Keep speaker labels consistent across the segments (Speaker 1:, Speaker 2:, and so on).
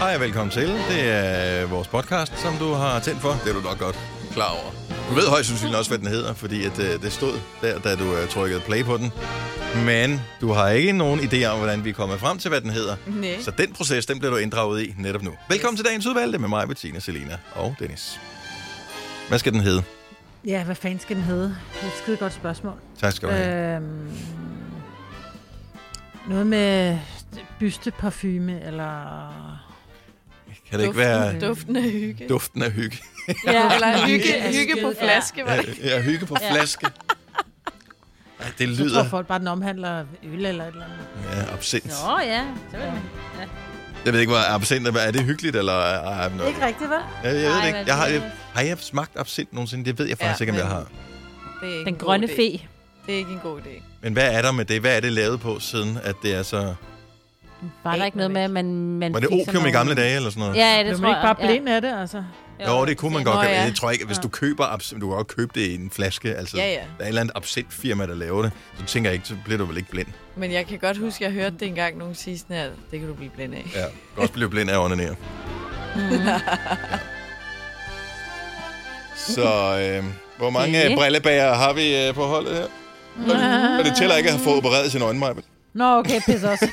Speaker 1: Hej og velkommen til. Det er vores podcast, som du har tændt for. Det er du nok godt klar over. Du ved højst sandsynligt også, hvad den hedder, fordi at, øh, det stod der, da du øh, trykkede play på den. Men du har ikke nogen idé om, hvordan vi er kommet frem til, hvad den hedder.
Speaker 2: Næ.
Speaker 1: Så den proces, den bliver du inddraget i netop nu. Velkommen til dagens udvalgte med mig, Bettina, Selina og Dennis. Hvad skal den hedde?
Speaker 3: Ja, hvad fanden skal den hedde? Det er et skide godt spørgsmål.
Speaker 1: Tak skal du have.
Speaker 3: Øhm, noget med bysteparfume, eller...
Speaker 1: kan det ikke være
Speaker 2: Duften af hygge.
Speaker 1: duften af hygge?
Speaker 2: Ja, eller
Speaker 3: Hygge
Speaker 2: hygge,
Speaker 3: af
Speaker 2: hygge på
Speaker 3: skid.
Speaker 2: flaske, var
Speaker 1: Ja,
Speaker 2: det?
Speaker 1: ja hygge på flaske. Ej, det
Speaker 3: Så tror
Speaker 1: lyder
Speaker 3: folk bare, den omhandler øl eller et eller andet.
Speaker 1: ja, absint.
Speaker 4: Nå ja, så vil man.
Speaker 1: Jeg ved ikke, hvad absint er. Er det hyggeligt, eller... Ej, men-
Speaker 3: Ikke rigtigt, vel?
Speaker 1: Jeg, jeg ved det
Speaker 4: Nej,
Speaker 1: ikke.
Speaker 4: hvad
Speaker 1: Jeg har,
Speaker 4: ved
Speaker 1: jeg, har jeg smagt absint nogensinde? Det ved jeg
Speaker 2: Ja,
Speaker 1: faktisk ja, ikke, om jeg
Speaker 2: men-
Speaker 1: har.
Speaker 2: det er ikke
Speaker 4: Den
Speaker 2: en god
Speaker 4: grønne
Speaker 2: idé.
Speaker 4: fe.
Speaker 2: Det er ikke en god idé.
Speaker 1: Men hvad er der med det? Hvad er det lavet på, siden at det er så...
Speaker 4: Var der ikke noget med, at man, man
Speaker 1: Var det
Speaker 4: fik sådan
Speaker 1: opium i
Speaker 4: nogle-
Speaker 1: gamle dage, eller sådan noget?
Speaker 4: Ja, ja,
Speaker 3: Det
Speaker 4: det
Speaker 3: er
Speaker 4: tror
Speaker 3: man
Speaker 4: jeg.
Speaker 3: ikke bare
Speaker 4: ja.
Speaker 3: blind af det, altså.
Speaker 1: Jo, det kunne man
Speaker 4: Ja.
Speaker 1: godt.
Speaker 2: Nå,
Speaker 1: gøre.
Speaker 2: ja.
Speaker 1: Jeg tror ikke, hvis du køber absint... Du kan godt købe det i en flaske, altså.
Speaker 2: Ja, ja.
Speaker 1: Der er et eller andet absintfirma, der laver det. Så tænker jeg ikke, så bliver du vel ikke blind.
Speaker 2: Men jeg kan godt huske, at jeg hørte det engang nogen sige sådan her, det kan du blive blind af.
Speaker 1: Ja, du kan også blive blind af at onanere. Så øh, hvor mange
Speaker 4: Okay.
Speaker 1: okay. brillebager har vi øh, på holdet her? Og det tæller ikke at have fået opereret sin øjenmejbel.
Speaker 3: Nå, okay, pis også.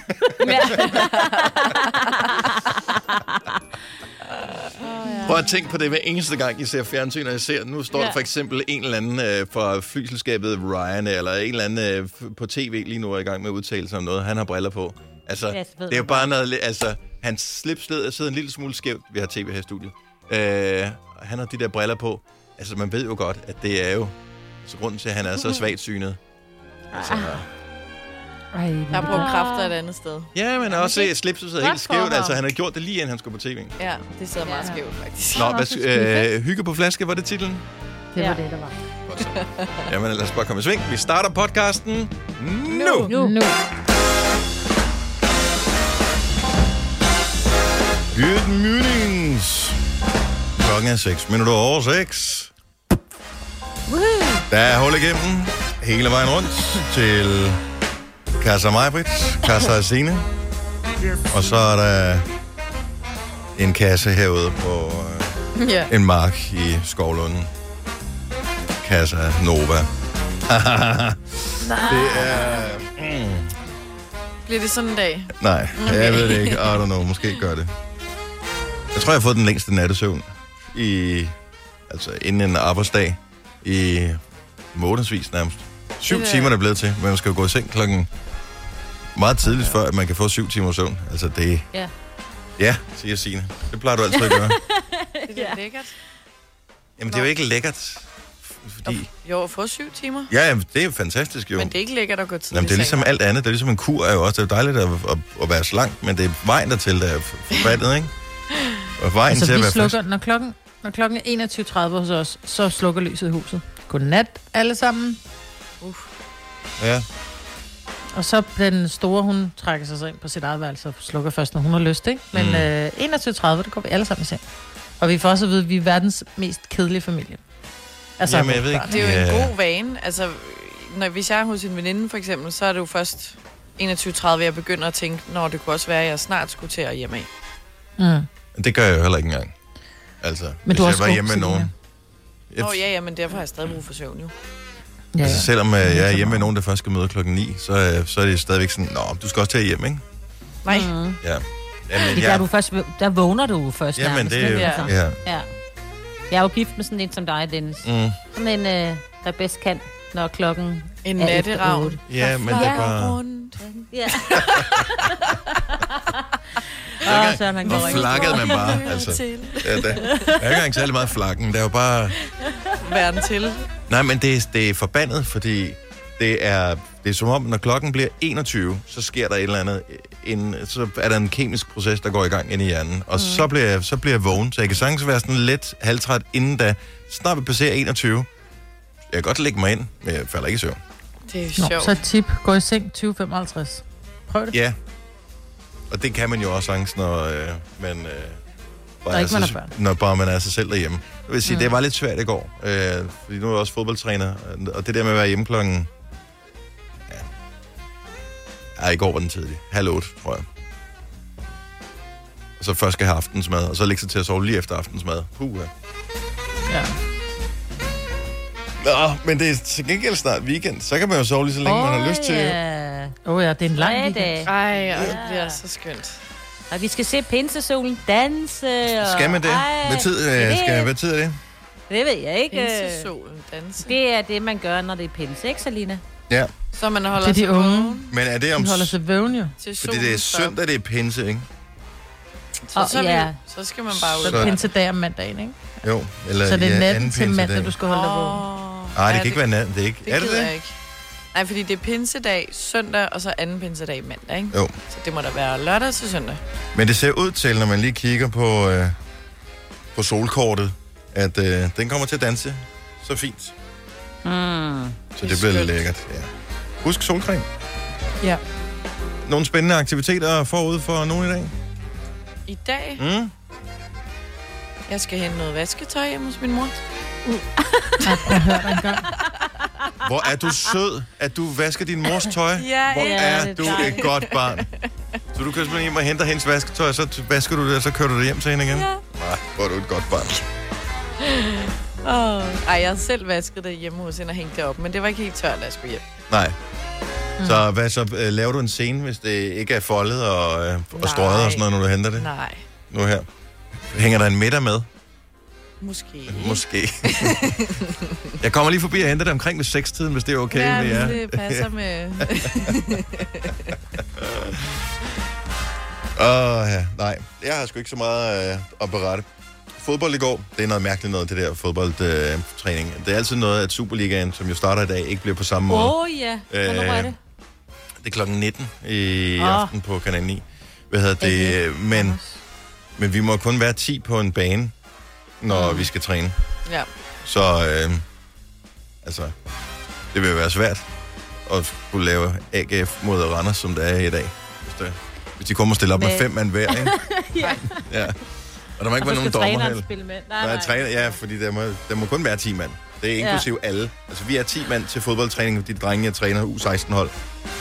Speaker 1: Prøv at tænke på det hver eneste gang, I ser fjernsyn, og jeg ser, nu står ja. der
Speaker 4: Ja.
Speaker 1: for eksempel en eller anden øh, fra flyselskabet Ryan, eller en eller anden øh, f- på tv lige nu er i gang med at udtale sig om noget. Han har briller på. Altså,
Speaker 4: Ja,
Speaker 1: ja,
Speaker 4: så ved
Speaker 1: det er jo
Speaker 4: man
Speaker 1: bare noget... lidt- Altså, hans slipsled sidder en lille smule skævt. Vi har tv her i studiet. Øh, han har de der briller på. Altså, man ved jo godt, at det er jo... Så grunden til, at han er
Speaker 4: Mhm.
Speaker 1: så svagt synet. Altså,
Speaker 4: Ah.
Speaker 3: Ej,
Speaker 2: Jeg har brugt kræfter et andet sted.
Speaker 1: ja, men også øh, slipset sidder helt
Speaker 4: Godt for
Speaker 1: skævt.
Speaker 4: ham.
Speaker 1: Altså, han har gjort det lige inden han skulle på tv.
Speaker 2: Ja, det sidder meget
Speaker 4: Ja.
Speaker 2: skævt, faktisk.
Speaker 1: Nå,
Speaker 3: Nå, så skal vi
Speaker 1: hvad, øh, hygge på flaske, var det titlen?
Speaker 3: Det var
Speaker 4: Ja.
Speaker 3: det, der var.
Speaker 1: Godt så. Jamen, lad os bare komme i sving. Vi starter podcasten nu.
Speaker 2: Nu.
Speaker 4: Nu.
Speaker 3: Nu.
Speaker 1: Good mornings. Klokken er 6 minutter over 6. Der er hul igennem hele vejen rundt til Casa Majbrits, Casa Asine. Og så er der en kasse herude på øh,
Speaker 2: Ja.
Speaker 1: en mark i Skovlunden. Casa Nova. det er... Mm.
Speaker 2: Bliver det sådan en dag?
Speaker 1: Nej, okay. jeg ved det ikke. I don't know. Måske gør det. Jeg tror, jeg har fået den længste nattesøvn i... Altså, inden en arbejdsdag i månedsvis nærmest. Syv
Speaker 2: Det er-
Speaker 1: timer er det blevet til, men man skal jo gå i seng klokken meget tidligt, før at man kan få syv timer søvn. Altså, det...
Speaker 4: Ja.
Speaker 1: Ja, siger Signe. Det plejer du altid at gøre.
Speaker 2: Det er ja. lækkert.
Speaker 1: Jamen, det er jo ikke lækkert, fordi...
Speaker 2: Jo, at få syv timer.
Speaker 1: Ja, jamen, det er jo fantastisk, jo.
Speaker 2: Men det er ikke lækkert at gå tidligt
Speaker 1: Jamen, det er
Speaker 2: i
Speaker 1: ligesom
Speaker 2: seng. altså.
Speaker 1: alt andet. Det er ligesom en kur er jo også. Det er jo dejligt at, at, at være slank, men det er vejen dertil, der er forbandet, ikke? Og vejen
Speaker 3: Altså,
Speaker 1: til at
Speaker 3: vi
Speaker 1: være fast.
Speaker 3: slukker, når klokken, når klokken er 21.30 hos os, så slukker lyset i huset. Godnat, alle sammen.
Speaker 1: Ja.
Speaker 3: Og så den store, hun trækker sig så ind på sit eget værelse og slukker først, når hun har lyst, ikke? Men
Speaker 1: Mm.
Speaker 3: mm. øh, 21.30, der går vi alle sammen i seng. Og vi får også at vide, at vi er verdens mest kedelige familie. Altså,
Speaker 1: Jamen, jeg ved
Speaker 3: børn.
Speaker 1: ikke.
Speaker 2: Det er jo en
Speaker 1: Ja.
Speaker 2: god vane. Altså, når, hvis jeg er hos en veninde, for eksempel, så er det jo først 21.30, jeg begynder at tænke, når det kunne også være, at jeg snart skulle til at hjem af.
Speaker 3: Mm.
Speaker 1: Det gør jeg jo heller ikke engang. Altså, Men hvis
Speaker 3: du er
Speaker 1: jeg
Speaker 3: også
Speaker 1: var
Speaker 3: god,
Speaker 1: hjemme med
Speaker 3: Selina.
Speaker 1: nogen. Jeg,
Speaker 2: Nå ja, ja, men derfor har jeg stadig brug for søvn, jo.
Speaker 3: Ja,
Speaker 1: altså,
Speaker 3: ja.
Speaker 1: selvom øh, jeg er
Speaker 3: så
Speaker 1: hjemme med
Speaker 3: meget.
Speaker 1: nogen, der først skal møde klokken 9, så, øh, så er det stadigvæk sådan, Nå, du skal også til at hjem, ikke?
Speaker 2: Nej,
Speaker 4: Mm.
Speaker 1: Ja. Jamen,
Speaker 4: Det
Speaker 1: ja.
Speaker 4: gør du først, der vågner du jo først
Speaker 1: Jamen,
Speaker 4: nærmest,
Speaker 1: det er jo...
Speaker 4: ikke?
Speaker 2: Ja.
Speaker 4: Altså,
Speaker 1: Ja.
Speaker 4: ja. Jeg er jo gift med sådan en som dig, Dennis.
Speaker 1: Mm.
Speaker 4: Sådan en, øh, der bedst kan, når klokken
Speaker 2: en
Speaker 4: er efter
Speaker 2: natteravn.
Speaker 4: otte.
Speaker 1: ja, men det er bare...
Speaker 2: Rundt.
Speaker 4: Ja.
Speaker 1: gang-
Speaker 4: Åh, så er man
Speaker 1: Hvor
Speaker 4: går ikke.
Speaker 1: flakkede man bare, altså. Ja, der, der er jo ikke engang særlig meget flakken. Der er jo bare...
Speaker 2: Verden til.
Speaker 1: Nej, men det, er- det er forbandet, fordi det er, det er som om, når klokken bliver 21, så sker der et eller andet. øh, En, så er der en kemisk proces, der går i gang inde i hjernen. Og mm. så, bliver jeg, så bliver jeg vågen, så jeg kan sagtens være sådan lidt halvtræt inden da. Snart vi passerer 21. Jeg kan godt lægge mig ind, men jeg falder ikke i søvn.
Speaker 2: Det er jo
Speaker 3: Nå,
Speaker 2: sjovt.
Speaker 3: så et tip. Gå i seng 20.55. Prøv det.
Speaker 1: Ja. Og det kan man jo også sagtens, når øh, man... Øh, bare
Speaker 3: Når ikke man
Speaker 1: sig-
Speaker 3: er børn.
Speaker 1: Når bare man er sig selv derhjemme. Jeg vil sige, mm. det var lidt svært i går, øh, fordi nu er jeg også fodboldtræner, øh, og det der med at være hjemme klokken... Ja. Ej, i går var den tidlig. Halv otte, tror jeg. og så først skal have aftensmad, og så lægge sig til at sove lige efter aftensmad. Puh, ja.
Speaker 3: Ja.
Speaker 1: Nå, men det er til gengæld snart weekend, så kan man jo sove lige så længe, oh, man har lyst til. jo.
Speaker 4: Ja.
Speaker 3: Åh oh, ja, det er en lang
Speaker 4: Tre
Speaker 3: weekend.
Speaker 4: dage.
Speaker 2: Ej, og det bliver så skønt.
Speaker 4: Og vi skal se pinsesolen danse. Og...
Speaker 1: Skal man det?
Speaker 4: Ej,
Speaker 1: Hvad tid, øh,
Speaker 4: det-
Speaker 1: skal, hvad tid er det?
Speaker 4: Det ved jeg ikke. øh.
Speaker 2: Pinsesolen danse. Det.
Speaker 4: Det er det, man gør, når det er pinse, ikke Salina?
Speaker 1: Ja,
Speaker 2: Så man holder
Speaker 3: Det er de
Speaker 2: sig
Speaker 3: unge.
Speaker 2: vågen
Speaker 1: men er det om...
Speaker 3: Den holder sig vågen jo.
Speaker 1: Fordi
Speaker 2: Til solen
Speaker 1: det er
Speaker 2: står op.
Speaker 1: søndag, det er pinse, ikke?
Speaker 2: Så, så,
Speaker 4: Åh,
Speaker 2: vi-
Speaker 4: ja.
Speaker 2: så skal man bare ud.
Speaker 3: Så
Speaker 1: Så-
Speaker 3: pind til dag om mandagen, ikke?
Speaker 1: Jo, eller
Speaker 3: Så det
Speaker 1: ja,
Speaker 3: er natten
Speaker 1: anden
Speaker 3: til mandag,
Speaker 1: pinsedag.
Speaker 3: du skal holde dig vågen.
Speaker 2: Åh,
Speaker 1: Nej, det
Speaker 2: ja,
Speaker 1: kan ikke være natten, det er ikke.
Speaker 2: Det
Speaker 1: er det
Speaker 2: gider jeg
Speaker 1: det?
Speaker 2: ikke. Nej, fordi det er pinsedag søndag, og så anden pinsedag mandag, ikke?
Speaker 1: Jo.
Speaker 2: Så det må da være lørdag til søndag.
Speaker 1: Men det ser ud til, når man lige kigger på, øh, på solkortet, at øh, den kommer til at danse så fint.
Speaker 4: Mm.
Speaker 1: Så
Speaker 2: Det
Speaker 1: det
Speaker 2: er
Speaker 1: bliver
Speaker 2: skønt.
Speaker 1: lækkert, ja. Husk solcreme.
Speaker 3: Ja.
Speaker 1: Nogle spændende aktiviteter forud for nogen i dag?
Speaker 2: I dag,
Speaker 1: Mm?
Speaker 2: jeg skal hente noget vasketøj hjemme hos min mor.
Speaker 1: Hvor er du sød, at du vasker din mors tøj?
Speaker 2: Ja,
Speaker 1: Hvor
Speaker 2: ja,
Speaker 1: er
Speaker 4: det
Speaker 1: du
Speaker 4: er
Speaker 1: et
Speaker 4: dejligt.
Speaker 1: godt barn. Så du kører simpelthen hjem og henter hendes vasketøj, og så t- vasker du det, og så kører du det hjem til hende igen?
Speaker 2: Ja.
Speaker 1: Nej, hvor er du et godt barn.
Speaker 2: Oh. Ej, jeg har selv vasket det hjemme hos hende og hængt det op, men det var ikke helt tørt, da jeg skulle hjem.
Speaker 1: Nej.
Speaker 2: Mm.
Speaker 1: Så hvad så? øh, Laver du en scene, hvis det ikke er foldet og, øh, og strøget og sådan noget, når du henter det?
Speaker 2: Nej,
Speaker 1: Nu her. Hænger der en middag med?
Speaker 2: måske
Speaker 1: Måske. jeg kommer lige forbi og henter det omkring ved sekstiden, hvis det er okay
Speaker 2: ja,
Speaker 1: med jer.
Speaker 2: men det passer med...
Speaker 1: Åh, ja. Nej, jeg har sgu ikke så meget øh, at berette. Fodbold i går, det er noget mærkeligt noget, det der fodboldtræning. Øh, træning. det er altid noget, at Superligaen, som jo starter i dag, ikke bliver på samme måde.
Speaker 4: Åh oh, ja, hvornår
Speaker 1: Øh,
Speaker 4: er det?
Speaker 1: Det er klokken 19 i
Speaker 2: Ah.
Speaker 4: Åh.
Speaker 1: oh. aften på Kanal 9. Hvad hedder det?
Speaker 4: Okay.
Speaker 1: Øh, Men, men vi må kun være 10 på en bane, når mm.
Speaker 2: Ah.
Speaker 1: vi skal træne.
Speaker 2: ja.
Speaker 1: Så øh, altså, det vil være svært at skulle lave AGF mod Randers, som det er i dag. Hvis, det, hvis de kommer og stiller op med
Speaker 4: Med-
Speaker 1: fem mand hver, ikke? ja. Og der må ikke være nogen dommer heller.
Speaker 4: spille med.
Speaker 1: Nej,
Speaker 4: Nej,
Speaker 1: nej.
Speaker 4: nej.
Speaker 1: Træner, ja, fordi der må, der må kun være 10 mand. Det er
Speaker 4: Ja.
Speaker 1: inklusiv ja. alle. Altså, vi er 10 mand til fodboldtræning, de drenge, jeg træner U16-hold.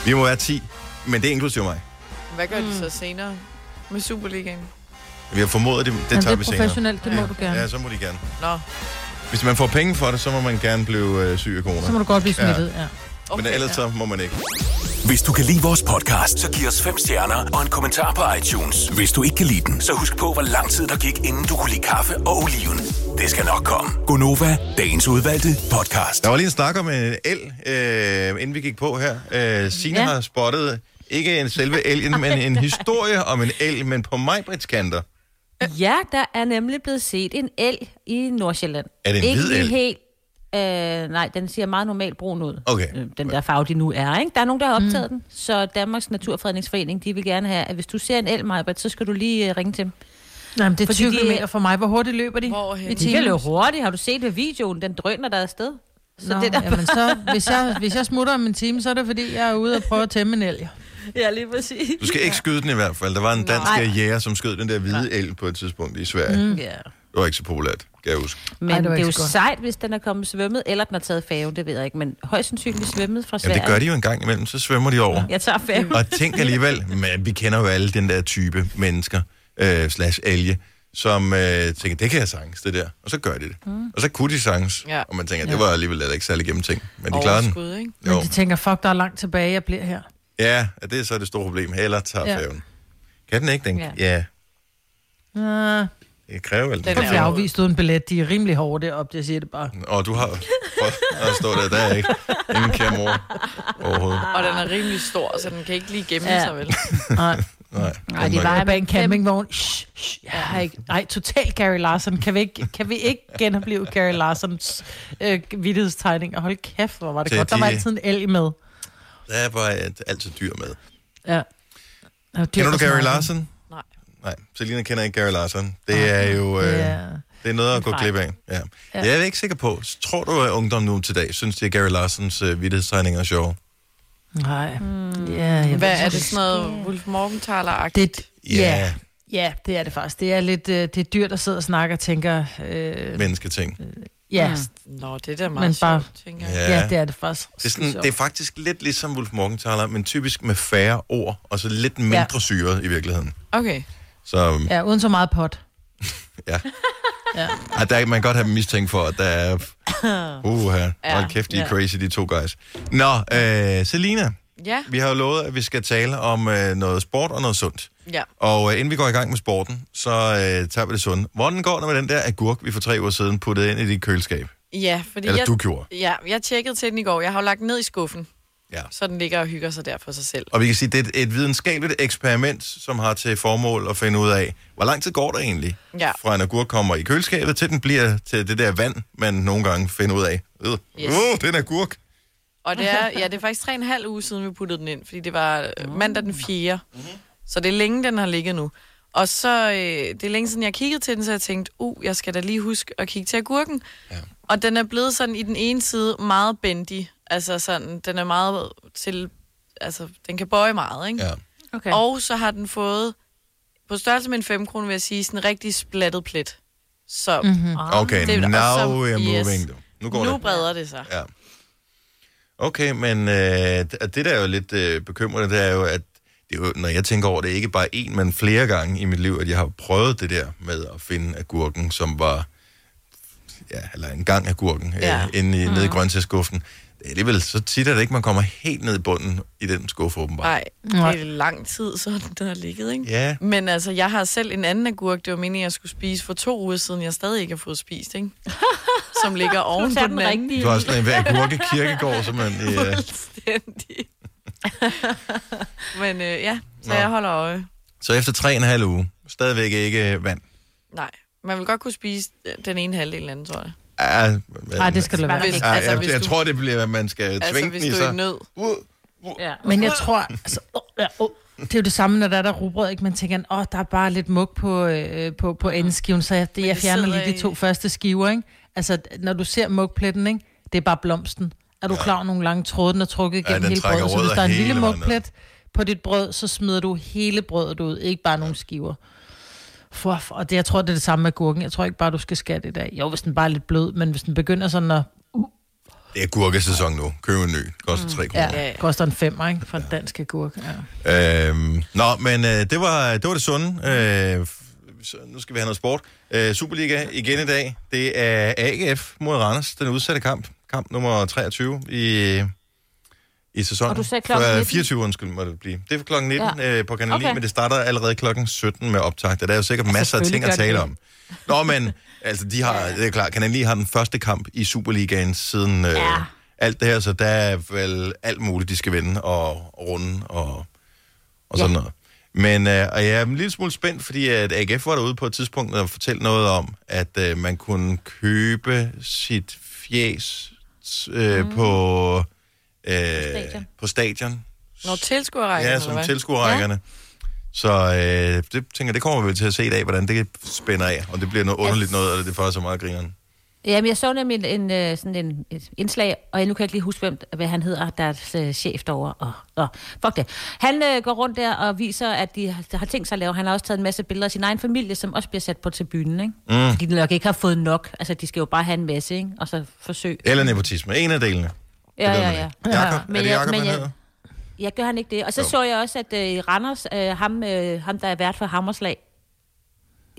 Speaker 1: Vi må være 10, men det er inklusiv mig.
Speaker 2: Hvad gør
Speaker 3: Hmm.
Speaker 2: de så senere med Superligaen?
Speaker 1: Vi har formodet, det, det
Speaker 3: Men det
Speaker 1: tager
Speaker 3: er
Speaker 1: vi senere.
Speaker 3: professionelt, det må du gerne.
Speaker 1: Ja, så må de gerne.
Speaker 2: Nå,
Speaker 1: Hvis man får penge for det, så må man gerne blive øh, syg af corona.
Speaker 3: Så må du godt blive
Speaker 1: Ja.
Speaker 3: smittet, ja.
Speaker 1: Men ellers så må man ikke.
Speaker 5: Hvis du kan lide vores podcast, så giv os fem stjerner og en kommentar på iTunes. Hvis du ikke kan lide den, så husk på, hvor lang tid der gik, inden du kunne lide kaffe og oliven. Det skal nok komme. Gonova, dagens udvalgte podcast.
Speaker 1: Der var lige en snak om en el, øh, inden vi gik på her. Øh, Signe ja.
Speaker 4: Ja.
Speaker 1: har spottet ikke en selve elgen, men en historie om en el, men på majbritskanter.
Speaker 4: Ja, der er nemlig blevet set en el i Nordsjælland.
Speaker 1: Er det en
Speaker 4: Ikke
Speaker 1: hvid
Speaker 4: lige
Speaker 1: elg?
Speaker 4: helt... Øh, nej, den ser meget normalt brun ud.
Speaker 1: Okay.
Speaker 4: Øh, Den der farve, de nu er, ikke? Der er nogen, der har optaget mm. den. Så Danmarks Naturfredningsforening, de vil gerne have, at hvis du ser en el, Majbert, så skal du lige øh, ringe til dem.
Speaker 3: Nej, men det er
Speaker 4: Fordi
Speaker 3: 20
Speaker 4: de-
Speaker 3: km for mig. Hvor hurtigt løber de?
Speaker 2: Hvorhen?
Speaker 3: I
Speaker 4: De kan
Speaker 3: timen?
Speaker 4: løbe hurtigt. Har du set ved videoen? Den drøner der afsted. Så
Speaker 3: Nå,
Speaker 4: det der...
Speaker 3: jamen, så, hvis, jeg, hvis jeg smutter om en time, så er det fordi, jeg er ude og prøve at tæmme en elg.
Speaker 4: Ja, lige præcis.
Speaker 1: Du skal ikke skyde den i hvert fald. Der var en dansk
Speaker 4: Nej.
Speaker 1: jæger, som skød den der hvide el på et tidspunkt i Sverige. Mm.
Speaker 4: Ja.
Speaker 1: Det var ikke så populært, kan jeg huske.
Speaker 4: Men
Speaker 3: Ej,
Speaker 4: Ej,
Speaker 3: det
Speaker 4: det,
Speaker 3: var
Speaker 4: det er jo
Speaker 3: ikke så godt.
Speaker 4: sejt, hvis den er kommet svømmet, eller den har taget færgen, det ved jeg ikke, men højst sandsynligt svømmet fra
Speaker 1: Jamen,
Speaker 4: Sverige.
Speaker 1: det gør de jo en gang imellem, så svømmer de over. Ja.
Speaker 4: Jeg tager færgen.
Speaker 1: Og tænk alligevel, men vi kender jo alle den der type mennesker, øh, slash alge, som øh, tænker, det kan jeg sagtens, det der. Og så gør de det. Mm. Og så kunne de sagtens. Ja.
Speaker 2: Ja.
Speaker 1: Og man tænker, det var alligevel heller ikke særlig gennemtænkt. Men de klarer den.
Speaker 2: Overskud, ikke?
Speaker 3: Men
Speaker 1: Jo.
Speaker 3: de tænker, fuck, der er langt tilbage, jeg bliver her.
Speaker 1: Ja, og det er så det store problem. Heller tager ja.
Speaker 3: Ja.
Speaker 1: færgen. Kan den ikke, den? Ja.
Speaker 4: Ja.
Speaker 1: ja.
Speaker 3: Ah,
Speaker 1: Det kræver vel. Den
Speaker 3: jeg bliver
Speaker 2: jo-
Speaker 3: afvist uden billet. De er rimelig hårde deroppe, jeg siger det bare.
Speaker 1: Og du har... Prøv at stå der, der er ikke ingen kære mor overhovedet.
Speaker 2: Og den er rimelig stor, så den kan ikke lige gemme ja.
Speaker 4: Ja.
Speaker 2: sig, vel?
Speaker 3: Nej,
Speaker 1: Nej,
Speaker 4: Nej, de
Speaker 1: den er-
Speaker 4: var-
Speaker 3: jeg er bag en campingvogn. Shh, shh, jeg har ikke... Nej, total Gary Larson. Kan vi ikke, kan vi ikke genopleve Gary Larsons øh, vidtighedstegning? Og hold kæft, hvor var det
Speaker 1: Det er
Speaker 3: godt. Der var
Speaker 1: de-
Speaker 3: altid en elg med.
Speaker 1: der er bare øh, altid dyr med.
Speaker 3: Ja.
Speaker 1: Kender du Gary Larson?
Speaker 2: Nej.
Speaker 1: Nej, Selina kender ikke Gary Larson. Det er jo... Øh,
Speaker 3: Ja.
Speaker 1: Det er noget at gå
Speaker 4: fejl.
Speaker 1: glip af. Ja. Ja. Jeg er ikke sikker på. Tror du, at ungdom nu til dag synes, det er Gary Larsons øh, vittighedstegninger er sjove?
Speaker 3: Nej. Ja, jeg
Speaker 2: Hvad
Speaker 3: ved
Speaker 2: er
Speaker 3: ikke.
Speaker 2: det sådan noget Wolf Morgenthaler-agtigt?
Speaker 3: Det, ja. ja, det er det faktisk. Det er lidt øh, det er dyr, der sidder og snakker og tænker... Øh,
Speaker 1: Mennesketing.
Speaker 3: ja,
Speaker 2: Nå, det er da
Speaker 3: Men
Speaker 2: meget
Speaker 3: bare-
Speaker 2: sjovt, tænker jeg.
Speaker 1: Ja.
Speaker 3: ja, det er det faktisk.
Speaker 1: Det er, sådan, det er faktisk lidt ligesom Wolf Morgenthaler, men typisk med færre ord, og så lidt mindre ja. syret i virkeligheden.
Speaker 2: Okay.
Speaker 1: Så
Speaker 3: Ja, uden så meget pot.
Speaker 1: ja.
Speaker 3: Ja.
Speaker 1: Ej, der, er- man kan godt have dem mistænkt for, at der er... Uh, her. Hold kæft, de er
Speaker 2: ja.
Speaker 1: crazy, de to guys. Nå, øh, Selina,
Speaker 2: Ja,
Speaker 1: vi har jo lovet, at vi skal tale om øh, noget sport og noget sundt.
Speaker 2: ja.
Speaker 1: Og øh, inden vi går i gang med sporten, så øh, tager vi det sunde. Hvordan går det med den der agurk, vi for tre uger siden puttede ind i dit køleskab?
Speaker 2: Ja, fordi
Speaker 1: Eller
Speaker 2: jeg,
Speaker 1: du gjorde.
Speaker 2: ja, jeg tjekkede til den i går. Jeg har jo lagt den ned i skuffen,
Speaker 1: Ja.
Speaker 2: så den ligger og hygger sig der for sig selv.
Speaker 1: Og vi kan sige, det er et, et videnskabeligt eksperiment, som har til formål at finde ud af, hvor lang tid går der egentlig,
Speaker 2: Ja.
Speaker 1: fra en agurk kommer i køleskabet, til den bliver til det der vand, man nogle gange finder ud af. Øh, yes.
Speaker 2: Yes.
Speaker 1: uh, det er en agurk.
Speaker 2: Og det er, ja, det er faktisk tre og en halv uge siden, vi puttede den ind, fordi det var
Speaker 1: Mm.
Speaker 2: øh, mandag den 4.
Speaker 1: Mm-hmm.
Speaker 2: Så det er længe, den har ligget nu. Og så, øh, det er længe siden, jeg kiggede til den, så jeg tænkte, uh, jeg skal da lige huske at kigge til agurken. Ja. Og den er blevet sådan i den ene side meget bendig. Altså sådan, den er meget til, altså den kan bøje meget, ikke?
Speaker 1: Ja.
Speaker 4: Okay. Og
Speaker 2: Og så har den fået, på størrelse med en 5 kroner, vil jeg sige, sådan en rigtig splattet plet. Så mm-hmm.
Speaker 1: Okay,
Speaker 2: det er- og
Speaker 1: now
Speaker 2: så-
Speaker 1: we're
Speaker 2: yes.
Speaker 1: moving. Yes. Nu går
Speaker 2: nu
Speaker 1: det.
Speaker 2: breder det sig.
Speaker 1: Ja. Okay, men øh, det det, der er jo lidt øh, bekymrende, det er jo, at det er jo, når jeg tænker over det, ikke bare én, men flere gange i mit liv, at jeg har prøvet det der med at finde agurken, som var, ja, eller en gang agurken, ja.
Speaker 2: Ja.
Speaker 1: øh, inde i, nede i grøntsagsskuffen. Det er alligevel så tit, er det ikke, man kommer helt ned i bunden i den skuffe, åbenbart.
Speaker 2: Nej, det er lang tid, så den har ligget, ikke?
Speaker 1: Ja.
Speaker 2: Men altså, jeg har selv en anden agurk, det var meningen, jeg skulle spise for to uger siden, jeg stadig ikke har fået spist, ikke? Som ligger oven på
Speaker 4: tager
Speaker 2: den
Speaker 4: den
Speaker 2: anden.
Speaker 4: rigtige.
Speaker 1: Du har sådan en agurke-kirkegård, som man... Øh,
Speaker 2: Fuldstændig. Men øh, ja, så
Speaker 1: Nå.
Speaker 2: Nå. jeg holder øje.
Speaker 1: så efter tre og en halv uge, stadigvæk ikke øh, vand.
Speaker 2: Nej, man vil godt kunne spise øh, den ene halvdel eller anden, tror jeg.
Speaker 1: Ah,
Speaker 3: Nej,
Speaker 2: Ah,
Speaker 1: Nej,
Speaker 3: det skal du lade være.
Speaker 2: Hvis-
Speaker 1: Ej,
Speaker 2: altså,
Speaker 1: Ah, jeg,
Speaker 2: hvis
Speaker 1: jeg
Speaker 2: du-
Speaker 1: tror, det bliver, at man skal
Speaker 2: Altså,
Speaker 1: tvinge
Speaker 2: hvis
Speaker 1: den i
Speaker 2: du er i
Speaker 1: sig.
Speaker 2: nød.
Speaker 1: Uh, uh.
Speaker 4: ja.
Speaker 3: Men jeg tror, altså, åh, ja, åh. det er jo det samme, når der er der rugbrød, ikke? Man tænker, åh, der er bare lidt mug på, øh, på, på endeskiven, så jeg, det, jeg
Speaker 2: det
Speaker 3: fjerner
Speaker 2: sidder
Speaker 3: lige de
Speaker 2: i-
Speaker 3: to første skiver, ikke? Altså, når du ser mugpletten, ikke? Det er bare blomsten. Er du klar over nogle lange tråde, den er trukket igennem
Speaker 1: den
Speaker 3: hele
Speaker 1: trækker
Speaker 3: brødet? Så hvis
Speaker 1: rødder
Speaker 3: der er en
Speaker 1: hele
Speaker 3: lille
Speaker 1: vejen ned.
Speaker 3: mugplet på dit brød, så smider du hele brødet ud, ikke bare nogle skiver. For, og det, jeg tror, det er det samme med gurken. Jeg tror ikke bare, du skal skære det i dag. Jo, hvis den bare er lidt blød, men hvis den begynder sådan at...
Speaker 1: Det er gurkesæson nu. Køb en ny.
Speaker 4: Mm.
Speaker 1: Koster 3 kroner.
Speaker 3: Ja, koster en femmer, ikke? For en dansk agurk. Ja.
Speaker 1: Øhm, nå, men øh, det, var, det var det sunde. Øh, f- så nu skal vi have noget sport. Øh, Superliga igen i dag. Det er AGF mod Randers. Den udsatte kamp. Kamp nummer 23 i, i sæsonen.
Speaker 4: Og du sagde klokken
Speaker 1: Øh,
Speaker 4: 19.
Speaker 1: 24, undskyld, må det blive. Det er for klokken 19 ja.
Speaker 4: Ja.
Speaker 1: øh, på Kanal 9, okay.
Speaker 4: Okay.
Speaker 1: men det starter allerede klokken 17 med optakt. Og der er jo sikkert masser af ting at
Speaker 4: selvfølgelig
Speaker 1: tale
Speaker 4: gør
Speaker 1: om. Nå, men altså, de har, det er klart, Kanal 9 har den første kamp i Superligaen siden øh, ja.
Speaker 4: Ja.
Speaker 1: alt det her, så der er vel alt muligt, de skal vinde og runde og og sådan ja. noget. Men øh, og jeg er en lille smule spændt, fordi at AGF var derude på et tidspunkt og fortalte noget om, at øh, man kunne købe sit fjes øh, mm. på, øh,
Speaker 4: stadion.
Speaker 1: på stadion.
Speaker 2: Når tilskuerrækken,
Speaker 1: Ja, som tilskuerrækkerne. Ja. Så øh, det tænker jeg, det kommer vi vel til at se i dag, hvordan det spænder af. Om det bliver noget underligt noget, eller det får så meget grineren.
Speaker 4: Jamen, jeg så nemlig en, en, øh, sådan en, et indslag, og nu kan jeg ikke lige huske, hvem, hvad han hedder, deres øh, chef derovre. Og, og, fuck det. Han øh, går rundt der og viser, at de har, har tænkt sig at lave. Han har også taget en masse billeder af sin egen familie, som også bliver sat på tribunen, ikke? Mm. Fordi de nok ikke har fået nok. Altså, de skal jo bare have en masse, ikke? Og så forsøg.
Speaker 1: Eller nepotisme. En af delene.
Speaker 4: Ja,
Speaker 1: ved
Speaker 4: ja,
Speaker 1: man
Speaker 4: ja.
Speaker 1: ikke. Jakob,
Speaker 4: Men
Speaker 1: er det
Speaker 4: jeg-
Speaker 1: Jakob,
Speaker 4: men
Speaker 1: han
Speaker 4: jeg-
Speaker 1: hedder?
Speaker 4: Ja, gør han ikke det? Og så
Speaker 1: Jo.
Speaker 4: jo. så jeg også, at øh, i Randers, øh, ham, øh, ham, der er vært for Hammerslag,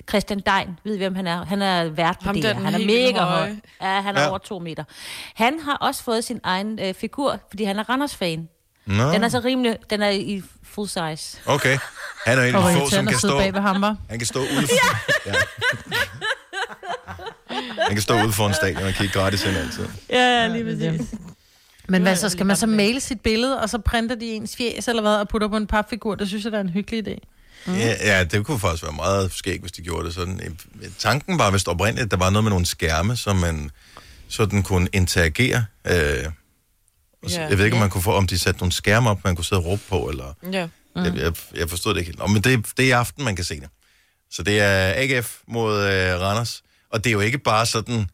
Speaker 4: Christian Dein, ved I, hvem han er? Han er vært på
Speaker 2: Ham,
Speaker 4: det
Speaker 2: der
Speaker 4: her.
Speaker 2: er den
Speaker 4: Han er
Speaker 2: helt vildt
Speaker 4: mega høj.
Speaker 2: høje.
Speaker 4: Ja, han er
Speaker 1: Ja.
Speaker 4: ja. over to meter. Han har også fået sin egen øh, figur, fordi han er Randers-fan.
Speaker 1: Nå,
Speaker 4: Den er så rimelig, den er i full size.
Speaker 1: okay. Han er en af
Speaker 3: Og
Speaker 1: de få, som
Speaker 3: irriterende
Speaker 1: kan
Speaker 3: at sidde
Speaker 1: stå...
Speaker 3: bag ved ham, var.
Speaker 1: Han kan stå ude for... ja. Han kan stå ude foran stadion og kigge gratis ind altid.
Speaker 4: Ja, lige
Speaker 3: Men hvad så? Skal man så male sit billede, og så printer de ens fjes eller hvad, og putter på en papfigur? Det synes jeg, der er en hyggelig idé.
Speaker 1: Ja, ja, det kunne faktisk være meget skægt, hvis de gjorde det sådan. Eh, Tanken var vist oprindeligt, at der var noget med nogle skærme, som man sådan kunne interagere. Øh, og så-
Speaker 2: Ja.
Speaker 1: jeg ved ikke, om man kunne få, om de satte nogle skærme op, man kunne sidde og råbe på, eller...
Speaker 2: Ja.
Speaker 1: Mm. Jeg, jeg, jeg forstod det ikke helt. Nå, men det, det er i aften, man kan se det. Så det er AGF mod øh, Randers. Og det er jo ikke bare sådan,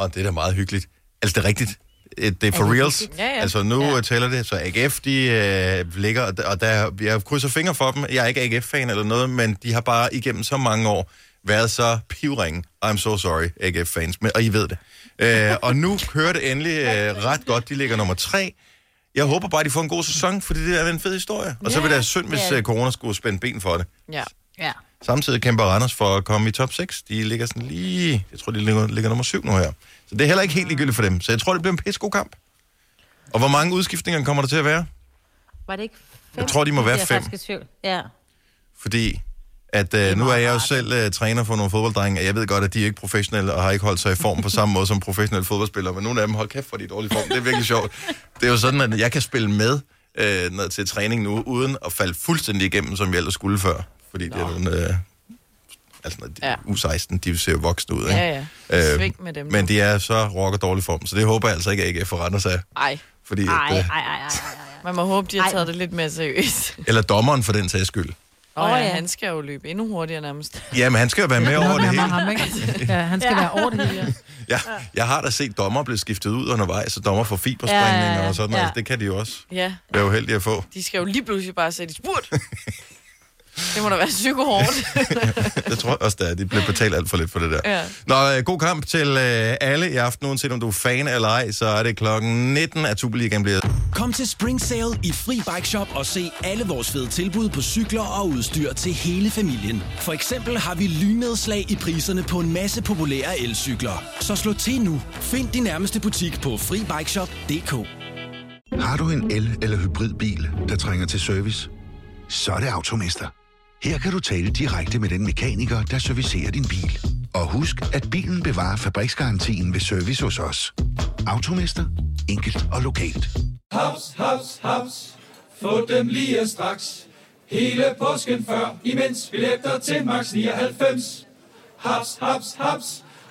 Speaker 1: åh, det er da meget hyggeligt. Altså, det er rigtigt. Øh, Det er for reals.
Speaker 2: Ja, ja.
Speaker 1: Altså, nu ja. tæller det. Så AGF, de øh, ligger, og der- og der, jeg krydser fingre for dem. Jeg er ikke AGF-fan eller noget, men de har bare igennem så mange år været så pivringe. I'm so sorry, AGF-fans, men, og I ved det. Øh, og nu kører det endelig øh, ret godt. De ligger nummer tre. Jeg håber bare, de får en god sæson, fordi det er en fed historie. Og så
Speaker 4: Ja,
Speaker 1: vil det være synd, hvis
Speaker 4: det er
Speaker 1: øh,
Speaker 4: det.
Speaker 1: corona skulle spænde ben for det.
Speaker 2: ja.
Speaker 4: Ja.
Speaker 1: Samtidig kæmper Randers for at komme i top 6. De ligger sådan lige... Jeg tror, de ligger, ligger nummer 7 nu her. Så det er heller ikke helt ligegyldigt for dem. Så jeg tror, det bliver en pissegod kamp. Og hvor mange udskiftninger kommer der til at være?
Speaker 4: Var det ikke fem?
Speaker 1: Jeg tror, de må være
Speaker 4: Det er
Speaker 1: fem.
Speaker 4: faktisk i tvivl. Ja.
Speaker 1: Fordi at øh, nu er jeg jo selv øh, træner for nogle fodbolddrenge, og jeg ved godt, at de er ikke professionelle og har ikke holdt sig i form på samme måde som professionelle fodboldspillere, men nogle af dem, hold kæft, for de er i dårlig form. Det er virkelig sjovt. Det er jo sådan, at jeg kan spille med øh, når- til træning nu, uden at falde fuldstændig igennem, som jeg ellers skulle før. Fordi det er nogle... Øh, altså, når de,
Speaker 2: Ja.
Speaker 1: U16, de ser jo voksne ud, ikke? Øh, Øhm,
Speaker 2: Ja, ja. Svig med dem.
Speaker 1: men de er så rock og dårlig form, så det håber jeg altså ikke, at AGF forretter sig.
Speaker 2: Ej,
Speaker 1: Fordi, at,
Speaker 4: Ej, ej,
Speaker 1: øh,
Speaker 4: ej, ej, ej.
Speaker 2: man må håbe, de har
Speaker 4: Ej.
Speaker 2: taget det lidt mere seriøst.
Speaker 1: eller dommeren for den sags skyld.
Speaker 2: Åh oh,
Speaker 4: Åh,
Speaker 2: ja,
Speaker 4: ja.
Speaker 2: han skal jo løbe endnu hurtigere nærmest.
Speaker 1: Jamen, han skal jo være med over
Speaker 3: Han
Speaker 1: det hele.
Speaker 3: var ham, ikke? Ja, han skal være over det hele.
Speaker 1: Ja, jeg har da set dommer blive skiftet ud undervejs, så dommer får fibersprængninger
Speaker 4: Ja, ja, ja.
Speaker 1: og sådan noget.
Speaker 4: Ja.
Speaker 1: Det kan de jo også
Speaker 2: Ja,
Speaker 1: være uheldige at få.
Speaker 2: de skal jo lige pludselig bare sætte i spurt. Det må da være psykohårdt.
Speaker 1: Jeg tror også, at de bliver betalt alt for lidt for det der.
Speaker 2: Ja.
Speaker 1: Nå, øh, god kamp til øh, alle i aften, uanset om du er fan eller ej, så er det klokken 19, at Superligaen bliver...
Speaker 6: Kom til Spring Sale i Fri Bike Shop og se alle vores fede tilbud på cykler og udstyr til hele familien. For eksempel har vi lynedslag i priserne på en masse populære elcykler. Så slå til nu. Find din nærmeste butik på FriBikeShop.dk
Speaker 7: Har du en el- eller hybridbil, der trænger til service? Så er det Automester. Her kan du tale direkte med den mekaniker, der servicerer din bil. Og husk, at bilen bevarer fabriksgarantien ved service hos os. Automester. Enkelt og lokalt.
Speaker 8: Haps, haps, haps. Få dem lige straks. Hele påsken før, imens billetter til max 99. Haps, haps, haps.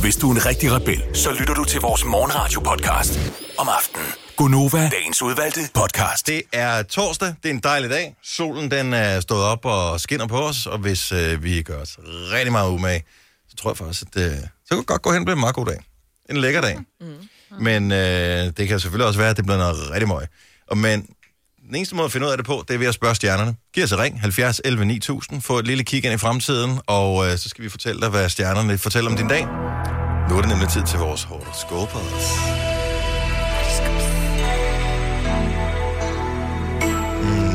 Speaker 5: Hvis du er en rigtig rebel, så lytter du til vores morgenradio-podcast om aftenen. Gunova, dagens udvalgte podcast.
Speaker 1: Det er torsdag, det er en dejlig dag. Solen den er stået op og skinner på os, og hvis øh, vi gør os rigtig meget umage, så tror jeg faktisk, at øh, så kunne det godt gå hen og blive en meget god dag. En lækker dag. Men øh, det kan selvfølgelig også være, at det bliver noget rigtig møg. Og men den eneste måde at finde ud af det på, det er ved at spørge stjernerne. Giv os et ring, 70 11 9000, få et lille kig ind i fremtiden, og øh, så skal vi fortælle dig, hvad stjernerne fortæller om din dag. Nu er det nemlig tid til vores horoskoper.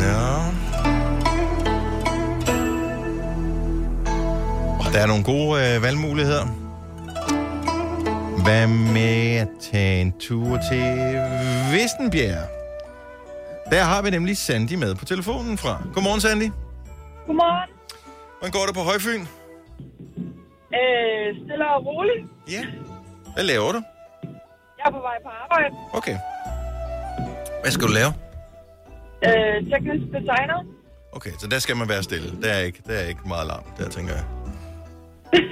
Speaker 1: Nå. Og der er nogle gode øh, valgmuligheder. Hvad med at tage en tur til Vestenbjerg? Der har vi nemlig Sandy med på telefonen fra. Godmorgen, Sandy.
Speaker 9: Godmorgen.
Speaker 1: Hvordan går det på Højfyn?
Speaker 9: Øh, stille og roligt.
Speaker 1: Ja. Hvad laver du?
Speaker 9: Jeg er på vej på arbejde.
Speaker 1: Okay. Hvad skal du lave?
Speaker 9: Øh, teknisk designer.
Speaker 1: Okay, så der skal man være stille. Der er ikke, der er ikke meget larm, der tænker jeg.
Speaker 9: Nej,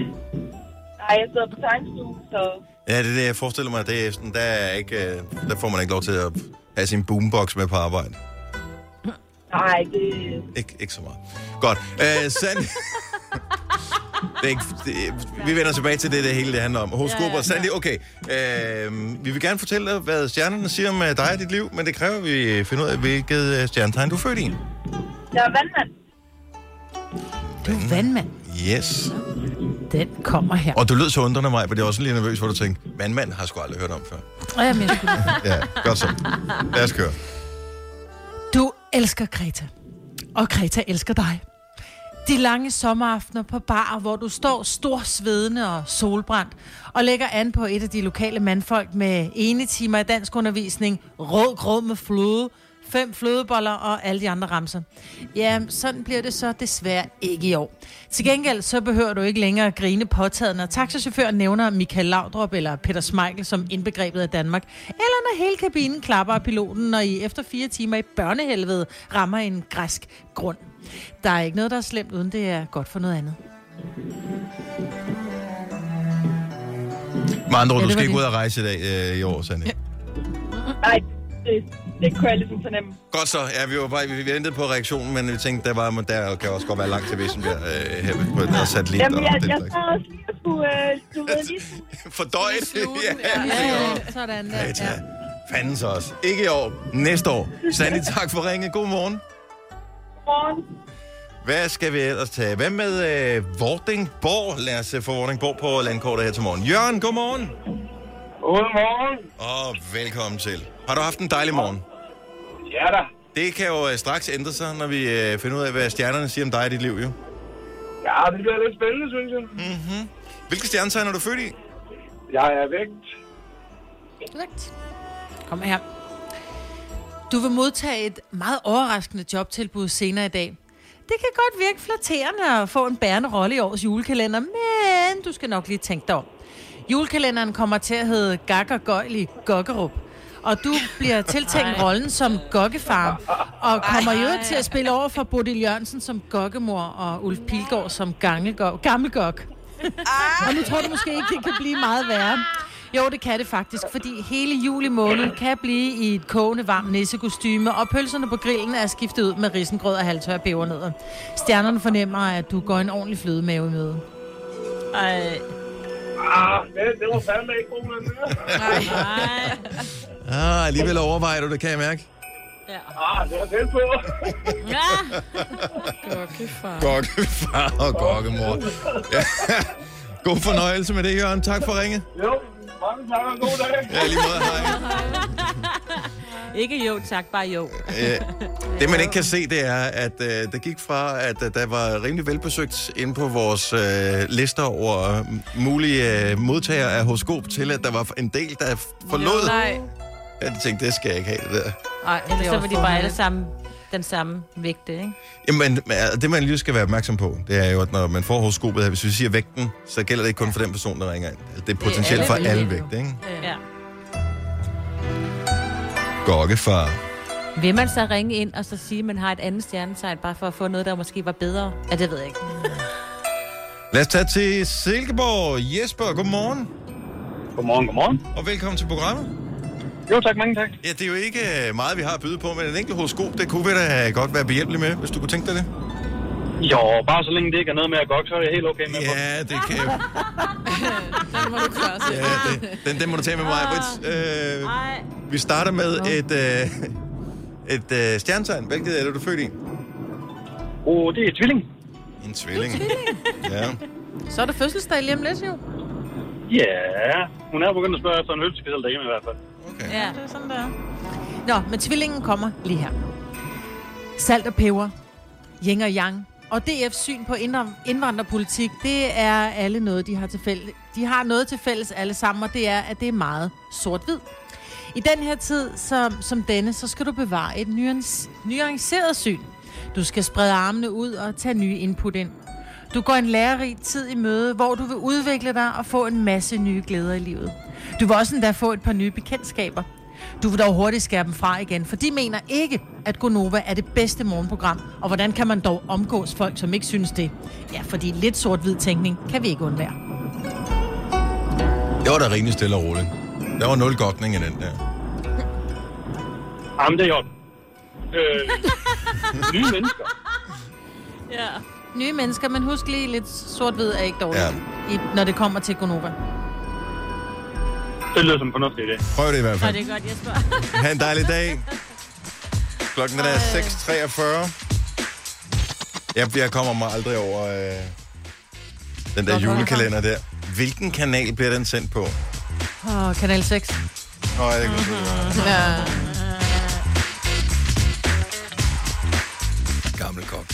Speaker 9: jeg sidder på tegnestue, så...
Speaker 1: Ja, det er det, jeg forestiller mig. Det er sådan, der, er ikke, øh, der får man ikke lov til at have sin boombox med på arbejde.
Speaker 9: Nej, det...
Speaker 1: Ik- ikke så meget. Godt. Øh, Sandy... Det er ikke, det, vi vender tilbage til det, det hele det handler om. Horoskoper. Ja, ja, ja. Sandy, okay. Øh, vi vil gerne fortælle dig, hvad stjernerne siger om øh, dig og dit liv, men det kræver, at vi finder ud af, hvilket øh, stjernetegn du er født i.
Speaker 9: Jeg er vandmand.
Speaker 3: Vandmand,
Speaker 1: Yes.
Speaker 3: den kommer her.
Speaker 1: Og du lød så undrende mig, for det var også lige nervøs, hvor du tænkte, vandmand har jeg sgu aldrig hørt om før.
Speaker 3: Og jeg mener,
Speaker 1: Ja, godt så. Lad os køre.
Speaker 3: Du elsker Greta, og Greta elsker dig. De lange sommeraftener på bar, hvor du står stor svedende og solbrændt, og lægger an på et af de lokale mandfolk med ene timer i dansk undervisning, rød grød med fløde, fem flødeboller og alle de andre ramser. Ja, sådan bliver det så desværre ikke i år. Til gengæld så behøver du ikke længere at grine påtaget, når taxachaufføren nævner Michael Laudrup eller Peter Smeichel som indbegrebet af Danmark, eller når hele kabinen klapper af piloten, når I efter fire timer i børnehelvede rammer en græsk grund. Der er ikke noget, der er slemt, uden det er godt for noget andet.
Speaker 1: Med andre ord,
Speaker 3: Ja,
Speaker 1: du
Speaker 3: det
Speaker 1: skal
Speaker 3: var
Speaker 1: ikke
Speaker 3: det.
Speaker 1: ud og rejse i dag øh, i år, Sandy.
Speaker 9: Nej, Det, det kunne jeg ligesom fornemme.
Speaker 1: Godt så. Ja, vi var bare, vi ventede på reaktionen, men vi tænkte, der, var, men der kan også godt være langt til Vissenbjerg øh, her på den her satellit.
Speaker 9: Jamen,
Speaker 1: og
Speaker 9: jeg,
Speaker 1: den
Speaker 9: jeg
Speaker 1: slags.
Speaker 9: sad også lige og skulle, øh, du ved, lige skulle...
Speaker 1: Fordøje det. Ja,
Speaker 3: Ja, ja, sådan der.
Speaker 1: Greta.
Speaker 3: Ja.
Speaker 1: Fanden så også. Ikke i år. Næste år. Sandy, tak for ringet. God morgen.
Speaker 9: Godmorgen.
Speaker 1: Hvad skal vi ellers tage? Hvad med øh, Vordingborg? Lad os øh, få Vordingborg på landkortet her til morgen. Jørgen, godmorgen.
Speaker 10: Godmorgen.
Speaker 1: Og velkommen til. Har du haft en dejlig morgen?
Speaker 10: Ja da.
Speaker 1: Det kan jo øh, straks ændre sig, når vi øh, finder ud af, hvad stjernerne siger om dig i dit liv, jo.
Speaker 10: Ja, det bliver lidt spændende, synes jeg.
Speaker 1: Mm-hmm. Hvilke stjernetegn er du født i?
Speaker 10: Jeg er vægt.
Speaker 3: Perfekt. Kom her. Du vil modtage et meget overraskende jobtilbud senere i dag. Det kan godt virke flatterende at få en bærende rolle i årets julekalender, men du skal nok lige tænke dig om. Julekalenderen kommer til at hedde Gak og Gøjl i Gokkerup. Og du bliver tiltænkt rollen som gokkefar, og kommer jo ikke til at spille over for Bodil Jørgensen som gokkemor, og Ulf Pilgaard som gangelgok- gammelgok. og nu tror du måske ikke, det kan blive meget værre. Jo, det kan det faktisk, fordi hele juli måned kan blive i et kogende varmt nissekostyme, og pølserne på grillen er skiftet ud med risengrød og halvtør pebernødder. Stjernerne fornemmer, at du går en ordentlig flødemave i møde.
Speaker 10: Ej. Ah, det, det var fandme ikke god, men... Nej.
Speaker 1: Ah, alligevel overvejer du det, kan jeg mærke.
Speaker 10: Ja. Ah, det var tæt på. Ja.
Speaker 2: Gokkefar.
Speaker 1: Gokkefar og gokkemor. Ja. God fornøjelse med det, Jørgen. Tak for ringet.
Speaker 10: Jo, mange tak og god dag.
Speaker 1: Ja, lige måde. Hej.
Speaker 4: Ikke jo, tak. Bare jo.
Speaker 1: Øh, Det, man ikke kan se, det er, at øh, der gik fra, at øh, der var rimelig velbesøgt inde på vores øh, lister over øh, mulige øh, modtagere af horoskop, til at der var en del, der forlod.
Speaker 4: Nej.
Speaker 1: Jeg tænkte, det skal jeg ikke have, det der.
Speaker 4: Nej, ellers
Speaker 2: det er
Speaker 4: så
Speaker 2: også
Speaker 4: var de bare
Speaker 2: fornemt.
Speaker 4: alle sammen den samme vægte, ikke?
Speaker 1: Jamen, øh, det man lige skal være opmærksom på, det er jo, at når man får horoskopet her, hvis vi siger vægten, så gælder det ikke kun for den person, der ringer ind. Altså, Det er potentielt
Speaker 4: alle
Speaker 1: for
Speaker 4: vægte,
Speaker 1: alle
Speaker 4: jo.
Speaker 1: vægte, ikke?
Speaker 4: Ja.
Speaker 1: Gokkefar.
Speaker 4: Vil man så ringe ind og så sige, at man har et andet stjernetegn, bare for at få noget, der måske var bedre? Ja, det ved jeg ikke.
Speaker 1: Lad os tage til Silkeborg. Jesper, godmorgen.
Speaker 10: Godmorgen, godmorgen.
Speaker 1: Og velkommen til programmet.
Speaker 10: Jo, tak. Mange tak.
Speaker 1: Ja, det er jo ikke øh, meget, vi har at byde på, men en enkelt horoskop, det kunne vi da øh, godt være behjælpelig med, hvis du kunne tænke dig det.
Speaker 10: Jo, bare så længe det ikke er noget med at gokke, så er jeg helt okay med på.
Speaker 1: Ja, det kan
Speaker 2: Den må du klare selv.
Speaker 1: ja, det, den, den må du tage med mig, Brits. Øh, vi starter med et, øh, et øh, stjernetegn. Hvilket er det, du er født i?
Speaker 10: Åh, oh, det er tvilling.
Speaker 1: En tvilling. Ja.
Speaker 3: Så er der fødselsdag lige om lidt, jo.
Speaker 10: Ja, hun er begyndt at spørge efter en ølskedel derhjemme i hvert fald.
Speaker 3: Ja, det er sådan der. Nå, men tvillingen kommer lige her. Salt og peber, yin og yang, og DF's syn på indre- indvandrerpolitik, det er alle noget, de har til fælles. De har noget til fælles alle sammen, og det er, at det er meget sort-hvid. I den her tid som, som denne, så skal du bevare et nuance, nuanceret syn. Du skal sprede armene ud og tage nye input ind. Du går en lærerig tid i møde, hvor du vil udvikle dig og få en masse nye glæder i livet. Du vil også endda få et par nye bekendtskaber. Du vil dog hurtigt skære dem fra igen, for de mener ikke, at Gonova er det bedste morgenprogram. Og hvordan kan man dog omgås folk, som ikke synes det? Ja, fordi lidt sort-hvid tænkning kan vi ikke undvære.
Speaker 1: Det var da rimelig stille og roligt. Der var nul gokning i den der.
Speaker 10: Jamen, det er jorden. Øh, nye mennesker.
Speaker 4: Ja.
Speaker 3: Nye mennesker, men husk lige, lidt sort-hvid er ikke dårligt,
Speaker 1: Ja.
Speaker 3: i, når det kommer til Gonova.
Speaker 10: Det lyder som en fornuftig idé.
Speaker 1: Prøv det i hvert fald.
Speaker 4: er godt, Jesper.
Speaker 1: Ha' en dejlig dag. Klokken den er 6.43. Jeg, jeg kommer mig aldrig over øh, den der julekalender der. Hvilken kanal bliver den sendt på?
Speaker 3: Og Kanal 6.
Speaker 1: Mhm. Nå, jeg kan mm-hmm.
Speaker 3: Ja.
Speaker 1: Gammel kok.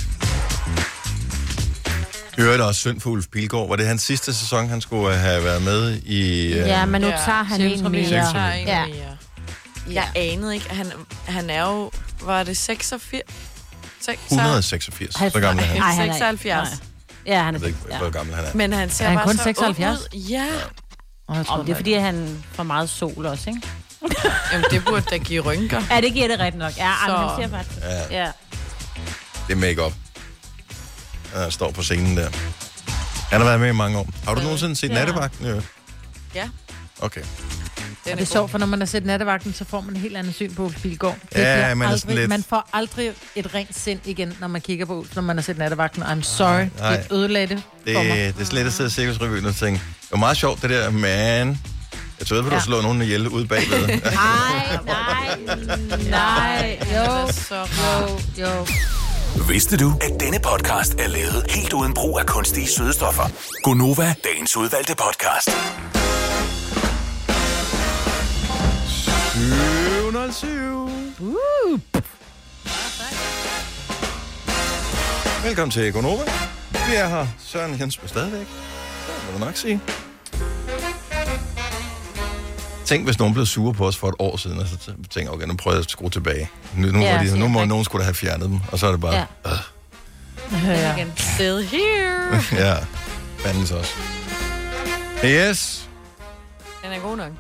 Speaker 1: Hørte også synd for Ulf Pilgaard. Var det hans sidste sæson, han skulle øh, have været med i... øh,
Speaker 4: Ja, men nu tager han en mere.
Speaker 1: Cirkus
Speaker 2: Tager en
Speaker 4: Ja.
Speaker 2: mere. Jeg anede ikke, han, han er jo... Var det 86?
Speaker 1: 186. Så gammel er han.
Speaker 4: Nej,
Speaker 1: Jeg
Speaker 4: han er ikke.
Speaker 2: 76.
Speaker 4: Ja, han er
Speaker 1: ved ikke, hvor gammel han er.
Speaker 2: Men han ser
Speaker 4: Er han
Speaker 2: bare
Speaker 4: kun
Speaker 2: så
Speaker 4: 76?
Speaker 2: ung ud. Ja.
Speaker 4: Om det er, fordi han får meget sol også, ikke?
Speaker 2: Jamen, det burde da give rynker.
Speaker 4: Ja, det giver det rigtigt nok. Ja,
Speaker 2: Så-
Speaker 4: så... han siger bare...
Speaker 1: Ja.
Speaker 4: Ja.
Speaker 1: Det er make-up. Han står på scenen der. Han har været med i mange år. Har du nogensinde set
Speaker 2: Ja.
Speaker 1: Nattevagten? Ja.
Speaker 2: Ja.
Speaker 1: Okay.
Speaker 2: Den er
Speaker 3: det er
Speaker 2: god.
Speaker 3: sjovt, for når man har set nattevagten, så får man et helt andet syn på Ulf Pilgaard. Det
Speaker 1: Ja,
Speaker 3: bliver
Speaker 1: man er sådan
Speaker 3: aldrig,
Speaker 1: lidt-
Speaker 3: man får aldrig et rent sind igen, når man kigger på Ulf, når man har set nattevagten. I'm sorry,
Speaker 1: nej.
Speaker 3: det ødelagde det. for mig.
Speaker 1: Det, det er slet at sidde i Cirkusrevyen og tænke, det var meget sjovt det der, men... Jeg tror, at du ja. slår nogen ihjel ude bagved.
Speaker 4: Nej, jo,
Speaker 2: jo,
Speaker 3: jo.
Speaker 5: Vidste du, at denne podcast er lavet helt uden brug af kunstige sødestoffer? Gonova, dagens udvalgte podcast.
Speaker 1: 707.
Speaker 3: Uh.
Speaker 1: Velkommen til Gonova. Vi er her. Søren Jens er stadigvæk. Det må du nok sige. Tænk, hvis nogen blev sure på os for et år siden, og så tænker jeg, okay, nu prøver jeg at skrue tilbage. Nu, nu,
Speaker 2: Ja,
Speaker 1: ja,
Speaker 2: siger
Speaker 1: de, nu må
Speaker 2: jeg.
Speaker 1: nogen skulle da have fjernet dem, og så er det bare,
Speaker 2: Ja.
Speaker 1: ja,
Speaker 2: Ja. Again, still here.
Speaker 1: ja fandens også. Yes.
Speaker 2: Den er god nok.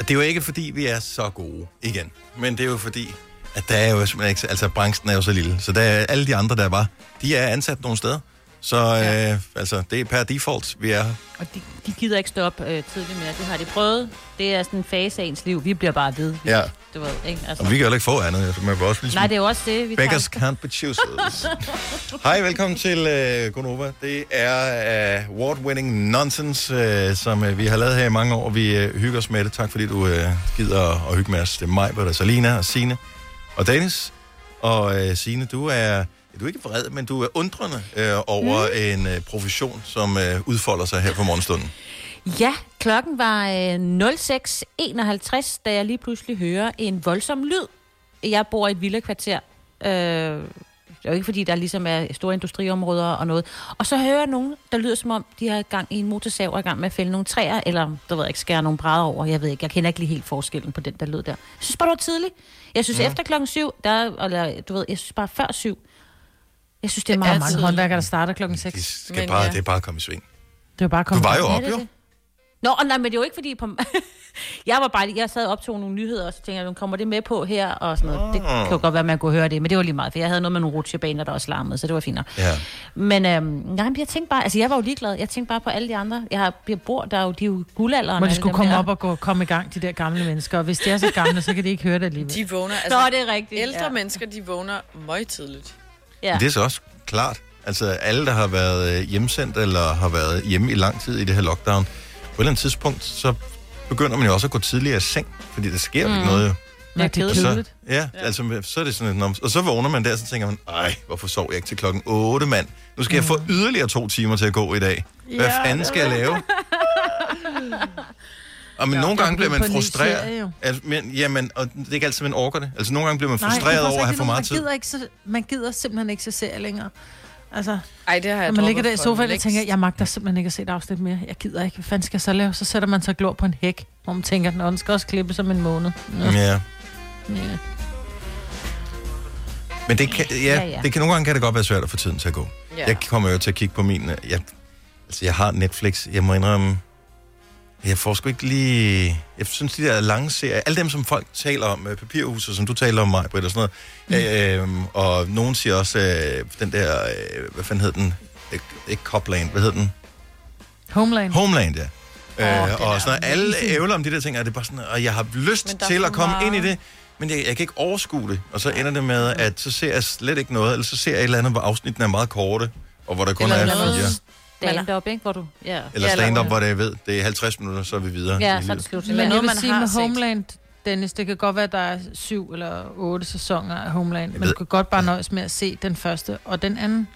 Speaker 1: Det er jo ikke, fordi vi er så gode igen. Men det er jo fordi, at der er jo simpelthen ikke... Altså, branchen er jo så lille. Så der er alle de andre, der var, de er ansat nogle steder. Så ja. øh, altså, det er per default, vi er her.
Speaker 4: Og de, de gider ikke stå op øh, tidligt mere. Det har de prøvet. Det er sådan en fase af ens liv. Vi bliver bare ved.
Speaker 1: Ja.
Speaker 4: Du ved, ikke? Altså.
Speaker 1: Og vi kan heller ikke få andet. Altså, man vil også ligesom...
Speaker 4: Nej, det er jo også det, vi
Speaker 1: Beggars can't be choosers. Hej, velkommen til øh, Gonova. Det er øh, award-winning nonsense, øh, som øh, vi har lavet her i mange år. Vi øh, hygger os med det. Tak fordi du øh, gider at, at hygge med os. Det er mig, Britta, Salina og Sine og Dennis. Og øh, Sine, du er, du er ikke vred, men du er undrende øh, over mm. en øh, profession, som øh, udfolder sig her på morgenstunden.
Speaker 4: Ja, klokken var øh, 06.51, da jeg lige pludselig hører en voldsom lyd. Jeg bor i et villakvarter. Øh, det er jo ikke fordi, der ligesom er store industriområder og noget. Og så hører jeg nogen, der lyder som om, de har gang i en motorsav og er i gang med at fælde nogle træer, eller der ved jeg ikke, skære nogle brædder over. Jeg ved ikke, jeg kender ikke lige helt forskellen på den, der lød der. Jeg synes bare, det var tidligt. Jeg synes,
Speaker 3: Ja.
Speaker 4: ja. efter klokken syv, der, eller du ved, jeg synes bare før syv, jeg synes, det er
Speaker 3: Der er
Speaker 4: meget
Speaker 3: mange
Speaker 4: tidligt.
Speaker 3: håndværkere, der starter klokken 6.
Speaker 1: Det er, bare, ja. det er bare at komme i sving.
Speaker 3: Det var bare
Speaker 1: Du var jo
Speaker 4: Ja,
Speaker 1: op,
Speaker 4: det er
Speaker 1: jo.
Speaker 4: det. Nå, og nej, men det er jo ikke fordi... På... jeg var bare lige, jeg sad og optog nogle nyheder, og så tænkte jeg, "Nå, kommer det med på her? Og sådan noget. Det
Speaker 1: Ah.
Speaker 4: kan jo godt være, man kunne høre det, men det var lige meget, for jeg havde noget med nogle rutsjebaner, der også larmede, så det var fint nok.
Speaker 1: Ja.
Speaker 4: Men øhm, nej, men jeg tænkte bare, altså jeg var jo ligeglad, jeg tænkte bare på alle de andre. Jeg, har, jeg bor der er jo, de er jo guldalderen.
Speaker 3: Må de
Speaker 4: alle
Speaker 3: skulle
Speaker 4: dem
Speaker 3: komme
Speaker 4: der.
Speaker 3: op og gå, komme i gang, de der gamle mennesker. Og hvis de er så gamle, så kan de ikke høre det alligevel.
Speaker 2: De vågner. altså-
Speaker 4: Nå, det er rigtigt,
Speaker 2: Ældre
Speaker 4: ja.
Speaker 2: mennesker, de vågner meget tidligt.
Speaker 4: Ja.
Speaker 1: Men Det er så også klart. Altså alle, der har været øh, hjemsendt eller har været hjemme i lang tid i det her lockdown, på et eller andet tidspunkt, så begynder man jo også at gå tidligere i seng, fordi der sker mm. ikke
Speaker 4: Mm.
Speaker 1: noget. jo.
Speaker 4: Ja, det er
Speaker 1: Og så,
Speaker 4: kedeligt.
Speaker 1: ja, altså, så er det sådan, at, og så vågner man der, så tænker man, ej, hvorfor sov jeg ikke til klokken 8, mand? Nu skal jeg få yderligere to timer til at gå i dag. Hvad
Speaker 10: Ja,
Speaker 1: fanden skal jeg lave? Og men
Speaker 10: Ja,
Speaker 1: nogle
Speaker 10: der
Speaker 1: gange bliver
Speaker 10: bliver
Speaker 1: man
Speaker 10: på en ny
Speaker 1: frustreret.
Speaker 10: serie, jo.
Speaker 1: Altså, men, jamen, og det er ikke altid, man orker det. Altså, nogle gange bliver man frustreret over at have for meget tid.
Speaker 3: Man gider, ikke så, man gider simpelthen ikke se serier længere. Altså,
Speaker 2: Ej, det har jeg
Speaker 3: når man
Speaker 2: droppet
Speaker 3: ligger der i
Speaker 2: for
Speaker 3: sofaen og
Speaker 2: længst.
Speaker 3: tænker, jeg magter simpelthen ikke at se et afsnit mere. Jeg gider ikke. Hvad fanden skal jeg så lave? Så sætter man sig glor på en hæk, hvor man tænker, "Nå, den skal også klippes om en måned. Nå.
Speaker 1: Ja.
Speaker 3: Ja.
Speaker 1: Men det kan, ja,
Speaker 3: Ja,
Speaker 1: ja,
Speaker 3: ja.
Speaker 1: ja. Det kan, nogle gange kan det godt være svært at få tiden til at gå.
Speaker 3: Ja.
Speaker 1: Ja. Jeg kommer jo til at kigge på min... øh, Jeg, altså, jeg har Netflix. Jeg må indrømme... Jeg får sgu ikke lige... Jeg synes, de der lange serier... Alle dem, som folk taler om, øh, papirhuset, som du taler om mig, Britt, og sådan noget. Mm. Øh, og nogen siger også, øh, den der... Øh, hvad fanden hed den? Øh, ikke Copland, hvad hed den?
Speaker 3: Homeland.
Speaker 1: Homeland, ja.
Speaker 3: Åh,
Speaker 1: Øh,
Speaker 3: den
Speaker 1: og sådan noget. Alle
Speaker 3: amazing.
Speaker 1: ævler om de der ting, og det er bare sådan, og jeg har lyst
Speaker 3: der er
Speaker 1: til
Speaker 3: for
Speaker 1: at komme
Speaker 3: meget. Mm.
Speaker 1: ind i det, men jeg, jeg kan ikke overskue det. Og så ender det med, at så ser jeg slet ikke noget, eller så ser jeg et eller andet, hvor afsnittene er meget korte, og hvor der kun er fire.
Speaker 4: Stand-up, ikke? Hvor du... Ja.
Speaker 1: Eller stand-up, hvor det er ved. Det er 50 minutter, så er vi videre. i
Speaker 4: Ja, så er
Speaker 1: livet.
Speaker 4: det slut.
Speaker 3: Men jeg
Speaker 4: noget,
Speaker 3: vil
Speaker 4: man
Speaker 3: sige
Speaker 4: har
Speaker 3: med
Speaker 4: set.
Speaker 3: Homeland, Dennis, det kan godt være, at der er syv eller otte sæsoner af Homeland, men
Speaker 1: ved-
Speaker 3: du kan godt bare nøjes med at se den første og den anden.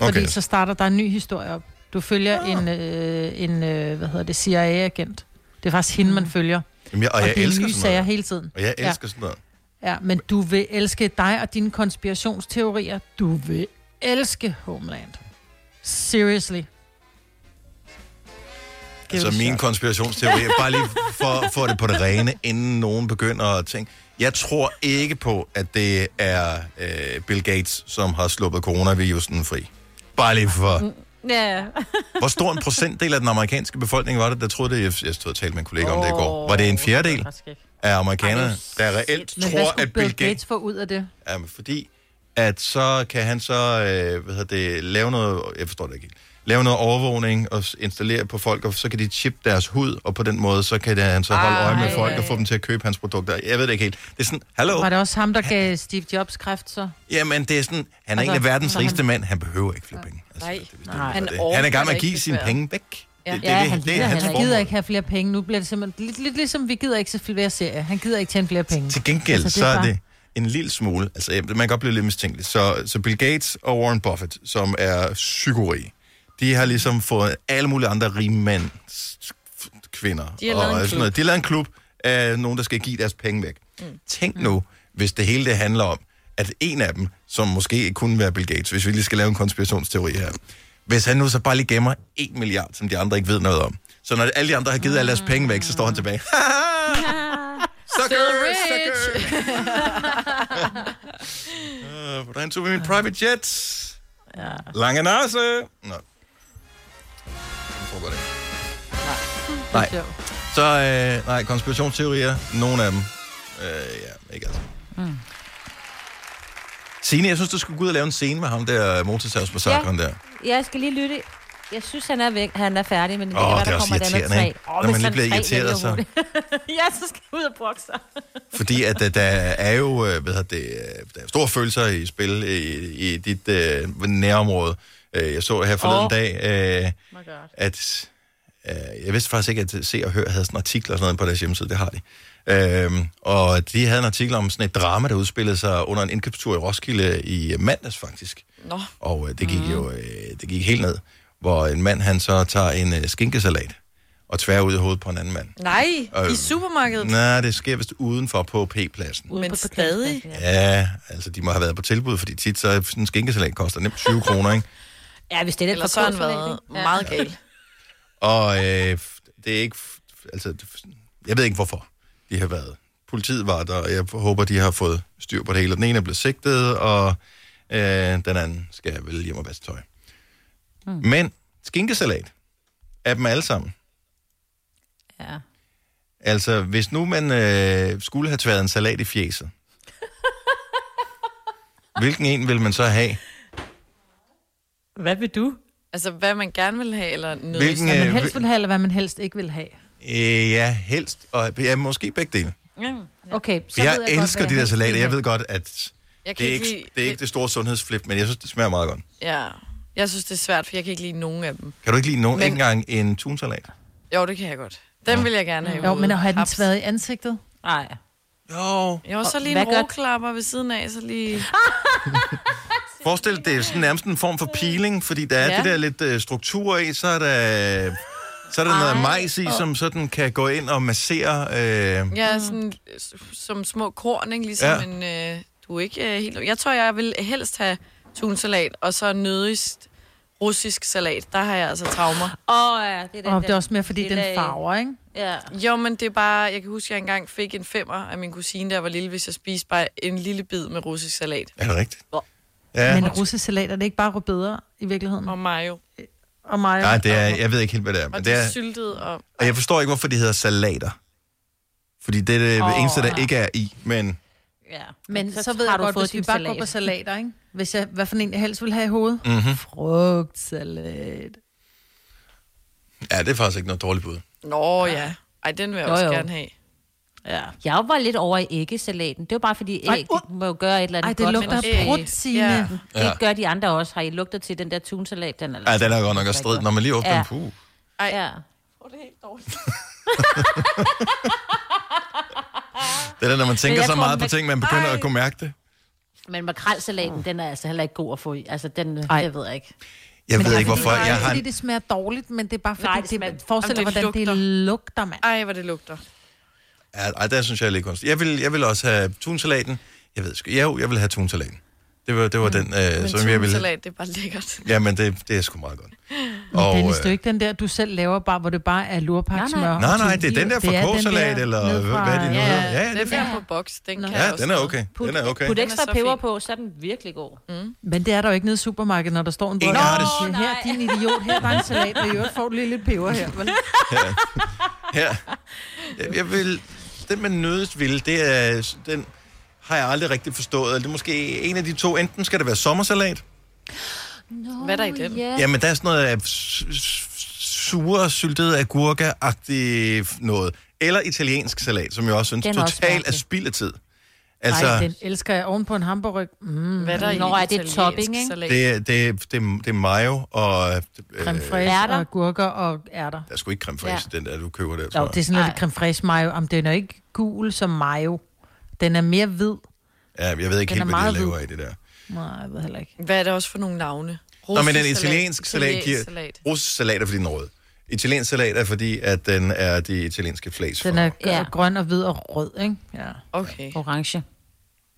Speaker 1: Okay.
Speaker 3: Fordi så starter der en ny historie op. Du følger
Speaker 4: Ah.
Speaker 3: ja. en, øh, en øh, hvad hedder det, CIA-agent. Det er faktisk hende,
Speaker 4: Mm.
Speaker 3: man følger.
Speaker 1: Jamen, jeg, og,
Speaker 3: Og
Speaker 1: jeg
Speaker 3: det er
Speaker 1: elsker
Speaker 3: nye
Speaker 1: sådan
Speaker 3: sager
Speaker 1: noget.
Speaker 3: hele tiden.
Speaker 1: Og jeg
Speaker 3: Ja.
Speaker 1: elsker sådan noget.
Speaker 3: Ja, men du vil elske dig og dine konspirationsteorier. Du vil elske Homeland. Seriously. Det er
Speaker 1: Så
Speaker 3: jo
Speaker 1: min konspirationsteori er bare lige for at få det på det rene, inden nogen begynder at tænke. Jeg tror ikke på, at det er øh, Bill Gates, som har sluppet coronavirusen fri. Bare lige for...
Speaker 4: Ja.
Speaker 1: Hvor stor en procentdel af den amerikanske befolkning var det, der troede det? Jeg, jeg stod og talte med en kollega om det i går. Var det en fjerdedel af amerikanerne, der reelt
Speaker 3: Men hvad
Speaker 1: tror,
Speaker 3: skulle
Speaker 1: at
Speaker 3: Bill
Speaker 1: Bill
Speaker 3: Gates
Speaker 1: Gates...
Speaker 3: få ud af det?
Speaker 1: Jamen, fordi at så kan han så øh, hvad hedder det, lave noget, jeg forstår det ikke helt, lave noget overvågning og s- installere på folk, og så kan de chip deres hud, og på den måde, så kan det, han så holde øje med
Speaker 3: Ej.
Speaker 1: folk og få dem til at købe hans produkter. Jeg ved det ikke helt. Det er sådan, hallo?
Speaker 3: Var det også ham, der gav Steve Jobs kræft, så?
Speaker 1: Jamen, det er sådan, han er
Speaker 3: Altså,
Speaker 1: en af verdens
Speaker 3: så
Speaker 1: rigeste
Speaker 3: han-
Speaker 1: mænd. Han behøver ikke flere penge.
Speaker 3: Nej,
Speaker 1: Nej. Han Han er i gang med at give sine penge væk.
Speaker 3: Ja,
Speaker 1: Det- det-
Speaker 3: ja
Speaker 1: det-
Speaker 3: han,
Speaker 1: det er
Speaker 3: gider,
Speaker 1: hans
Speaker 3: han
Speaker 1: formål.
Speaker 3: gider ikke have flere penge. Nu bliver det simpelthen lidt, lidt ligesom, vi gider ikke se flere serier. Han gider ikke tjene flere penge.
Speaker 1: Til gengæld,
Speaker 3: Altså,
Speaker 1: så er
Speaker 3: bare-
Speaker 1: det en lille smule, altså ja, man kan godt blive lidt mistænkelig. Så, så Bill Gates og Warren Buffett, som er psykorig, de har ligesom fået alle mulige andre rigmænd, s- f- kvinder
Speaker 11: De har lavet en
Speaker 1: og
Speaker 11: klub.
Speaker 1: sådan noget. De har lavet en klub af nogen, der skal give deres penge væk. Mm. Tænk nu, hvis det hele det handler om, at en af dem, som måske kunne være Bill Gates, hvis vi lige skal lave en konspirationsteori her, hvis han nu så bare lige gemmer 1 milliard, som de andre ikke ved noget om. Så når alle de andre har givet alle deres penge væk, så står han tilbage.
Speaker 10: Still
Speaker 1: rich. Øh, Hvordan tog vi min private jet? Ja. Lange nase. Nå. Jeg tror godt ikke. Nej.
Speaker 3: Det er
Speaker 1: Så, øh, nej, konspirationsteorier. Nogle af dem. Øh, ja, ikke altså.
Speaker 3: Mm.
Speaker 1: Signe, jeg synes, du skulle gå ud og lave en scene med ham der motorsavsmassakren ja. der.
Speaker 4: Jeg skal lige lytte. Jeg synes, han er, væk. han er færdig, men det,
Speaker 1: Åh,
Speaker 4: kan være,
Speaker 1: det er
Speaker 4: der
Speaker 1: også
Speaker 4: kommer et andet
Speaker 1: irriterende,
Speaker 4: træ.
Speaker 1: ikke? Når man lige bliver irriteret, så-
Speaker 4: ja, så skal jeg ud og brokke sig.
Speaker 1: Fordi at øh, der er jo øh, hvad hedder det, øh, der er store følelser i spil i, i dit øh, nærområde. Øh, Jeg så her forleden
Speaker 11: Åh.
Speaker 1: oh. dag, øh, at øh, jeg vidste faktisk ikke, at Se og Hør havde sådan artikler og sådan noget på deres hjemmeside. Det har de. Øhm, og de havde en artikel om sådan et drama, der udspillede sig under en indkøbstur i Roskilde i øh, mandags faktisk.
Speaker 2: Nå.
Speaker 1: Og øh, det gik jo øh, det gik helt ned, hvor en mand han så tager en øh, skinkesalat og tvær ud i hovedet på en anden mand.
Speaker 2: Nej,
Speaker 1: Øh,
Speaker 2: i supermarkedet.
Speaker 1: Nej, det sker vist udenfor på P-pladsen.
Speaker 2: Men stadig.
Speaker 1: Ja, altså de må have været på tilbud, fordi tit så er sådan en skinkesalat koster nemt 20 kroner, ikke?
Speaker 4: Ja, hvis det er lidt
Speaker 2: Ellers
Speaker 4: for
Speaker 2: så har han
Speaker 4: kort,
Speaker 2: været
Speaker 4: ikke? Ja.
Speaker 2: meget gal.
Speaker 1: Og øh, f- det er ikke... f- Altså, det f- jeg ved ikke, hvorfor de har været. Politiet var der, og jeg håber, de har fået styr på det hele. Den ene er blevet sigtet, og øh, den anden skal vel hjem og vaske tøj. Mm. Men skinkesalat er dem alle sammen.
Speaker 4: Ja.
Speaker 1: Altså, hvis nu man øh, skulle have tværet en salat i fjeset, hvilken en vil man så have?
Speaker 4: Hvad vil du?
Speaker 2: Altså, hvad man gerne vil have, eller noget.
Speaker 1: Hvilken,
Speaker 3: Hvad
Speaker 1: øh,
Speaker 3: man helst vil have, eller hvad man helst ikke vil have.
Speaker 1: Øh, ja, helst. Og, ja, måske begge dele.
Speaker 3: Okay, så
Speaker 1: Så jeg,
Speaker 3: ved
Speaker 1: jeg
Speaker 3: godt,
Speaker 1: elsker
Speaker 3: hvad
Speaker 1: de der
Speaker 3: helst
Speaker 1: salater.
Speaker 3: vil
Speaker 1: Jeg
Speaker 3: have.
Speaker 1: ved godt, at
Speaker 2: Jeg kan
Speaker 1: det er,
Speaker 2: ikke
Speaker 1: ikke,
Speaker 2: lide-
Speaker 1: det er ikke det store sundhedsflip, men jeg synes, det smager meget godt.
Speaker 2: Ja. Jeg synes, det er svært, for jeg kan ikke lide nogen af dem.
Speaker 1: Kan du ikke lide nogen,
Speaker 2: Men-
Speaker 1: ikke engang en tunsalat?
Speaker 2: Jo, det kan jeg godt. Den vil jeg gerne have.
Speaker 3: Jo,
Speaker 2: ude.
Speaker 3: men at have den
Speaker 2: Haps.
Speaker 3: tværet i ansigtet.
Speaker 4: Nej.
Speaker 1: Jo.
Speaker 2: Jo, så lige en roklapper ved siden af, så lige...
Speaker 1: Forestil dig, det er sådan nærmest en form for peeling, fordi der er
Speaker 2: Ja.
Speaker 1: ja. det der lidt øh, struktur i, så er der, så er der noget
Speaker 2: Ej,
Speaker 1: majs i,
Speaker 2: åh.
Speaker 1: som sådan kan gå ind og massere. Øh,
Speaker 2: Ja, sådan, øh, s- som små korn, ikke? Ligesom
Speaker 1: Ja.
Speaker 2: ja. en... Øh, du er ikke øh, helt... Jeg tror, jeg vil helst have tunsalat, og så nødigst russisk salat. Der har jeg altså traumer.
Speaker 4: Åh, oh, ja, det er den
Speaker 3: Og
Speaker 4: der
Speaker 3: det er også mere, fordi den
Speaker 4: lille-
Speaker 3: farver, ikke?
Speaker 4: Ja.
Speaker 2: Jo, men det er bare... Jeg kan huske, at jeg engang fik en femmer af min kusine, der var lille, hvis jeg spiste bare en lille bid med russisk salat.
Speaker 1: er det rigtigt?
Speaker 3: Ja.
Speaker 1: Ja.
Speaker 3: Men russisk salat, er det ikke bare rødbeder i virkeligheden? Øh,
Speaker 2: Og mayo.
Speaker 3: Og mayo.
Speaker 1: Nej, det er, jeg ved ikke helt, hvad det er.
Speaker 2: Og
Speaker 1: Men
Speaker 2: det
Speaker 1: det er,
Speaker 2: er syltet og...
Speaker 1: og jeg forstår ikke, hvorfor de hedder salater. Fordi det er det
Speaker 2: Åh,
Speaker 1: eneste, der
Speaker 2: ja.
Speaker 1: ikke er i, men...
Speaker 4: Ja.
Speaker 3: Men så,
Speaker 4: Så
Speaker 3: så ved
Speaker 4: har
Speaker 3: jeg
Speaker 4: du
Speaker 3: godt,
Speaker 4: fået
Speaker 3: hvis vi
Speaker 4: din
Speaker 3: bare
Speaker 4: salat.
Speaker 3: går på salater, ikke? Hvis jeg, hvad for en jeg helst vil have i hovedet?
Speaker 1: Mm-hmm.
Speaker 3: Frugtsalat.
Speaker 1: Ja, det er faktisk ikke noget dårligt bud.
Speaker 2: Nå ja. Ej, den vil jeg
Speaker 4: Jo,
Speaker 2: også
Speaker 4: jo.
Speaker 2: gerne have.
Speaker 4: Ja. Jeg var lidt over i æggesalaten. Det var bare fordi æg,
Speaker 2: Ej,
Speaker 4: det må jo gøre et eller andet
Speaker 3: Ej, det
Speaker 4: godt.
Speaker 3: lugter
Speaker 4: men-
Speaker 3: af brudt, Signe.
Speaker 4: Ja.
Speaker 1: Ja.
Speaker 4: Det gør de andre også. Har I lugtet til den der tunsalat? Den er,
Speaker 1: Ja, den er godt nok at strid. Når man lige åbner
Speaker 4: Ja.
Speaker 1: ja. den, puh.
Speaker 2: Ej.
Speaker 4: Ja.
Speaker 1: Det er det, når man tænker
Speaker 4: jeg
Speaker 1: så
Speaker 4: tror,
Speaker 1: meget
Speaker 4: den
Speaker 1: på
Speaker 4: er-
Speaker 1: ting, man begynder
Speaker 4: Ej.
Speaker 1: at kunne mærke det.
Speaker 4: Men makrelsalaten, den er altså heller ikke god at få i. Altså, den, jeg ved ikke.
Speaker 1: Jeg
Speaker 4: Men
Speaker 1: ved
Speaker 4: jeg
Speaker 1: ikke,
Speaker 4: ved
Speaker 1: hvorfor.
Speaker 4: ikke,
Speaker 1: Jeg
Speaker 3: Ikke
Speaker 1: har
Speaker 3: fordi
Speaker 1: en...
Speaker 3: det smager dårligt, men det er bare fordi,
Speaker 4: Nej,
Speaker 3: Nej,
Speaker 4: det
Speaker 3: det,
Speaker 4: smager-
Speaker 3: det forestiller,
Speaker 2: Jamen, det
Speaker 3: hvordan lugter. det lugter, mand.
Speaker 2: Ej, hvor det lugter.
Speaker 1: Ja, Ej, der synes jeg er lidt kunstigt. Jeg vil, jeg vil også have tunsalaten. Jeg ved sgu... Jo, jeg vil have tunsalaten. Det var, det var den, øh,
Speaker 2: Men
Speaker 1: som jeg ville...
Speaker 2: tunsalat, det er bare lækkert.
Speaker 1: Jamen, det, det er sgu meget godt.
Speaker 3: Og,
Speaker 1: Og,
Speaker 3: Dennis, det er jo
Speaker 1: øh,
Speaker 3: ikke den der, du selv laver, bare, hvor det bare er lurpak smør. og
Speaker 1: nej, nej,
Speaker 3: tun
Speaker 1: det er den
Speaker 3: i.
Speaker 1: der fra
Speaker 3: er den
Speaker 1: kålsalat,
Speaker 3: der
Speaker 1: eller
Speaker 3: nede
Speaker 1: hvad- hvad er det nu
Speaker 3: fra-
Speaker 1: hedder? Ja, ja, det er
Speaker 2: den
Speaker 1: fint.
Speaker 2: der på boks, den kan jeg
Speaker 1: ja,
Speaker 2: også
Speaker 1: den er
Speaker 2: noget.
Speaker 1: okay. Den er okay.
Speaker 4: Put
Speaker 2: Den er
Speaker 4: ekstra
Speaker 2: så
Speaker 4: peber
Speaker 2: fin.
Speaker 4: på, så er den virkelig god. Mm.
Speaker 3: Men det er der jo ikke nede i supermarkedet, når der står en
Speaker 1: Ingen
Speaker 3: brød,
Speaker 1: har det.
Speaker 3: og siger, her, din idiot, her er bare en salat, og i øvrigt får du lige lidt peber her. Vel?
Speaker 1: Her. Jeg- Jeg vil... Den, man nødest vil, det er s- den har jeg aldrig rigtig forstået. Eller Det er måske en af de to. Enten skal det være sommersalat.
Speaker 2: Hvad er der i den?
Speaker 1: Yeah. Jamen, der er sådan noget af s- s- sure, syltede agurker-agtigt noget. Eller italiensk salat, som jeg også synes
Speaker 3: Den er også
Speaker 1: totalt er
Speaker 3: mærkelig.
Speaker 1: spild af tid.
Speaker 3: Altså...
Speaker 1: Altså,
Speaker 3: Ej, den elsker jeg oven på en hamburg. Mm.
Speaker 2: Hvad er der i
Speaker 3: Nå, er det
Speaker 2: italiensk
Speaker 3: topping, ikke?
Speaker 2: salat?
Speaker 1: det, er- det, er- det, er- det er mayo og... øh,
Speaker 3: Creme fraiche og agurker og ærter.
Speaker 1: Der er sgu ikke creme fraiche, ja. den der, du køber der, tror
Speaker 3: Jo, det er sådan noget creme fraiche mayo. Jamen, den er ikke gul som mayo. Den er mere hvid.
Speaker 1: jeg. Ja, jeg
Speaker 3: Den
Speaker 1: ved ikke helt,
Speaker 3: er
Speaker 1: hvad de
Speaker 3: meget
Speaker 1: laver
Speaker 3: hvid.
Speaker 1: i det der.
Speaker 3: Nej, jeg ved heller ikke.
Speaker 2: Hvad er det også for nogle navne?
Speaker 1: Nå, men den
Speaker 2: Russisk
Speaker 1: italienske salat giver...
Speaker 2: italiensk salat.
Speaker 1: Russisk salat er, fordi den er rød. Italiensk salat er, fordi at den er de italienske flæs.
Speaker 3: Den er ja. grøn og hvid og rød, ikke? Ja.
Speaker 2: Okay.
Speaker 4: Orange.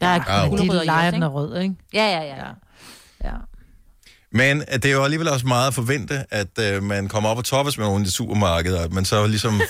Speaker 4: Der er
Speaker 1: Ja, okay.
Speaker 3: De
Speaker 4: gulerødder i
Speaker 3: leger,
Speaker 4: også,
Speaker 3: den er
Speaker 4: ikke?
Speaker 3: rød, ikke?
Speaker 4: Ja, ja, ja.
Speaker 1: Men at det er jo alligevel også meget at forvente, at øh, man kommer op og toppes med nogle i supermarkedet, og at man så ligesom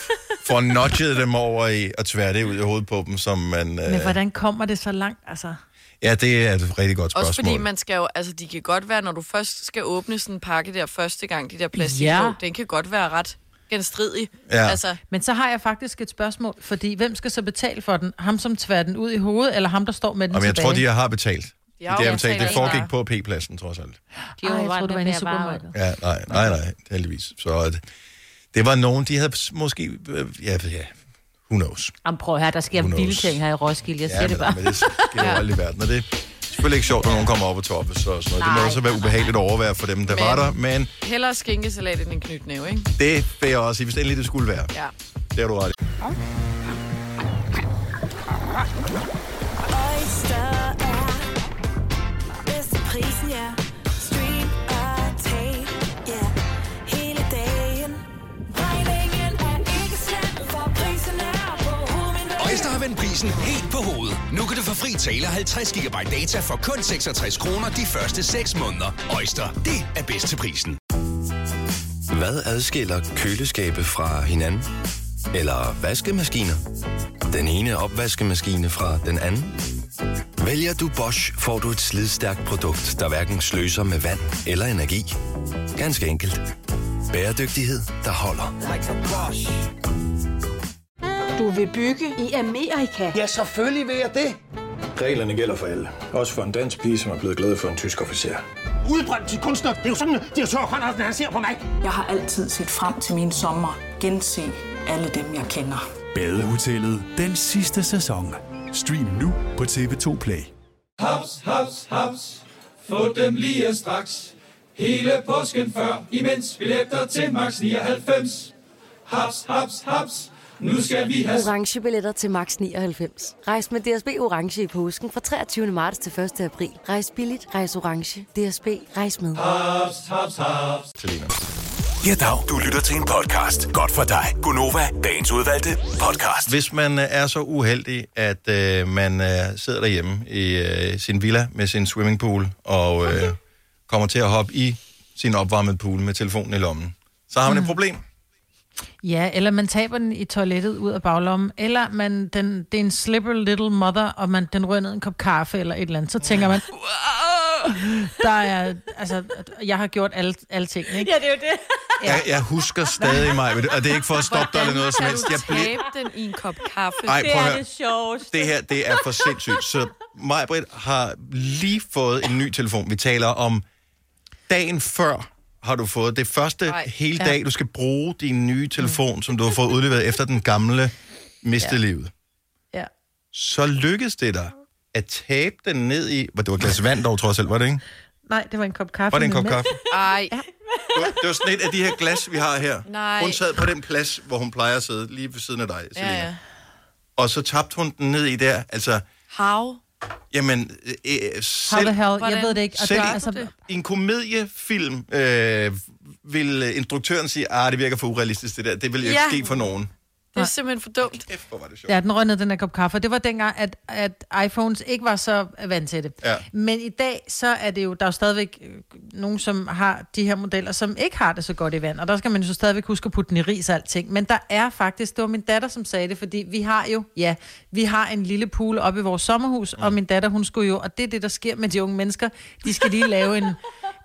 Speaker 1: får nudget dem over i og tvære det ud i hovedet på dem, som man...
Speaker 3: Men
Speaker 1: Øh,
Speaker 3: hvordan kommer det så langt, altså?
Speaker 1: ja, det er et rigtig godt spørgsmål.
Speaker 2: Også fordi man skal jo, altså de kan godt være, når du først skal åbne sådan en pakke der første gang, de der plastik
Speaker 3: Ja.
Speaker 2: ja. den kan godt være ret genstridig.
Speaker 1: Ja.
Speaker 2: Altså,
Speaker 3: Men så har jeg faktisk et spørgsmål, fordi hvem skal så betale for den? Ham, som tværer den ud i hovedet, eller ham, der står med den
Speaker 1: Jamen, jeg
Speaker 3: tilbage?
Speaker 1: tror, de har betalt.
Speaker 3: De
Speaker 1: De
Speaker 3: har
Speaker 1: har
Speaker 3: jo
Speaker 1: betalt. Det
Speaker 3: betalt,
Speaker 1: foregik
Speaker 3: ikke?
Speaker 1: på P-pladsen, trods alt.
Speaker 3: Ej, jeg troede, det var inde i supermarkedet.
Speaker 1: Ja, nej, nej, nej, heldigvis. Så at, det var nogen, de havde s- måske... øh, Ja, ja who knows.
Speaker 4: Jamen, prøv at høre, der sker
Speaker 1: Who knows?
Speaker 4: vilde ting her i Roskilde. Jeg siger
Speaker 1: ja,
Speaker 4: det
Speaker 1: men,
Speaker 4: bare.
Speaker 1: Men det sker jo aldrig i verden, og det er selvfølgelig ikke sjovt, når nogen kommer op og toppe så og sådan noget. Det må
Speaker 2: Nej.
Speaker 1: også være ubehageligt at overvære for dem, der
Speaker 2: Men-
Speaker 1: var der, men
Speaker 2: hellere skinkesalat end en knytnæve, ikke?
Speaker 1: det vil jeg også sige, hvis endelig det skulle være.
Speaker 2: Ja.
Speaker 1: Det har du ret i.
Speaker 11: Oyster er bedst til prisen, ja. Stream og tag, ja. Hele dagen. Regningen er ikke slem, for prisen er på hovedet.
Speaker 6: Øjster har vendt prisen helt på hovedet. Nu kan du få fri tale 50 GB data for kun 66 kroner de første 6 måneder. Øjster, det er bedst til prisen.
Speaker 12: Hvad adskiller køleskabe fra hinanden? Eller vaskemaskiner? Den ene opvaskemaskine fra den anden? Vælger du Bosch, får du et slidstærkt produkt, der hverken sløser med vand eller energi. Ganske enkelt. Bæredygtighed, der holder.
Speaker 13: Like a boss. Du vil bygge i Amerika? Ja, selvfølgelig vil jeg det.
Speaker 14: Reglerne gælder for alle. Også for en dansk pige, som er blevet glad for en tysk officer.
Speaker 13: Udbrændt til kunstner. Det er jo sådan, at de har tørt, han ser på mig. Jeg har altid set frem til min sommer. Gense alle dem, jeg kender.
Speaker 5: Badehotellet den sidste sæson. Stream nu på TV2 Play.
Speaker 8: Haps, haps, haps. Få dem lige straks. Hele påsken før, imens billetter til max 99. Haps, haps, haps. Nu skal vi have
Speaker 15: orange billetter til max 99. Rejs med DSB orange i påsken fra 23. marts til 1. april. Rejs billigt, rejs orange. DSB rejs med.
Speaker 8: haps, haps, haps.
Speaker 5: Ja, dag. Du lytter til en podcast. Godt for dig. Gunova, dagens udvalgte podcast.
Speaker 1: Hvis man øh, er så uheldig, at øh, man øh, sidder derhjemme i øh, sin villa med sin swimmingpool, og øh, kommer til at hoppe i sin opvarmede pool med telefonen i lommen, så har man et problem.
Speaker 3: Ja, eller man taber den i toilettet ud af baglommen, eller man, den, det er en slipper little mother, og man, den rører ned i en kop kaffe eller et eller andet, så tænker man, "Wow!" der er, altså, jeg har gjort alle, alle tingene, ikke?
Speaker 2: Ja, det er jo det.
Speaker 1: Ja. Jeg, jeg husker stadig mig, og det er ikke for at stoppe dig eller noget som
Speaker 2: kan
Speaker 1: helst.
Speaker 2: du
Speaker 1: Jeg blev,
Speaker 2: tabe den i en kop kaffe?
Speaker 1: Ej, prøv at høre.
Speaker 4: sjovt.
Speaker 1: Det her, det er for sindssygt. Så mig Britt har lige fået en ny telefon. Vi taler om dagen før har du fået det første
Speaker 5: Ej.
Speaker 1: hele
Speaker 5: Ja.
Speaker 1: dag, du skal bruge din nye telefon, som du har fået udleveret efter den gamle mistede
Speaker 3: Ja.
Speaker 1: livet.
Speaker 3: Ja.
Speaker 1: Så lykkedes det dig at tabe den ned i... Hvad, Det var et glas vand dog, trods alt, var det ikke?
Speaker 3: Nej, det var en kop kaffe.
Speaker 1: Var det en
Speaker 3: med
Speaker 1: kop
Speaker 3: mælk.
Speaker 1: kaffe?
Speaker 2: Ej.
Speaker 1: Det var, det var sådan et af de her glas, vi har her.
Speaker 2: Nej.
Speaker 1: Hun sad på den plads, hvor hun plejer at sidde, lige ved siden af dig, Selina.
Speaker 2: Ja, ja.
Speaker 1: Og så tabte hun den ned i der. Altså,
Speaker 2: Hav.
Speaker 1: Jamen, øh, øh,
Speaker 3: How
Speaker 1: selv,
Speaker 3: the hell? Jeg ved det ikke. Og
Speaker 1: selv
Speaker 3: der,
Speaker 1: i-
Speaker 3: altså,
Speaker 1: i en komediefilm øh, vil øh, instruktøren sige, at det virker for urealistisk det der, det vil jo ikke
Speaker 3: Ja.
Speaker 1: ske for nogen.
Speaker 2: Det er simpelthen for dumt.
Speaker 1: Kæft, hvor var det sjovt.
Speaker 3: ja, den røg ned i den her kop kaffe, og det var dengang, at, at iPhones ikke var så vant til det.
Speaker 1: Ja.
Speaker 3: Men i dag, så er det jo, der er jo stadigvæk øh, nogen, som har de her modeller, som ikke har det så godt i vand, og der skal man jo så stadigvæk huske at putte den i ris og alting. Men der er faktisk, det var min datter, som sagde det, fordi vi har jo, ja, vi har en lille pool oppe i vores sommerhus, mm. og min datter, hun skulle jo, og det er det, der sker med de unge mennesker, de skal lige lave en,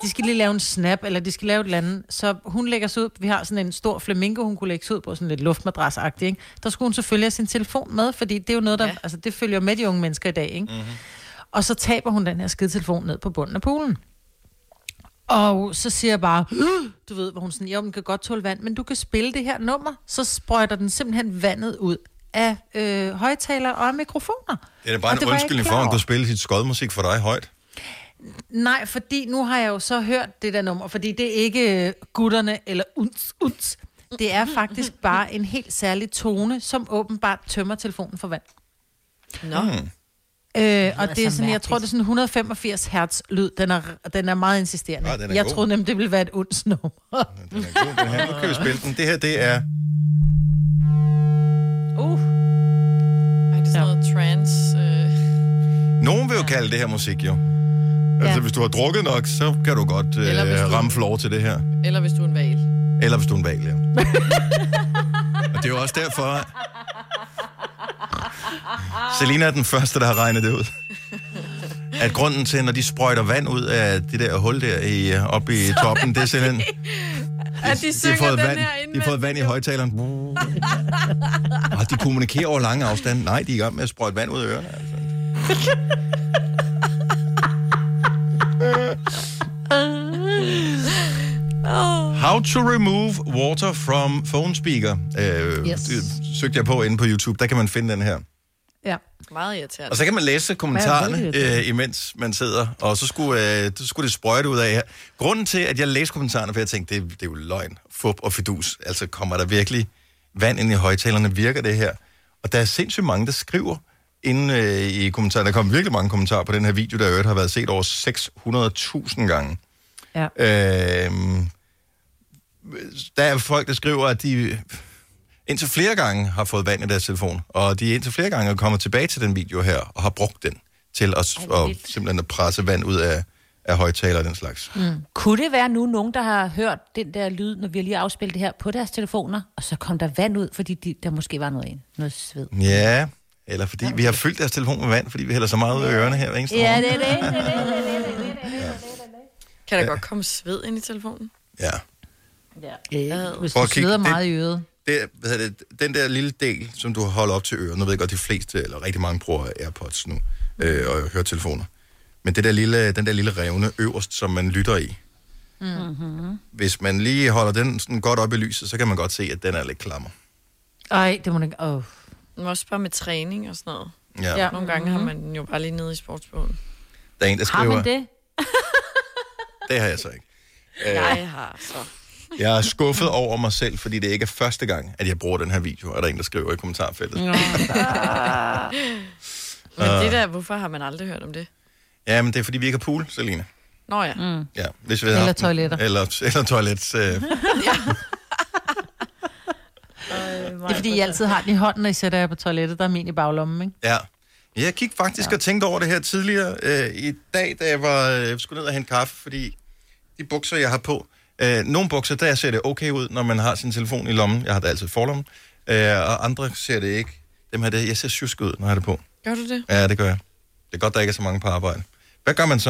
Speaker 3: de skal lige lave en snap, eller de skal lave et eller andet. Så hun lægger sig ud, vi har sådan en stor flamingo, hun kunne lægge sig ud på sådan lidt luftmadras agtig ikke? Der skulle hun selvfølgelig have sin telefon med, fordi det er jo noget, der... Ja. Altså, det følger med de unge mennesker i dag, ikke? Mm-hmm.
Speaker 1: Mhm.
Speaker 3: Og så taber hun den her skide telefon ned på bunden af poolen. Og så siger jeg bare, "Øh," du ved, hvor hun sådan, jo, den kan godt tåle vand, men du kan spille det her nummer. Så sprøjter den simpelthen vandet ud af øh, højtalere og af mikrofoner.
Speaker 1: Det er da bare
Speaker 3: Og
Speaker 1: en
Speaker 3: det var jeg ikke
Speaker 1: undskyldning for,
Speaker 3: klar
Speaker 1: at hun
Speaker 3: over.
Speaker 1: kunne spille sit skodmusik for dig højt.
Speaker 3: Nej, fordi nu har jeg jo så hørt det der nummer, fordi det er ikke øh, gutterne eller uns, uns. Det er faktisk bare en helt særlig tone, som åbenbart tømmer telefonen for vand.
Speaker 2: Nå.
Speaker 1: Hmm.
Speaker 2: Mm.
Speaker 3: Øh,
Speaker 2: lyder
Speaker 3: og det er
Speaker 2: så
Speaker 3: sådan, jeg tror, det er sådan 185 hertz lyd. Den er, den er meget insisterende.
Speaker 1: Ah, den er
Speaker 3: jeg
Speaker 1: god.
Speaker 3: troede nemlig, det ville være et ondt nummer.
Speaker 1: Den her, nu kan vi spille den. Det her, det er...
Speaker 2: Uh. Ej, det er sådan ja. noget trans... Øh.
Speaker 1: Nogen vil jo kalde det her musik, jo. Altså,
Speaker 2: Ja.
Speaker 1: hvis du har drukket nok, så kan du godt
Speaker 2: Eller hvis
Speaker 1: øh,
Speaker 2: du-
Speaker 1: ramme floor til det her.
Speaker 2: Eller hvis du er en val.
Speaker 1: Eller hvis du er en valg, ja. Og det er jo også derfor... Selina er den første, der har regnet det ud. At grunden til, når de sprøjter vand ud af det der hul der i, oppe i toppen, det er simpelthen...
Speaker 2: At de
Speaker 1: De har
Speaker 2: synger
Speaker 1: fået
Speaker 2: den
Speaker 1: vand,
Speaker 2: her
Speaker 1: de har fået vand i højtaleren. Og de kommunikerer over lange afstande. Nej, de er i gang med at sprøjte vand ud af ørerne. Altså. How to remove water from phone speaker.
Speaker 3: Yes.
Speaker 1: Øh, yes. det søgte jeg på inde på YouTube. Der kan man finde den her.
Speaker 3: Ja.
Speaker 2: Meget irriterende.
Speaker 1: Og så kan man læse
Speaker 2: Hvad er
Speaker 1: kommentarerne,
Speaker 2: det, det er?
Speaker 1: øh, imens man sidder, og så skulle, øh, så skulle det sprøjte ud af her. Grunden til, at jeg læste kommentarerne, for jeg tænkte, det, det er jo løgn, fup og fidus. Altså, kommer der virkelig vand ind i højtalerne? Virker det her? Og der er sindssygt mange, der skriver inde øh, i kommentarerne. Der kom virkelig mange kommentarer på den her video, der i øvrigt har været set over 600.000 gange.
Speaker 3: Ja.
Speaker 1: Øhm, der er folk, der skriver, at de indtil flere gange har fået vand i deres telefon, og de indtil flere gange er kommet tilbage til den video her, og har brugt den til at,
Speaker 4: Ej,
Speaker 1: Ej,
Speaker 4: hvor
Speaker 1: og
Speaker 4: vildt.
Speaker 1: simpelthen at presse vand ud af, af højtaler og den slags.
Speaker 4: Mm. Kunne det være nu nogen, der har hørt den der lyd, når vi har lige afspillet det her på deres telefoner, og så kom der vand ud, fordi de, der måske var noget, ind, noget sved?
Speaker 1: Ja, eller fordi vi har fyldt deres telefon med vand, fordi vi hælder så meget ud af ørerne her hver eneste
Speaker 4: Ja,
Speaker 1: morgen.
Speaker 4: det er det. det, er det.
Speaker 2: Kan der godt komme sved ind i telefonen?
Speaker 1: Ja.
Speaker 3: Ja. Hvis
Speaker 1: Prøv
Speaker 3: du
Speaker 1: at kigge.
Speaker 3: sveder
Speaker 1: Det-
Speaker 3: meget i øret.
Speaker 1: det, hvad hedder det, den der lille del, som du holder op til ørerne, nu ved jeg godt, de fleste, eller rigtig mange bruger AirPods nu, øh, og høretelefoner. Men det der lille, den der lille revne øverst, som man lytter i,
Speaker 3: Mm-hmm.
Speaker 1: hvis man lige holder den sådan godt op i lyset, så kan man godt se, at den er lidt klammer.
Speaker 3: Ej, det må den ikke... Oh.
Speaker 2: Men også bare med træning og sådan noget.
Speaker 1: Ja.
Speaker 2: ja. Nogle gange har man den jo bare lige nede i sportsbogen.
Speaker 1: Der er en, der skriver...
Speaker 2: det?
Speaker 1: det har jeg så ikke. Øh,
Speaker 2: Jeg har så.
Speaker 1: jeg er skuffet over mig selv, fordi det ikke er første gang, at jeg bruger den her video, og der er en, der skriver i kommentarfeltet.
Speaker 2: Nå.
Speaker 1: Ah.
Speaker 2: Men det der, hvorfor har man aldrig hørt om det?
Speaker 1: Ja, men det er, fordi vi ikke har pool, Selina.
Speaker 2: Nå ja. Mm.
Speaker 1: Ja, hvis vi
Speaker 2: Eller
Speaker 1: havde haft den.
Speaker 2: toiletter. Mhm.
Speaker 1: Eller, eller toilet. Øh,
Speaker 3: Det er fordi, I altid har den i hånden, når I sætter jer på toilettet. Der er min i baglommen, ikke?
Speaker 1: Ja. Jeg gik faktisk ja. og tænkte over det her tidligere øh, i dag, da jeg var øh, skulle ned og hente kaffe, fordi de bukser, jeg har på, øh, nogle bukser, der ser det okay ud, når man har sin telefon i lommen. Jeg har det altid i forlommen. Øh, og andre ser det ikke. Dem her, det, jeg ser sjusk ud, når jeg har det på.
Speaker 2: Gør du det?
Speaker 1: Ja, det gør jeg. Det er godt, der ikke er så mange på arbejde. Hvad gør man så?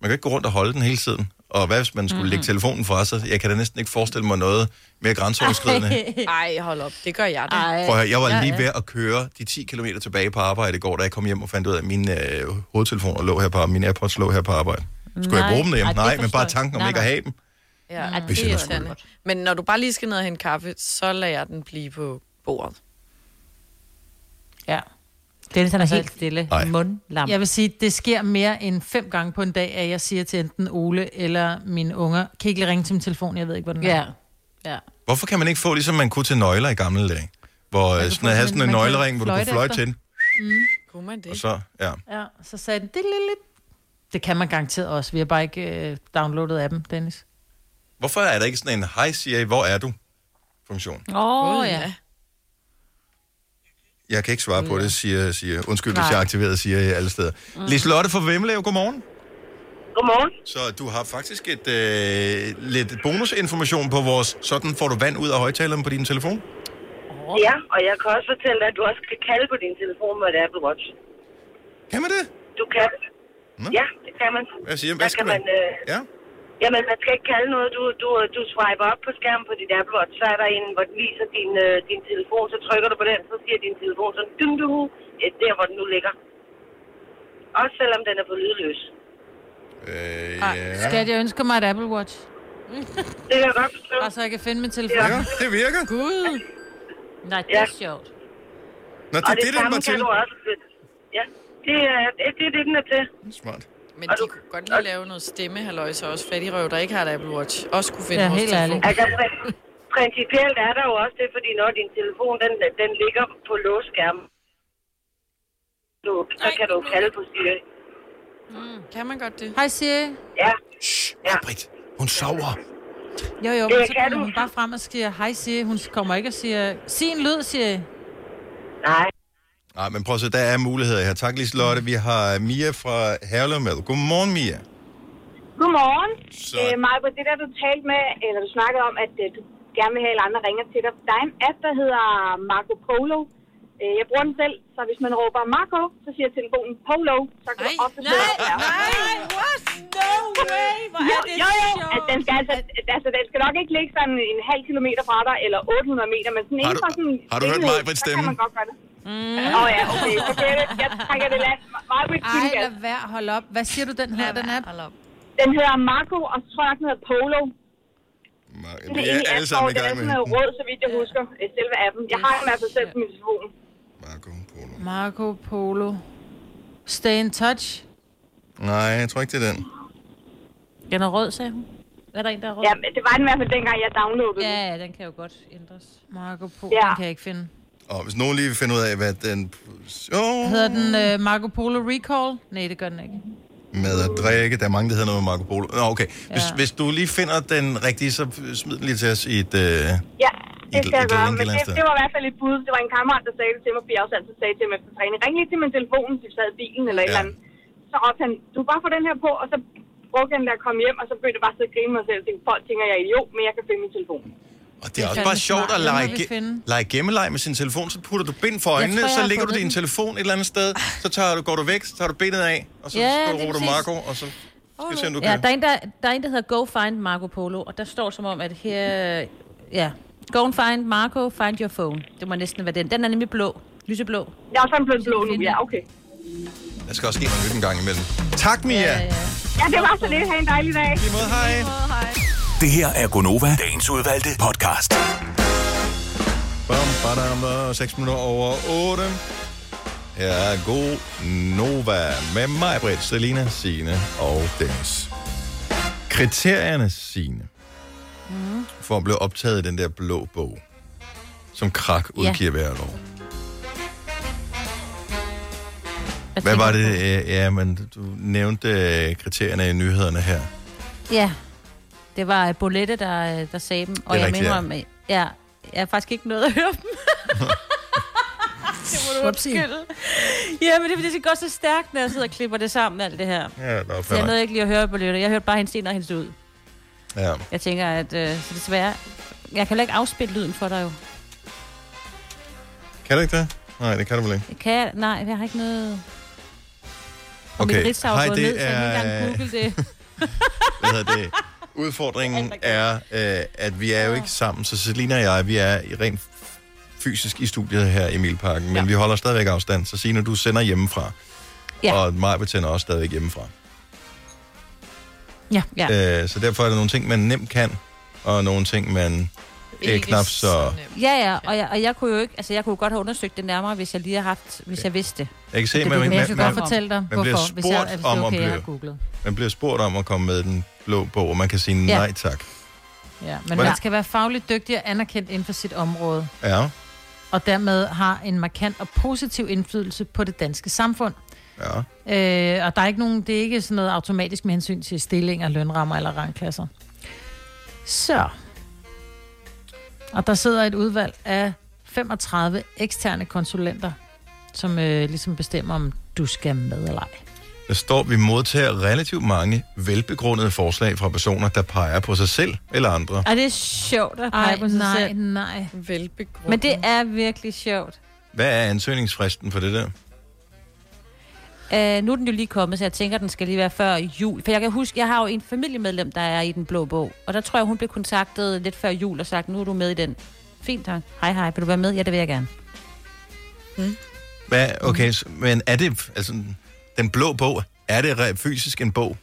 Speaker 1: Man kan ikke gå rundt og holde den hele tiden. Og hvad hvis man skulle mm-hmm.
Speaker 2: Mm.
Speaker 1: lægge telefonen fra sig? Jeg kan da næsten ikke forestille mig noget mere grænseoverskridende.
Speaker 2: Ej, hold op. Det gør jeg da. Ej.
Speaker 1: Prøv at høre, jeg var lige ved at køre de 10 km tilbage på arbejde i går, da jeg kom hjem og fandt ud af, at mine øh, hovedtelefoner lå her på arbejde, mine AirPods lå her på arbejde. Skulle jeg
Speaker 2: Nej.
Speaker 1: bruge dem derhjemme?
Speaker 2: Ej, det
Speaker 1: Nej, men
Speaker 2: forstår
Speaker 1: bare
Speaker 2: jeg.
Speaker 1: tanken om
Speaker 2: Nej,
Speaker 1: ikke at
Speaker 2: nej.
Speaker 1: have dem.
Speaker 2: Ja, Ej,
Speaker 1: Hvis
Speaker 2: det
Speaker 1: jeg
Speaker 2: er
Speaker 1: ellers kunne.
Speaker 2: irriterende. Men når du bare lige skal ned og hente kaffe, så lader jeg den blive på bordet.
Speaker 3: Ja.
Speaker 4: Dennis, han er
Speaker 3: Altså,
Speaker 4: helt stille.
Speaker 3: Ej.
Speaker 4: Mundlam.
Speaker 3: Jeg vil sige, det sker mere end fem gange på en dag, at jeg siger til enten Ole eller mine unger, kan I ikke lige ringe til min telefon, jeg ved ikke, hvor den er. Ja. ja.
Speaker 1: Hvorfor kan man ikke få, ligesom man kunne til nøgler i gamle dage? Hvor øh, sådan, jeg havde sådan en nøglering, hvor du kunne fløjte til den,
Speaker 3: Mm.
Speaker 2: Kunne man det?
Speaker 1: og så, ja.
Speaker 3: Ja, så sagde den, det lille. Det kan man garanteret også. Vi har bare ikke øh, downloadet appen, Dennis.
Speaker 1: Hvorfor er der ikke sådan en, hej Siri, hvor er du? Funktion.
Speaker 4: Åh, oh, ja.
Speaker 1: Jeg kan ikke svare på det, siger, siger. Undskyld, hvis
Speaker 4: Nej.
Speaker 1: jeg aktiverede Siri alle steder. Mm. Liselotte fra Vemmelev, godmorgen.
Speaker 9: Godmorgen.
Speaker 1: Så du har faktisk et øh, lidt bonusinformation på vores, sådan får du vand ud af højtaleren på din telefon?
Speaker 9: Ja, og jeg kan også fortælle dig, at du også kan kalde på din telefon med et Apple Watch.
Speaker 1: Kan man det?
Speaker 9: Du kan. Ja, det kan man.
Speaker 1: Hvad siger-
Speaker 9: Der
Speaker 1: hvad skal
Speaker 9: kan
Speaker 1: man-
Speaker 9: man øh,
Speaker 1: ja.
Speaker 9: Jamen, man skal ikke kalde noget. Du, du, du swiper op på skærmen på dit Apple Watch, så er der en, hvor den viser din, øh, din telefon. Så trykker du på den, så siger din telefon sådan, dum du, øh, der hvor den nu ligger. Også selvom den er på lydløs.
Speaker 1: Øh,
Speaker 3: ja. Skat, jeg ønsker mig et Apple Watch.
Speaker 9: Det kan jeg godt forstå.
Speaker 3: Bare så jeg kan finde min telefon.
Speaker 1: Ja, det virker.
Speaker 3: Gud.
Speaker 4: Nej, det er sjovt.
Speaker 1: Nå, det
Speaker 9: og
Speaker 1: er det, den
Speaker 9: samme
Speaker 1: var
Speaker 9: kan
Speaker 1: til.
Speaker 9: du også. Ja, det er det, er det, den er til.
Speaker 1: Smart.
Speaker 2: Men de kunne godt lige lave noget stemmehalløj, så også fattigrøv, der ikke har et Apple Watch, også kunne finde
Speaker 9: Ja,
Speaker 2: vores
Speaker 9: helt
Speaker 2: telefon.
Speaker 9: ærligt. Altså, Principielt er der jo også det, fordi når din telefon den, den ligger på låsskærmen, du, så kan du kalde på Siri.
Speaker 2: Mm, kan man godt det?
Speaker 3: Hej Siri.
Speaker 9: Ja.
Speaker 1: Shh, ja. Britt, hun sover.
Speaker 3: Jo, jo,
Speaker 9: Det
Speaker 3: men så
Speaker 9: Øh, kan du.
Speaker 3: kommer hun bare frem og siger, hej Siri. Hun kommer ikke og siger, sig en lyd, Siri.
Speaker 9: Nej.
Speaker 1: Nej, men prøv at se, der er muligheder her. Tak, Liselotte. Vi har Mia fra Herlev med. Godmorgen, Mia.
Speaker 16: Godmorgen.
Speaker 1: Så-
Speaker 16: Øh, Maja, det der, du talte med, eller du snakkede om, at øh, du gerne vil have, at andre ringer til dig. Der er en app, der hedder Marco Polo. Øh, jeg bruger den selv, så hvis man råber Marco, så siger telefonen Polo. Så kan du ofte nej, nej, nej, what? No way!
Speaker 11: Hvor er
Speaker 16: jo,
Speaker 11: det
Speaker 16: jo, jo.
Speaker 11: sjovt.
Speaker 16: Altså, den, skal, altså, altså, den skal nok ikke ligge sådan en halv kilometer fra dig, eller 800 meter, men sådan
Speaker 1: Har
Speaker 16: inden
Speaker 1: du-
Speaker 16: for sådan...
Speaker 1: har du hørt
Speaker 16: rimelighed,
Speaker 1: Maj-Brits
Speaker 16: så
Speaker 1: stemme?
Speaker 16: kan man godt gøre det. Mm. Åh oh, ja, okay. Så det, er- jeg trækker det lad. Meget
Speaker 3: Ej, lad være, hold op. Hvad siger du, den her, den er?
Speaker 2: Hold op.
Speaker 16: Den hedder Marco, og så tror jeg, nok, den hedder Polo.
Speaker 1: Vi er alle sammen i
Speaker 16: med. Det er
Speaker 1: gang
Speaker 16: sådan
Speaker 1: med.
Speaker 16: noget råd, så vidt jeg husker, øh, selve appen. Jeg har den i hvert fald selv på min telefon.
Speaker 3: Marco Polo. Stay in touch.
Speaker 1: Nej, jeg tror ikke, det er den.
Speaker 4: Den er rød, sagde hun. Er der en, der er rød?
Speaker 16: Ja, men det var den i hvert fald dengang, jeg downloadede
Speaker 4: den. Ja, den kan jo godt ændres.
Speaker 3: Marco Polo,
Speaker 4: Ja.
Speaker 3: ja. den kan jeg ikke finde.
Speaker 1: Og hvis nogen lige vil finde ud af, hvad den... Jo,
Speaker 3: Hedder den uh, Marco Polo Recall? Nej, det gør den ikke.
Speaker 1: med at drikke. Der er mange, der hedder noget med Marco Polo. Nå, okay. Hvis,
Speaker 3: Ja.
Speaker 1: hvis du lige finder den rigtige, så smid den lige til os i et... Øh...
Speaker 16: Ja, det
Speaker 1: Et-
Speaker 16: skal jeg gøre,
Speaker 1: et link et
Speaker 16: men
Speaker 1: eller andet
Speaker 16: det,
Speaker 1: sted.
Speaker 16: det, var i hvert fald et bud. Det var en kammerat, der sagde det til mig, fordi jeg også altid sagde til mig efter træning, ring lige til min telefon, hvis vi sad i bilen eller et
Speaker 1: Ja.
Speaker 16: eller andet. Så råbte han, du kan bare få den her på, og så brugte jeg den der at komme hjem, og så begyndte jeg bare at sidde og grine mig selv. Jeg tænkte, folk tænker, jeg er idiot, men jeg kan finde min telefon.
Speaker 1: Og det er
Speaker 16: er
Speaker 1: også
Speaker 16: fandme
Speaker 1: bare sjovt
Speaker 16: smart.
Speaker 1: at
Speaker 16: Den må
Speaker 1: lege,
Speaker 16: vi finde.
Speaker 1: ge- lege gemmeleg med sin telefon. Så putter du bind for
Speaker 16: Jeg
Speaker 1: øjnene,
Speaker 16: tror, jeg
Speaker 1: så
Speaker 16: har
Speaker 1: lægger du
Speaker 16: fundet
Speaker 1: din
Speaker 16: den.
Speaker 1: telefon et eller andet sted. Så tager du, går du væk, så tager du bindet af, og så
Speaker 4: Ja,
Speaker 1: ja,
Speaker 4: det er
Speaker 1: råber du
Speaker 4: præcis.
Speaker 1: Marco, og så skal vi se, om du
Speaker 4: Ja,
Speaker 1: kan...
Speaker 4: der er, en, der, der er en, der hedder Go Find Marco Polo, og der står som om, at her... Ja, Go and find Marco, find your phone. Det må næsten være den. Den er nemlig blå. Lyseblå.
Speaker 16: Jeg er sådan blevet blå nu, ja, okay.
Speaker 1: Der skal også ske noget nyt en gang imellem. Tak, Mia. Ja, ja, ja.
Speaker 16: Ja, det var så lidt. Ha' en dejlig dag. I
Speaker 1: måde, hej.
Speaker 16: hej.
Speaker 5: Det her er Gonova, dagens udvalgte podcast.
Speaker 1: Bam, badam, 6 minutter over 8. Her er god Nova med mig, Britt, Selina, Signe og Dennis. Kriterierne, Signe,
Speaker 4: Mhm.
Speaker 11: Mm.
Speaker 1: for at blive optaget i den der blå bog, som krak udgiver ja. hvert år. Hvad var det? øh, Ja, men du nævnte øh, kriterierne i nyhederne her.
Speaker 4: Ja. Det var øh, Bolette, der, øh, der sagde dem, og
Speaker 1: Det er
Speaker 4: jeg
Speaker 1: rigtigt,
Speaker 4: mener
Speaker 1: ja.
Speaker 4: om, øh, ja. jeg har faktisk ikke noget at høre dem. det må du
Speaker 11: Upsi.
Speaker 4: undskylde. Ja, men det er fordi, det går så stærkt, når jeg sidder og klipper det sammen, alt det her.
Speaker 1: Ja, det var
Speaker 4: Så jeg nåede ikke lige at høre Bolette. Jeg hørte bare hendes ind og hendes ud.
Speaker 1: Ja.
Speaker 4: Jeg tænker, at øh, så desværre... Jeg kan heller ikke afspille lyden for dig jo.
Speaker 1: Kan du ikke det? Nej, det kan du vel ikke.
Speaker 4: Kan jeg? Nej, jeg har ikke noget... Og
Speaker 1: Okay,
Speaker 4: mit ritz har
Speaker 1: hej,
Speaker 4: jo gået
Speaker 1: det
Speaker 4: ned, så jeg kan ikke
Speaker 1: er- øh,
Speaker 4: engang google det.
Speaker 1: Hvad hedder det? Udfordringen er, øh, at vi er jo ikke sammen, så Selina og jeg, vi er i rent fysisk i studiet her i Milparken, men ja. vi holder stadigvæk afstand, så Signe, du sender hjemmefra, ja. og mig betænder også stadigvæk hjemmefra.
Speaker 3: Ja.
Speaker 1: Ja. Øh, så derfor er der nogle ting, man nemt kan, og nogle ting, man øh,
Speaker 4: Ikke
Speaker 1: knap så...
Speaker 4: Ja, ja, og jeg, og jeg kunne jo ikke, altså jeg kunne jo godt have undersøgt det nærmere, hvis jeg lige havde haft, hvis jeg vidste det.
Speaker 1: Jeg kan se,
Speaker 4: det,
Speaker 1: man-
Speaker 4: det,
Speaker 1: man-
Speaker 4: jeg kan
Speaker 1: man-
Speaker 4: godt fortælle dig,
Speaker 1: man bliver
Speaker 4: hvorfor, hvis jeg,
Speaker 1: spurgt
Speaker 4: hvis det
Speaker 1: om
Speaker 4: er
Speaker 1: at
Speaker 4: okay, jeg har
Speaker 1: blive-
Speaker 4: googlet.
Speaker 1: Man bliver spurgt om at komme med den blå bog, og man kan sige
Speaker 3: Ja.
Speaker 1: nej tak.
Speaker 3: Ja, men
Speaker 1: Hvordan-
Speaker 3: man skal være fagligt dygtig og anerkendt inden for sit område.
Speaker 1: Ja.
Speaker 3: og dermed har en markant og positiv indflydelse på det danske samfund.
Speaker 1: Ja.
Speaker 3: Øh, og der er ikke nogen, det er ikke sådan noget automatisk med hensyn til stillinger, lønrammer eller rangklasser. Så. Og der sidder et udvalg af 35 eksterne konsulenter, som øh, ligesom bestemmer, om du skal med eller ej.
Speaker 1: Der står, at vi modtager relativt mange velbegrundede forslag fra personer, der peger på sig selv eller andre.
Speaker 4: Ej, det er sjovt at pege
Speaker 3: Ej,
Speaker 4: på sig
Speaker 3: nej,
Speaker 4: selv.
Speaker 3: nej,
Speaker 2: Velbegrundet.
Speaker 4: Men det er virkelig sjovt.
Speaker 1: Hvad er ansøgningsfristen for det der?
Speaker 4: Øh, Øh, nu er den jo lige kommet, så jeg tænker, den skal lige være før jul. For jeg kan huske, jeg har jo en familiemedlem, der er i den blå bog. Og der tror jeg, hun blev kontaktet lidt før jul og sagt, nu er du med i den. Fint, tak. Hej, hej. Vil du være med? Ja, det vil jeg gerne.
Speaker 1: Hvad, okay, så- men er det, altså, den blå bog, er det re- fysisk en bog?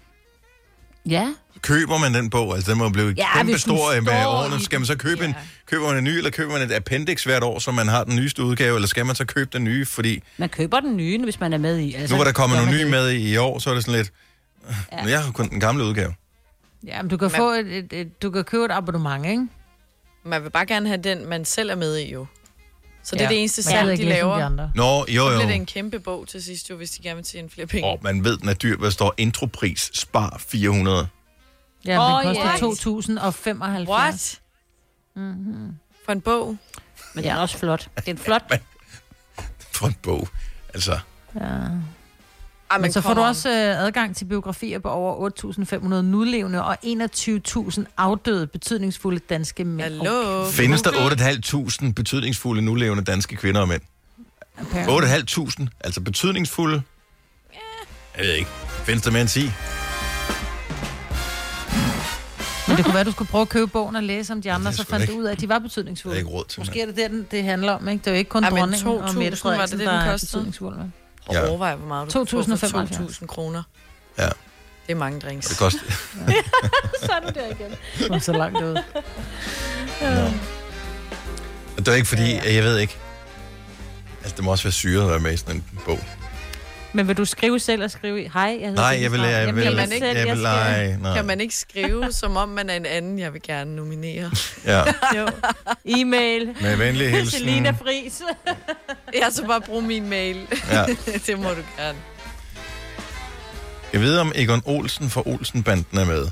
Speaker 4: Ja.
Speaker 1: Køber man den bog? Altså, den må blive
Speaker 4: Ja,
Speaker 1: ja,
Speaker 4: hvis
Speaker 1: kæmpe
Speaker 4: den
Speaker 1: stor med
Speaker 4: står i
Speaker 1: årene.
Speaker 4: den.
Speaker 1: Skal man så købe ja. en, køber man en ny, eller køber man et appendix hvert år, så man har den nyeste udgave, eller skal man så købe den nye? Fordi
Speaker 4: Man køber den nye, hvis man er med i.
Speaker 1: nu var der kommet
Speaker 4: Altså, gør
Speaker 1: nogle
Speaker 4: man
Speaker 1: nye
Speaker 4: det.
Speaker 1: med i, i år, så er det sådan lidt, ja. jeg har kun den gamle udgave.
Speaker 3: Ja, men du kan få et, et, et, du kan købe et abonnement, ikke?
Speaker 2: Man vil bare gerne have den, man selv er med i jo. Så det ja.
Speaker 3: Ja.
Speaker 2: er det eneste
Speaker 3: Men jeg ved
Speaker 2: salg,
Speaker 3: ikke
Speaker 2: de
Speaker 3: læse om
Speaker 2: laver.
Speaker 3: de andre.
Speaker 1: Nå, jo,
Speaker 2: Så
Speaker 1: jo.
Speaker 2: bliver det en kæmpe bog til sidst jo, hvis de gerne vil tjene flere penge.
Speaker 1: Og man ved, den er dyr, hvad der står intropris, spar 400.
Speaker 3: Ja, men
Speaker 2: Åh,
Speaker 3: den koster
Speaker 2: ja.
Speaker 3: 2075.
Speaker 2: What?
Speaker 3: Mm-hmm.
Speaker 2: For en bog.
Speaker 4: Men den er også flot. Det er en flot...
Speaker 1: For en bog. Altså,
Speaker 3: Ja.
Speaker 2: Ej,
Speaker 3: Men,
Speaker 2: men
Speaker 3: så får
Speaker 2: come
Speaker 3: du
Speaker 2: on.
Speaker 3: også øh, adgang til biografier på over 8.500 nulevende og 21.000 afdøde betydningsfulde danske mænd. Hallo?
Speaker 1: findes der 8.500 betydningsfulde nulevende danske kvinder og mænd? 8.500, altså betydningsfulde? Jeg ved ikke. Findes der mere end 10?
Speaker 3: Men det kunne være, du skulle prøve at købe bogen og læse om de andre,
Speaker 1: Det er
Speaker 3: så
Speaker 1: sgu
Speaker 3: fandt
Speaker 1: ikke-
Speaker 3: du ud af, at de var
Speaker 1: det
Speaker 3: betydningsfulde.
Speaker 1: er ikke råd til,
Speaker 3: Måske er det der, den- det handler om, ikke? Det er jo ikke kun
Speaker 2: Ej,
Speaker 3: Ej,
Speaker 2: men
Speaker 3: dronningen og
Speaker 2: 2.000 var
Speaker 3: Mette
Speaker 2: det
Speaker 3: Frederiksen,
Speaker 2: det,
Speaker 3: der
Speaker 2: den
Speaker 3: er
Speaker 2: kostede?
Speaker 3: betydningsfulde. vel?
Speaker 2: Og
Speaker 1: Ja.
Speaker 2: overvej, hvor meget du kan få for
Speaker 3: 2.075.
Speaker 2: 2.000 kroner.
Speaker 1: Ja.
Speaker 2: Det er mange drinks.
Speaker 1: Det koster-
Speaker 4: så er du der igen.
Speaker 3: Kom så langt ud.
Speaker 1: Og det er ikke fordi, ja, ja. jeg ved ikke. Altså, det må også være syret at være med i sådan en bog.
Speaker 4: Men vil du skrive selv og skrive i? Hej, jeg
Speaker 2: Altså,
Speaker 4: hedder
Speaker 1: Nej, jeg
Speaker 4: Dennis
Speaker 1: vil-
Speaker 4: Ravn."
Speaker 1: jeg
Speaker 4: Jamen,
Speaker 1: vil-
Speaker 4: kan man
Speaker 1: jeg
Speaker 4: ikke-
Speaker 1: vil-
Speaker 4: skal-
Speaker 1: nej, nej.
Speaker 2: Kan man ikke skrive, som om man er en anden, jeg vil gerne nominere?
Speaker 1: Ja.
Speaker 2: jo.
Speaker 4: E-mail.
Speaker 1: Med venlig hilsen.
Speaker 2: Selina
Speaker 4: Friis.
Speaker 2: jeg så bare bruge min mail.
Speaker 1: Ja.
Speaker 2: det må du gerne.
Speaker 1: Jeg ved, om Egon Olsen fra Olsenbanden er med.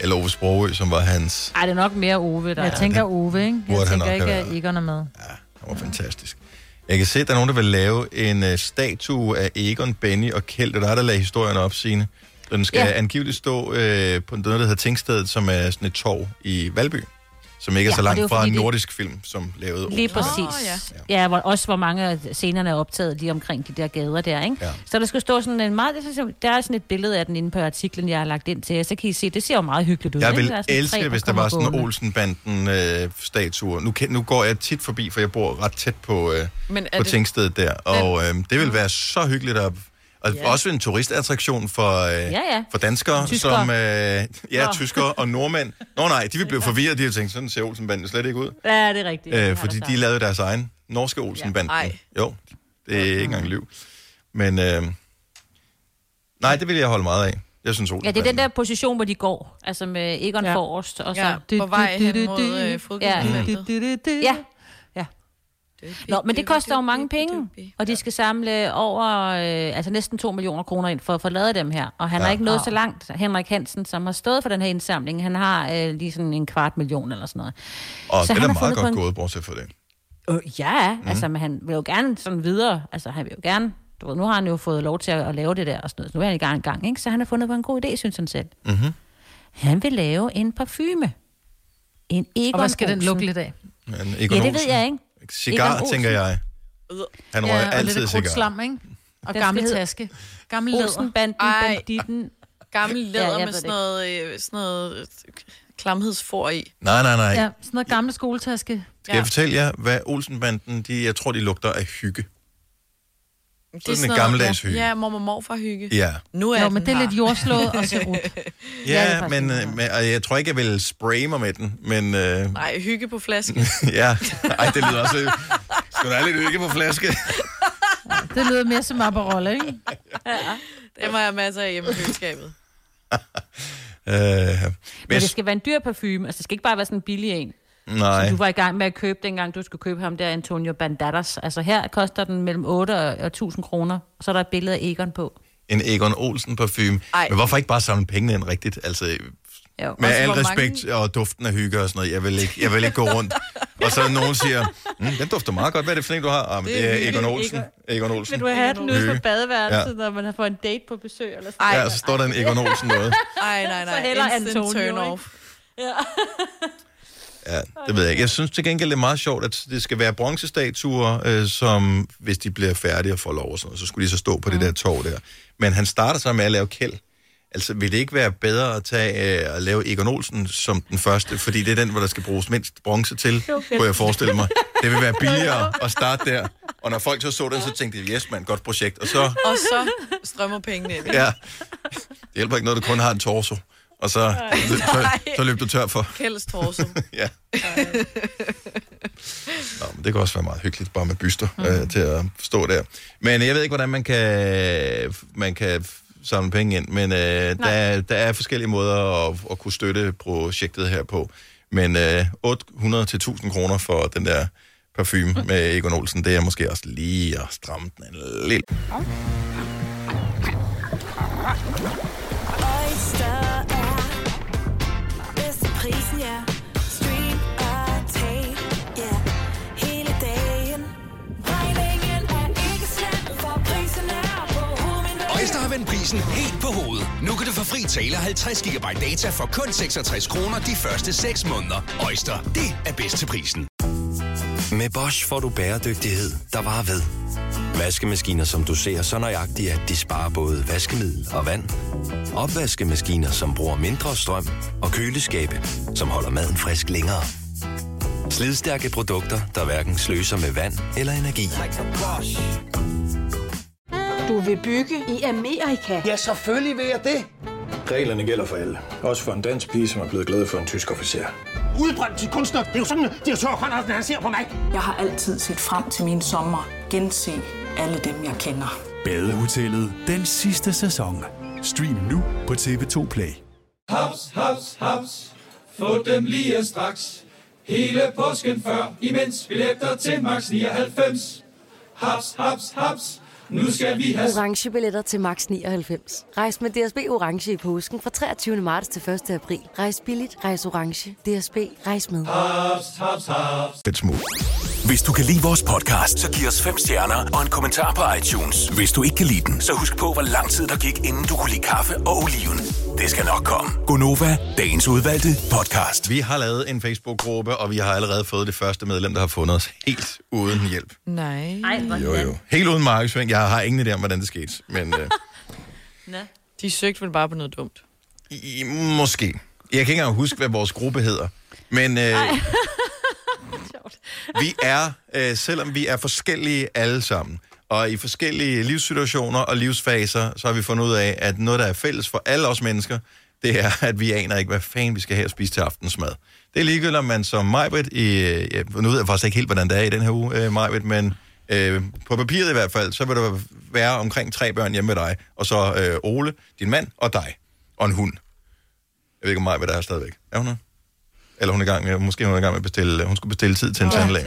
Speaker 1: Eller Ove Sprogø, som var hans.
Speaker 3: Ej, det er nok mere Ove, der Jeg tænker Ove, ikke?
Speaker 1: burde
Speaker 3: Jeg
Speaker 1: han
Speaker 3: tænker
Speaker 1: nok
Speaker 3: ikke,
Speaker 1: have
Speaker 3: at Egon er med.
Speaker 1: Han var fantastisk. Jeg kan se, at der er nogen, der vil lave en uh, statue af Egon, Benny og Kjeld. Det er dig, der lagde historien op, Signe. Den skal
Speaker 5: Ja.
Speaker 1: ja. angiveligt stå uh, på noget, der hedder Tingstedet, som er sådan et torv i Valby. Som ikke er
Speaker 4: Ja,
Speaker 1: så
Speaker 4: og det
Speaker 1: langt
Speaker 4: er jo
Speaker 1: fra
Speaker 4: fordi,
Speaker 1: en
Speaker 4: det-
Speaker 1: nordisk film, som lavede
Speaker 4: Lige præcis. Oh, ja, ja hvor, også hvor mange af scenerne er optaget lige omkring de der gader der, ikke? Ja. Så der skal stå sådan en meget... det er sådan- Der er sådan et billede af den inde på artiklen, jeg har lagt ind til jer, så kan I se, det ser jo meget hyggeligt ud.
Speaker 1: Jeg
Speaker 4: ikke?
Speaker 1: vil
Speaker 4: Der er sådan
Speaker 1: elske,
Speaker 4: tre,
Speaker 1: hvis der
Speaker 4: kommer
Speaker 1: var sådan en
Speaker 4: gående.
Speaker 1: Olsenbanden-statue. nu, kan- nu går jeg tit forbi, for jeg bor ret tæt på, øh,
Speaker 2: Men er
Speaker 1: på
Speaker 2: det-
Speaker 1: Tingstedet der. Og øh, det vil være så hyggeligt at... Og
Speaker 2: Ja.
Speaker 1: også en turistattraktion for, øh, ja,
Speaker 2: ja.
Speaker 1: for danskere,
Speaker 2: Tyskere.
Speaker 1: som... Øh, ja,
Speaker 2: Nå.
Speaker 1: tyskere og nordmænd. Nå nej, de vil blive forvirret, de har tænkt, sådan ser Olsenbanden slet ikke ud.
Speaker 4: Ja, det er rigtigt.
Speaker 1: Øh, fordi de lavede deres egen norske Olsenbanden.
Speaker 4: Ja. Ej.
Speaker 1: Jo, det er ikke engang liv. Men øh, nej, det vil jeg holde meget af. Jeg synes
Speaker 4: Ja, det er
Speaker 1: Olsenbanden.
Speaker 4: den der position, hvor de går. Altså med Egon ja. forrest, og så...
Speaker 2: Ja, på vej hen mod, øh, fodboldfeltet.
Speaker 4: Ja. ja. ja. Nå, men det koster jo mange penge, og de skal samle over øh, altså næsten 2 millioner kroner ind for at få lavet dem her. Og han ja. er
Speaker 2: Ja.
Speaker 4: ikke nået
Speaker 2: Au.
Speaker 4: så langt, Henrik Hansen, som har stået for den her indsamling. Han har øh, lige sådan en kvart million eller sådan noget.
Speaker 1: Og
Speaker 4: så
Speaker 1: den
Speaker 4: han
Speaker 1: er
Speaker 4: har fundet
Speaker 1: meget
Speaker 4: på
Speaker 1: godt
Speaker 4: en-
Speaker 1: gået, bortset fra det.
Speaker 4: Øh, ja, mm. altså men han vil jo gerne sådan videre. Altså han vil jo gerne... Du ved, nu har han jo fået lov til at, at lave det der og sådan noget. Så nu er han i gang en gang, ikke? Så han har fundet på en god idé, synes han selv.
Speaker 1: Mm-hmm.
Speaker 4: Han vil lave en parfume. En Egon
Speaker 3: Og hvad skal den
Speaker 4: Olsen.
Speaker 3: lugte lidt af?
Speaker 1: Men
Speaker 4: Ja,
Speaker 1: Egon
Speaker 4: det ved
Speaker 1: Olsen.
Speaker 4: jeg ikke.
Speaker 1: Cigar,
Speaker 4: Egon Olsen.
Speaker 1: tænker jeg. Han røg altid
Speaker 3: Og lidt af
Speaker 1: cigar.
Speaker 3: slam, ikke? Og
Speaker 4: Den
Speaker 3: gammel
Speaker 4: skal hedde
Speaker 3: taske. Gammel læder.
Speaker 4: Olsenbanden,
Speaker 2: Ej.
Speaker 4: banditten.
Speaker 2: Gammel
Speaker 3: Ja,
Speaker 2: læder
Speaker 3: jeg
Speaker 2: ja,
Speaker 3: ved
Speaker 2: med
Speaker 3: det
Speaker 2: sådan noget, øh, sådan noget øh, klamhedsfor i.
Speaker 1: Nej, nej, nej.
Speaker 3: Ja, sådan noget gamle skoletaske.
Speaker 1: Skal jeg fortælle jer, hvad Olsenbanden, de, jeg tror, de lugter af hygge.
Speaker 2: Det
Speaker 1: sådan en
Speaker 2: noget-
Speaker 1: gammeldags
Speaker 2: ja,
Speaker 1: hygge.
Speaker 2: Ja, mormor og morfar hygge.
Speaker 1: Ja.
Speaker 2: Nu er
Speaker 3: Jo,
Speaker 2: den
Speaker 3: men det er
Speaker 2: her.
Speaker 3: lidt jordslået og serut.
Speaker 1: Ja, ja men, øh, men og jeg tror ikke, jeg vil spraye mig med den, men... Øh,
Speaker 2: Nej, hygge på flaske.
Speaker 1: ja, Ej, det lyder også... Skal du have lidt hygge på flaske?
Speaker 3: Det lyder mere som Aperol, ikke?
Speaker 2: ja. Det må jeg have masser af hjemme i køleskabet.
Speaker 1: Øh, men
Speaker 4: Men
Speaker 1: jeg-
Speaker 4: det skal være en dyr parfume. Altså, det skal ikke bare være sådan en billig en.
Speaker 1: Nej.
Speaker 4: Som du var i gang med at købe, dengang du skulle købe ham der, Antonio Bandadas. Altså, her koster den mellem 8 og, og 1000 kroner. Og så er der et billede af Egon på.
Speaker 1: en Egon Olsen parfume.
Speaker 4: Ej.
Speaker 1: Men hvorfor ikke bare samle pengene ind rigtigt? Altså,
Speaker 4: Jo.
Speaker 1: med
Speaker 4: Også,
Speaker 1: al
Speaker 4: hvor
Speaker 1: respekt og duften af hygge og sådan noget. Jeg vil ikke, jeg vil ikke gå rundt. og så nogen siger, mm, den dufter meget godt. Hvad er det for en, du har? Ah, men
Speaker 4: Det er
Speaker 1: det er
Speaker 4: hygge.
Speaker 1: Egon Olsen. Egon Olsen.
Speaker 4: Vil du have den ude på
Speaker 1: Hygge.
Speaker 4: badeværelset, ja. når man får en date på besøg? Eller sådan
Speaker 1: Ja, ja så står der en Egon Olsen noget.
Speaker 2: Ej, nej, nej.
Speaker 4: Så heller
Speaker 2: Instant
Speaker 4: Antonio,
Speaker 2: turn
Speaker 4: ikke?
Speaker 2: off.
Speaker 4: Ja.
Speaker 1: Ja, det ved jeg ikke. Jeg synes til gengæld, det er meget sjovt, at det skal være bronzestatuer, øh, som hvis de bliver færdige og får lov og sådan noget, så skulle de så stå på det der tog der. Men han starter så med at lave kæld. Altså, vil det ikke være bedre at tage øh, at lave Egon Olsen som den første? Fordi det er den, hvor der skal bruges mindst bronze til,
Speaker 17: Okay.
Speaker 1: kunne jeg forestille mig. Det vil være billigere at starte der. Og når folk så så den, så tænkte de, yes, man, godt projekt. Og så,
Speaker 2: Og så strømmer pengene ind.
Speaker 1: ja, det hjælper ikke noget, at du kun har en torso. Og så, så, så, så løb du tør for.
Speaker 2: Kælds torso.
Speaker 1: Ja. Nå, men det kan også være meget hyggeligt, bare med byster mm. øh, til at stå der. Men jeg ved ikke, hvordan man kan, man kan samle penge ind, men øh, der, er- der er forskellige måder at, at kunne støtte projektet her på. Men øh, 800-1000 kroner for den der parfume med Egon Olsen, det er måske også lige at stramme den en lille.
Speaker 11: Oyster er bedst til prisen, ja. Stream og tag, ja. Hele dagen. Regningen er ikke slem, for prisen er på hovedet.
Speaker 5: Øjster har vendt prisen helt på hovedet. Nu kan du få fri tale og 50 GB data for kun 66 kroner de første 6 måneder. Øjster, det er bedst til prisen.
Speaker 12: Med Bosch får du bæredygtighed, der varer ved. Vaskemaskiner, som du ser så nøjagtigt, at de sparer både vaskemiddel og vand. Opvaskemaskiner, som bruger mindre strøm. Og køleskabe, som holder maden frisk længere. Slidstærke produkter, der hverken sløser med vand eller energi.
Speaker 13: Du vil bygge i Amerika? Ja, selvfølgelig vil jeg det.
Speaker 14: Reglerne gælder for alle. Også for en dansk pige, som er blevet glad for en tysk officer.
Speaker 13: Udbrændt til kunstner. Det er jo sådan, at de har tørt, han, han ser på mig. Jeg har altid set frem til min sommer. Gense alle dem, jeg kender.
Speaker 18: Badehotellet den sidste sæson. Stream nu på TV2 Play.
Speaker 8: Haps, haps, haps. Få dem lige straks. Hele påsken før, imens billetter til max 99. Haps, haps, haps. Nu skal vi have
Speaker 15: orange billetter til max 99. Rejs med DSB orange i påsken fra 23. marts til 1. april. Rejs billigt, rejs orange. DSB rejs med.
Speaker 8: haps, haps, haps.
Speaker 5: Et smule. Hvis du kan lide vores podcast, så giv os fem stjerner og en kommentar på iTunes. Hvis du ikke kan lide den, så husk på, hvor lang tid der gik, inden du kunne lide kaffe og oliven. Det skal nok komme.
Speaker 1: Gonova, dagens udvalgte podcast. Vi har lavet en Facebook-gruppe, og vi har allerede fået det første medlem, der har fundet os helt uden hjælp.
Speaker 2: Nej.
Speaker 4: Ej,
Speaker 1: Jo, jo. Helt uden markedsføring. Jeg har ingen idé om, hvordan det skete, men øh,
Speaker 2: De søgte vel bare på noget dumt.
Speaker 1: i, måske. Jeg kan ikke engang huske, hvad vores gruppe hedder. Men øh, vi er, øh, selvom vi er forskellige alle sammen, og i forskellige livssituationer og livsfaser, så har vi fundet ud af, at noget, der er fælles for alle os mennesker, det er, at vi aner ikke, hvad fanden vi skal have at spise til aftensmad. Det er ligegyldigt, om man som Majbrit i... øh, Ja, nu ved jeg faktisk ikke helt, hvordan det er i den her uge, øh, Majbrit, men øh, på papiret i hvert fald, så vil der være omkring tre børn hjemme med dig, og så øh, Ole, din mand og dig, og en hund. Jeg ved ikke, om Majbrit er her stadigvæk. Er hun her? Eller hun er i gang med, måske hun er i gang med at bestille, hun skulle bestille tid til en tandlæge.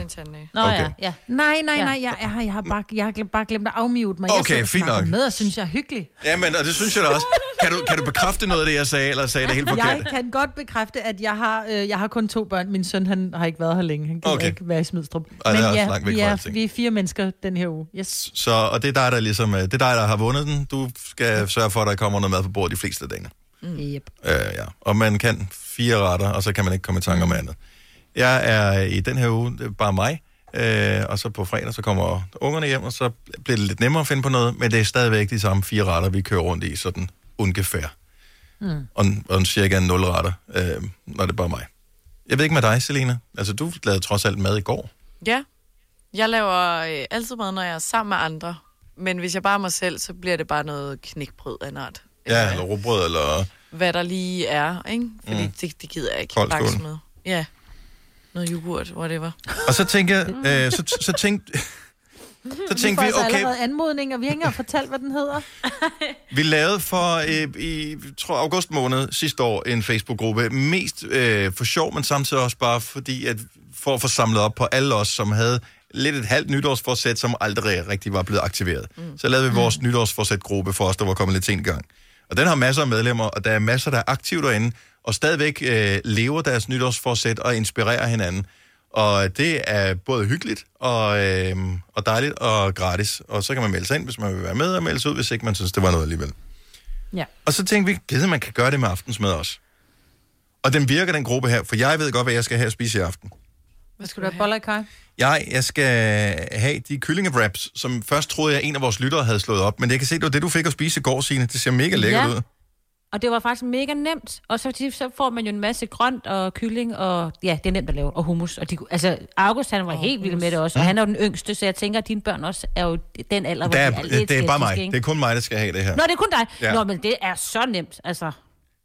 Speaker 3: Nå
Speaker 1: Okay.
Speaker 3: ja, ja. Nej, nej, nej, jeg er her. Jeg har bare, jeg har glem- bare glemt at afmute mig. Jeg
Speaker 1: Okay,
Speaker 3: sidder og
Speaker 1: fint
Speaker 3: snakker
Speaker 1: nok.
Speaker 3: med og synes, jeg er hyggelig.
Speaker 1: Jamen, og det synes jeg da også. Kan du, kan du bekræfte noget af det, jeg sagde, eller sagde jeg det helt forkert?
Speaker 3: Jeg kan godt bekræfte, at jeg har, øh, jeg har kun to børn. Min søn han har ikke været her længe. Han kan
Speaker 1: Okay.
Speaker 3: okay. ikke være i Smidstrup.
Speaker 1: er
Speaker 3: Men
Speaker 1: også
Speaker 3: ja,
Speaker 1: langt væk
Speaker 3: vi,
Speaker 1: fra
Speaker 3: er,
Speaker 1: alting.
Speaker 3: vi er fire mennesker den her uge. Yes.
Speaker 1: Så, og det er dig, der ligesom, øh, det er dig, der har vundet den. Du skal sørge for, at der kommer noget mad på bordet de fleste af dagene.
Speaker 3: Mm. Yep.
Speaker 1: Øh, ja. Og man kan fire retter, og så kan man ikke komme i tanke om andet. Jeg er i den her uge det er bare mig, øh, og så på fredag, så kommer ungerne hjem, og så bliver det lidt nemmere at finde på noget, men det er stadigvæk de samme fire retter, vi kører rundt i, sådan ungefær.
Speaker 11: Mm.
Speaker 1: Og, en- og en cirka en nulretter, øh, når det er bare mig. Jeg ved ikke med dig, Selina. Altså, du lavede trods alt mad i går.
Speaker 2: Ja. Jeg laver øh, altid mad, når jeg er sammen med andre. Men hvis jeg bare er mig selv, så bliver det bare noget knækbrød af en art.
Speaker 1: Ja, eller råbrød, eller...
Speaker 2: Hvad der lige er, ikke? Fordi
Speaker 1: Mm.
Speaker 2: mm. det, det gider jeg ikke
Speaker 1: Kold
Speaker 2: bakse
Speaker 1: skål.
Speaker 2: med. Ja. Noget yoghurt, whatever.
Speaker 1: Og så tænker jeg, øh, så, så tænkte, så tænkte vi,
Speaker 3: får altså
Speaker 1: okay,
Speaker 3: allerede anmodninger. Vi har ikke engang fortalt, hvad den hedder.
Speaker 1: vi lavede for, øh, i tror, august måned sidste år, en Facebook-gruppe, mest øh, for sjov, men samtidig også bare fordi, at, for at få samlet op på alle os, som havde lidt et halvt nytårsforsæt, som aldrig rigtig var blevet aktiveret. Mm. Så lavede vi vores mm. nytårsforsæt-gruppe for os, der var kommet lidt sent i gang. Og den har masser af medlemmer, og der er masser, der er aktive derinde, og stadigvæk øh, lever deres nytårsforsæt og inspirerer hinanden. Og det er både hyggeligt og, øh, og dejligt og gratis. Og så kan man melde sig ind, hvis man vil være med, og melde sig ud, hvis ikke man synes, det var noget alligevel.
Speaker 3: Ja.
Speaker 1: Og så tænkte vi, gider man kan gøre det med aftensmad også. Og den virker, den gruppe her, for jeg ved godt, hvad jeg skal have at spise i aften.
Speaker 3: Hvad skal du have? Boller i kaj?
Speaker 1: Jeg, jeg skal have de kyllingewraps, som først troede jeg, en af vores lyttere havde slået op. Men jeg kan se, det var det, du fik at spise i går, Signe. Det ser mega lækkert
Speaker 4: Ja.
Speaker 1: ud.
Speaker 4: Og det var faktisk mega nemt. Og så, så får man jo en masse grønt og kylling, og ja, det er nemt at lave, og hummus. Og de, kunne- altså, August, han var helt vild med det også, og
Speaker 1: Mm.
Speaker 4: han er jo den yngste, så jeg tænker, at dine børn også er jo den alder, de
Speaker 1: Der,
Speaker 4: altså,
Speaker 1: er- det, det er bare mig.
Speaker 4: skeptiske, ikke?
Speaker 1: Det er kun mig, der skal have det her.
Speaker 4: Nå, det er kun dig.
Speaker 1: Ja.
Speaker 4: Ja. Nå, men det er så nemt, altså.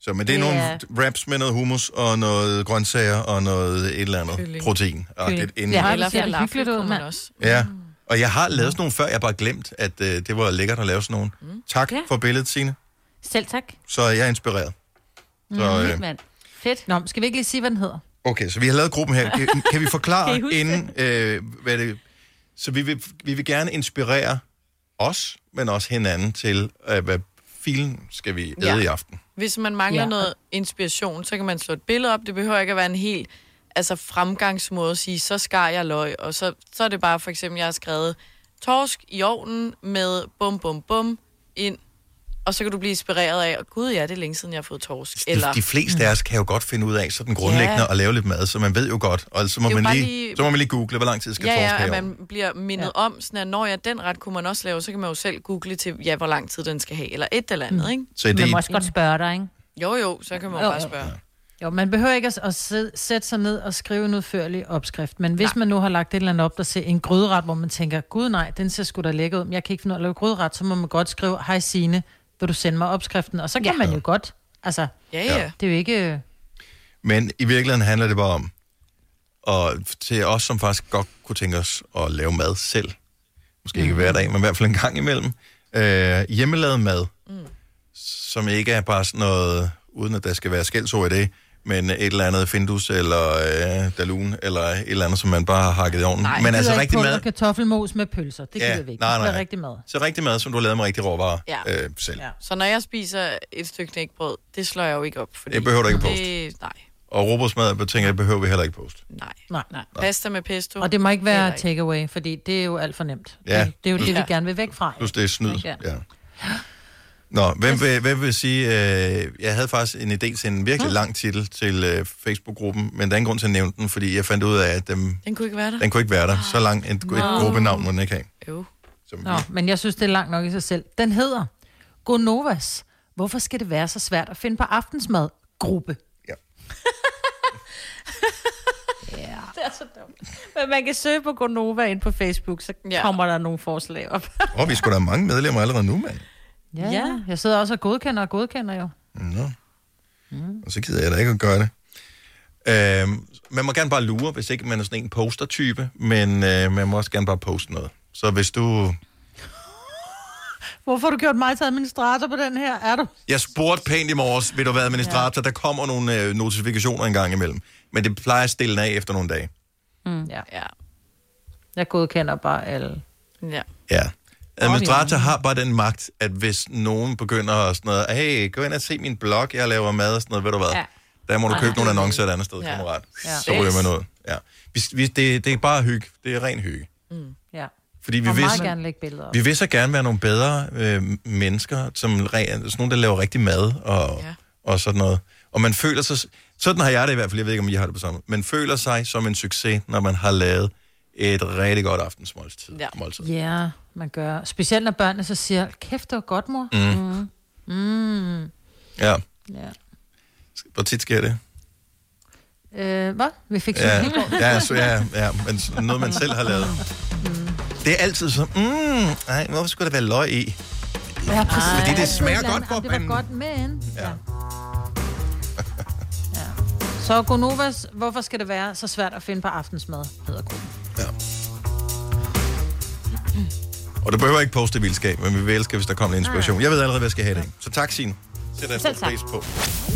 Speaker 1: Så, men det er
Speaker 4: det
Speaker 1: nogle
Speaker 4: er-
Speaker 1: wraps med noget hummus og noget grøntsager og noget et eller andet
Speaker 2: Kylling.
Speaker 1: protein. Og det
Speaker 2: Kylling.
Speaker 1: inden.
Speaker 2: Ja,
Speaker 1: Ja.
Speaker 2: eller
Speaker 3: ser det
Speaker 2: falafel
Speaker 3: hyggeligt ud,
Speaker 2: kunne man
Speaker 3: mand.
Speaker 2: også.
Speaker 1: ja.
Speaker 4: Mm.
Speaker 1: Og jeg har lavet sådan nogle før, jeg har bare glemt, at øh, det var lækkert at lave sådan nogle. Mm. Tak
Speaker 4: Ja.
Speaker 1: for billedet, Signe.
Speaker 4: Selv tak.
Speaker 1: Så jeg er inspireret.
Speaker 4: Mm,
Speaker 1: Så, øh,
Speaker 4: mand. Fedt.
Speaker 3: Nå, men skal vi ikke lige sige, hvad den hedder?
Speaker 1: Okay, så vi har lavet gruppen her. Kan, kan vi forklare
Speaker 3: Kan
Speaker 1: kan
Speaker 3: I huske
Speaker 1: inden, øh, hvad det... Så vi vil, vi vil gerne inspirere os, men også hinanden til, øh, hvad filen skal vi æde
Speaker 2: Ja.
Speaker 1: ja. i aften.
Speaker 2: Hvis man mangler
Speaker 1: Ja.
Speaker 2: ja. noget inspiration, så kan man slå et billede op. Det behøver ikke at være en helt altså, fremgangsmåde at sige, så skar jeg løg. Og så, så er det bare, for eksempel, jeg har skrevet torsk i ovnen med bum, bum, bum ind. Og så kan du blive inspireret af, gud ja, det er længe siden, jeg har fået torsk.
Speaker 1: Eller... De fleste af os kan jo godt finde ud af sådan grundlæggende
Speaker 2: Ja.
Speaker 1: at lave lidt mad, så man ved jo godt. Og så må,
Speaker 2: Det er jo
Speaker 1: man
Speaker 2: bare
Speaker 1: lige,
Speaker 2: lige-
Speaker 1: så må man lige google, hvor lang tid skal
Speaker 2: ja,
Speaker 1: torsk
Speaker 2: ja,
Speaker 1: have
Speaker 2: at
Speaker 1: i ovnen.
Speaker 2: man bliver mindet ja. om, sådan at når jeg den ret kunne man også lave, så kan man jo selv google til, ja, hvor lang tid den skal have, eller et eller andet, ikke?
Speaker 1: Så det- Man må også
Speaker 4: godt spørge dig, ikke?
Speaker 2: Jo, jo, så kan man Mm. jo,
Speaker 3: Jo,
Speaker 2: bare
Speaker 3: jo.
Speaker 2: spørge.
Speaker 3: Jo, man behøver ikke at, at sidde, sætte sig ned og skrive en udførlig opskrift, men hvis man nu har lagt et eller andet op, der ser en gryderet, hvor man tænker, gud nej, den ser sgu da lækker ud, men jeg kan ikke finde ud af at lave gryderet, så må man godt skrive, hej Signe, vil du sende mig opskriften? Og så kan ja. man jo godt, altså,
Speaker 2: ja, ja.
Speaker 3: det er jo ikke... øh,
Speaker 1: Men i virkeligheden handler det bare om, og til os, som faktisk godt kunne tænke os at lave mad selv, måske ikke hver
Speaker 2: Mm.
Speaker 1: dag, men i hvert fald en gang imellem, øh, hjemmelavet mad, mm. som ikke er bare sådan noget, uden at der skal være skældsord i det, men et eller andet findus, eller øh, dalun, eller et eller andet, som man bare har hakket i ovnen.
Speaker 3: Nej,
Speaker 1: men altså rigtig
Speaker 3: rigtig
Speaker 1: mad.
Speaker 3: kartoffelmos med pølser, det gider vi ikke.
Speaker 1: nej,
Speaker 3: Det skal
Speaker 1: nej.
Speaker 3: være rigtig mad.
Speaker 1: Så rigtig mad, som du har lavet med rigtig råvarer
Speaker 2: Ja.
Speaker 1: øh, selv. Ja.
Speaker 2: Så når jeg spiser et stykke knækbrød, det slår jeg jo ikke op. Fordi
Speaker 1: Det behøver du ikke at
Speaker 2: Det, nej,
Speaker 1: Og robotsmad, jeg tænker jeg, behøver vi heller ikke poste.
Speaker 2: nej.
Speaker 3: Nej, nej.
Speaker 2: Pasta med pesto.
Speaker 3: Og det må ikke være
Speaker 2: Heller Mm.
Speaker 3: takeaway, fordi det er jo alt for nemt.
Speaker 1: Ja.
Speaker 3: Det, det er jo det,
Speaker 1: Ja.
Speaker 3: vi gerne vil væk fra.
Speaker 1: Plus det er snyd.
Speaker 3: Ja.
Speaker 1: Ja. ja. Nå,
Speaker 3: Altså-
Speaker 1: hvem vil, hvem vil sige, øh, jeg havde faktisk en idé til en
Speaker 3: Hm?
Speaker 1: virkelig lang titel til øh, Facebook-gruppen, men der er ingen grund til at nævne den, fordi jeg fandt ud af, at dem,
Speaker 2: Den kunne ikke være der.
Speaker 1: den kunne ikke være der. Så lang et, et
Speaker 3: Nå.
Speaker 1: gruppenavn må den ikke have.
Speaker 2: Jo.
Speaker 3: Nå, men jeg synes, det er langt nok i sig selv. Den hedder Gonovas. Hvorfor skal det være så svært at finde på aftensmad? Gruppe.
Speaker 4: Det er så dumt. Men man kan søge på Gonova ind på Facebook, så ja. kommer der nogle forslag op.
Speaker 1: Åh, vi skulle da have mange medlemmer allerede nu, mand.
Speaker 3: Ja, ja. jeg sidder også og godkender og godkender jo.
Speaker 1: Nå. Og så gider jeg da ikke at gøre det. Øhm, man må gerne bare lure, hvis ikke man er sådan en poster-type, men øh, man må også gerne bare poste noget. Så hvis du...
Speaker 3: Hvorfor har du gjort mig til administrator på den her? Er du?
Speaker 1: Jeg spurgte pænt i morges, vil du være administrator? Ja. Der kommer nogle øh, notifikationer en gang imellem. Men det plejer at stille af efter nogle dage.
Speaker 3: Mm. Ja.
Speaker 2: ja.
Speaker 3: Jeg godkender bare alle.
Speaker 2: Ja.
Speaker 1: Ja. Administrator har bare den magt, at hvis nogen begynder at sådan noget, hey, gå ind og se min blog, jeg laver mad og sådan noget, ved du hvad? Ja.
Speaker 2: Ja.
Speaker 1: Der må du
Speaker 2: Ej,
Speaker 1: købe
Speaker 2: det
Speaker 1: nogle
Speaker 2: er
Speaker 1: annoncer et andet sted,
Speaker 2: Ja.
Speaker 1: ja. kammerat.
Speaker 2: Ja.
Speaker 1: Så ryger man ud. Ja. Vi, vi, det, det er bare hygge. Det er ren hygge.
Speaker 3: Mm. Ja.
Speaker 1: Fordi vi
Speaker 3: og
Speaker 1: vil,
Speaker 3: meget gerne lægge billeder op.
Speaker 1: vi vil så gerne være nogle bedre øh, mennesker, som re, sådan nogle, der laver rigtig mad og, ja. og sådan noget. Og man føler sig... Sådan har jeg det i hvert fald, jeg ved ikke, om I har det på samme. Man føler sig som en succes, når man har lavet et rigtig godt aftensmåltid.
Speaker 3: Ja.
Speaker 1: måltid.
Speaker 3: Ja, man gør. Specielt når børnene så siger, kæft, det var godt, mor.
Speaker 1: Mm.
Speaker 3: Mm. Mm.
Speaker 1: Ja.
Speaker 3: Ja.
Speaker 1: Hvor tit sker det?
Speaker 3: Øh, hvad? Vi fik
Speaker 1: Ja,
Speaker 3: sushi i går.
Speaker 1: ja, så, ja, ja, men s- noget, man selv har lavet. Det er altid så, mm, nej, hvorfor skulle der være løg i?
Speaker 3: Ja, præcis.
Speaker 1: Fordi det
Speaker 3: Ej.
Speaker 1: altså, smager godt
Speaker 3: Jamen,
Speaker 1: på
Speaker 3: Det var
Speaker 1: panden.
Speaker 3: godt, men...
Speaker 1: Ja.
Speaker 3: Ja. ja. Så Gonovas, hvorfor skal det være så svært at finde på aftensmad, hedder gruppen.
Speaker 1: Og du behøver ikke poste i vildskab, men vi vil elske, hvis der kommer en inspiration. Jeg ved allerede, hvad jeg skal have i dag. Så tak, Signe. Sæt dig
Speaker 5: Selv
Speaker 1: stor pris på.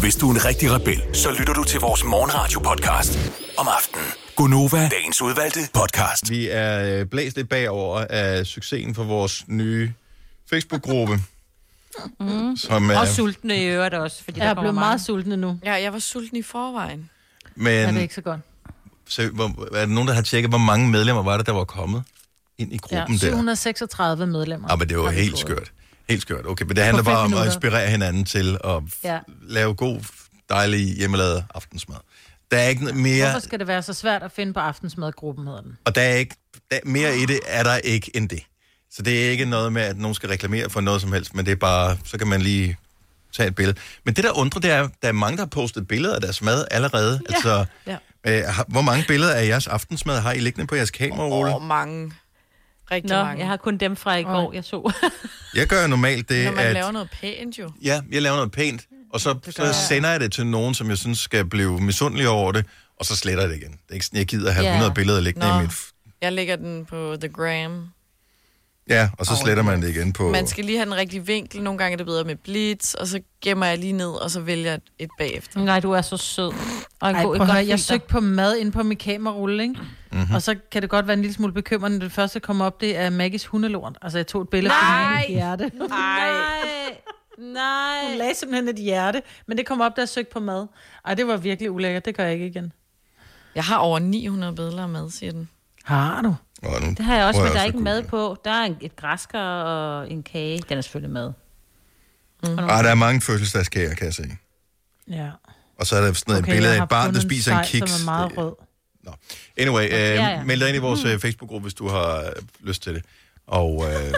Speaker 5: Hvis du er en rigtig rebel, så lytter du til vores morgenradio-podcast om aftenen. Gunova, dagens udvalgte podcast.
Speaker 1: Vi er øh, blæst lidt bagover af succesen for vores nye Facebook-gruppe.
Speaker 4: Mm.
Speaker 1: Som er-
Speaker 4: Og sultne i øvrigt også, fordi
Speaker 3: Jeg
Speaker 4: der
Speaker 3: er
Speaker 4: kommer
Speaker 3: blevet
Speaker 4: mange.
Speaker 3: meget sultne nu.
Speaker 2: Ja, jeg var sulten i forvejen.
Speaker 3: Ja,
Speaker 1: Men
Speaker 3: det er ikke så godt.
Speaker 1: så, hvor, er der nogen, der har tjekket, hvor mange medlemmer var det, der var kommet ind i
Speaker 3: Ja,
Speaker 1: gruppen der?
Speaker 3: 736 medlemmer.
Speaker 1: Ja, men det var helt skørt. Helt skørt. Okay, men det handler
Speaker 3: På fem
Speaker 1: bare om at
Speaker 3: minutter.
Speaker 1: Ah. inspirere hinanden til at
Speaker 3: Ja.
Speaker 1: lave god dejlige hjemmelavede aftensmad. Der er ikke mere,
Speaker 3: Hvorfor skal det være så svært at finde på aftensmadgruppen, hedder den?
Speaker 1: og der er ikke, der, mere i det er der ikke end det. Så det er ikke noget med, at nogen skal reklamere for noget som helst, men det er bare, så kan man lige tage et billede. Men det, der undrer, det er, der er mange, der har postet billeder af deres mad allerede. Ja. Altså,
Speaker 2: Ja.
Speaker 1: øh, har- hvor mange billeder af jeres aftensmad har I liggende på jeres kamera, Ole?
Speaker 2: Og mange. Rigtig
Speaker 4: Nå,
Speaker 2: mange.
Speaker 4: jeg har kun dem fra i går, jeg så.
Speaker 1: Jeg gør jo normalt det,
Speaker 2: Når man
Speaker 1: at...
Speaker 2: laver noget pænt jo.
Speaker 1: Ja, jeg laver noget pænt, og så,
Speaker 2: gør
Speaker 1: så
Speaker 2: jeg.
Speaker 1: sender jeg det til nogen, som jeg synes skal blive misundelig over det, og så sletter jeg det igen. Det er ikke sådan, jeg gider have
Speaker 2: Ja.
Speaker 1: 100 billeder liggende
Speaker 2: Nå.
Speaker 1: i mit... f-
Speaker 2: Jeg lægger den på The Gram.
Speaker 1: Ja, og så sletter man det igen på...
Speaker 2: Man skal lige have den rigtige vinkel. Nogle gange er det bedre med blitz, og så gemmer jeg lige ned, og så vælger jeg et bagefter.
Speaker 4: Nej, du er så sød. Og en
Speaker 3: Ej,
Speaker 4: god,
Speaker 3: prøv
Speaker 4: et
Speaker 3: at
Speaker 4: godt
Speaker 3: høre, jeg
Speaker 4: filter.
Speaker 3: søgte på mad inde på min kamerarulle, ikke?
Speaker 4: Mhm.
Speaker 3: Mm-hmm. Og så kan det godt være en lille smule bekymrende. Det første, der kommer op, det er Maggies hundelort. Altså, jeg tog et billede fra
Speaker 4: Nej!
Speaker 3: min hjerte.
Speaker 4: Nej. Nej.
Speaker 3: Hun lagde simpelthen et hjerte, men det kom op, da jeg søgte på mad. Ej, det var virkelig ulækkert. Det gør jeg ikke igen.
Speaker 2: Jeg har over 900 billeder af mad, siger den.
Speaker 3: Har du?
Speaker 4: Det har jeg også,
Speaker 3: Prøv
Speaker 4: men
Speaker 3: at
Speaker 4: der er
Speaker 3: også
Speaker 4: ikke mad på. Der er en, et græsker og en kage. Den er selvfølgelig mad. Mm.
Speaker 1: Ah, der er mange fødselsdagskager, kan jeg se.
Speaker 3: Ja.
Speaker 1: Og så er der sådan okay, et
Speaker 3: Okay, jeg
Speaker 1: billede af
Speaker 3: har
Speaker 1: et barn, der
Speaker 3: fundet en
Speaker 1: spiser en
Speaker 3: sej,
Speaker 1: kiks.
Speaker 3: Som er meget rød.
Speaker 1: Anyway, øh, ja,
Speaker 4: ja,
Speaker 1: ja.
Speaker 4: ja.
Speaker 1: meld dig ind i vores øh, Facebook-gruppe, hvis du har øh, lyst til det. Og øh,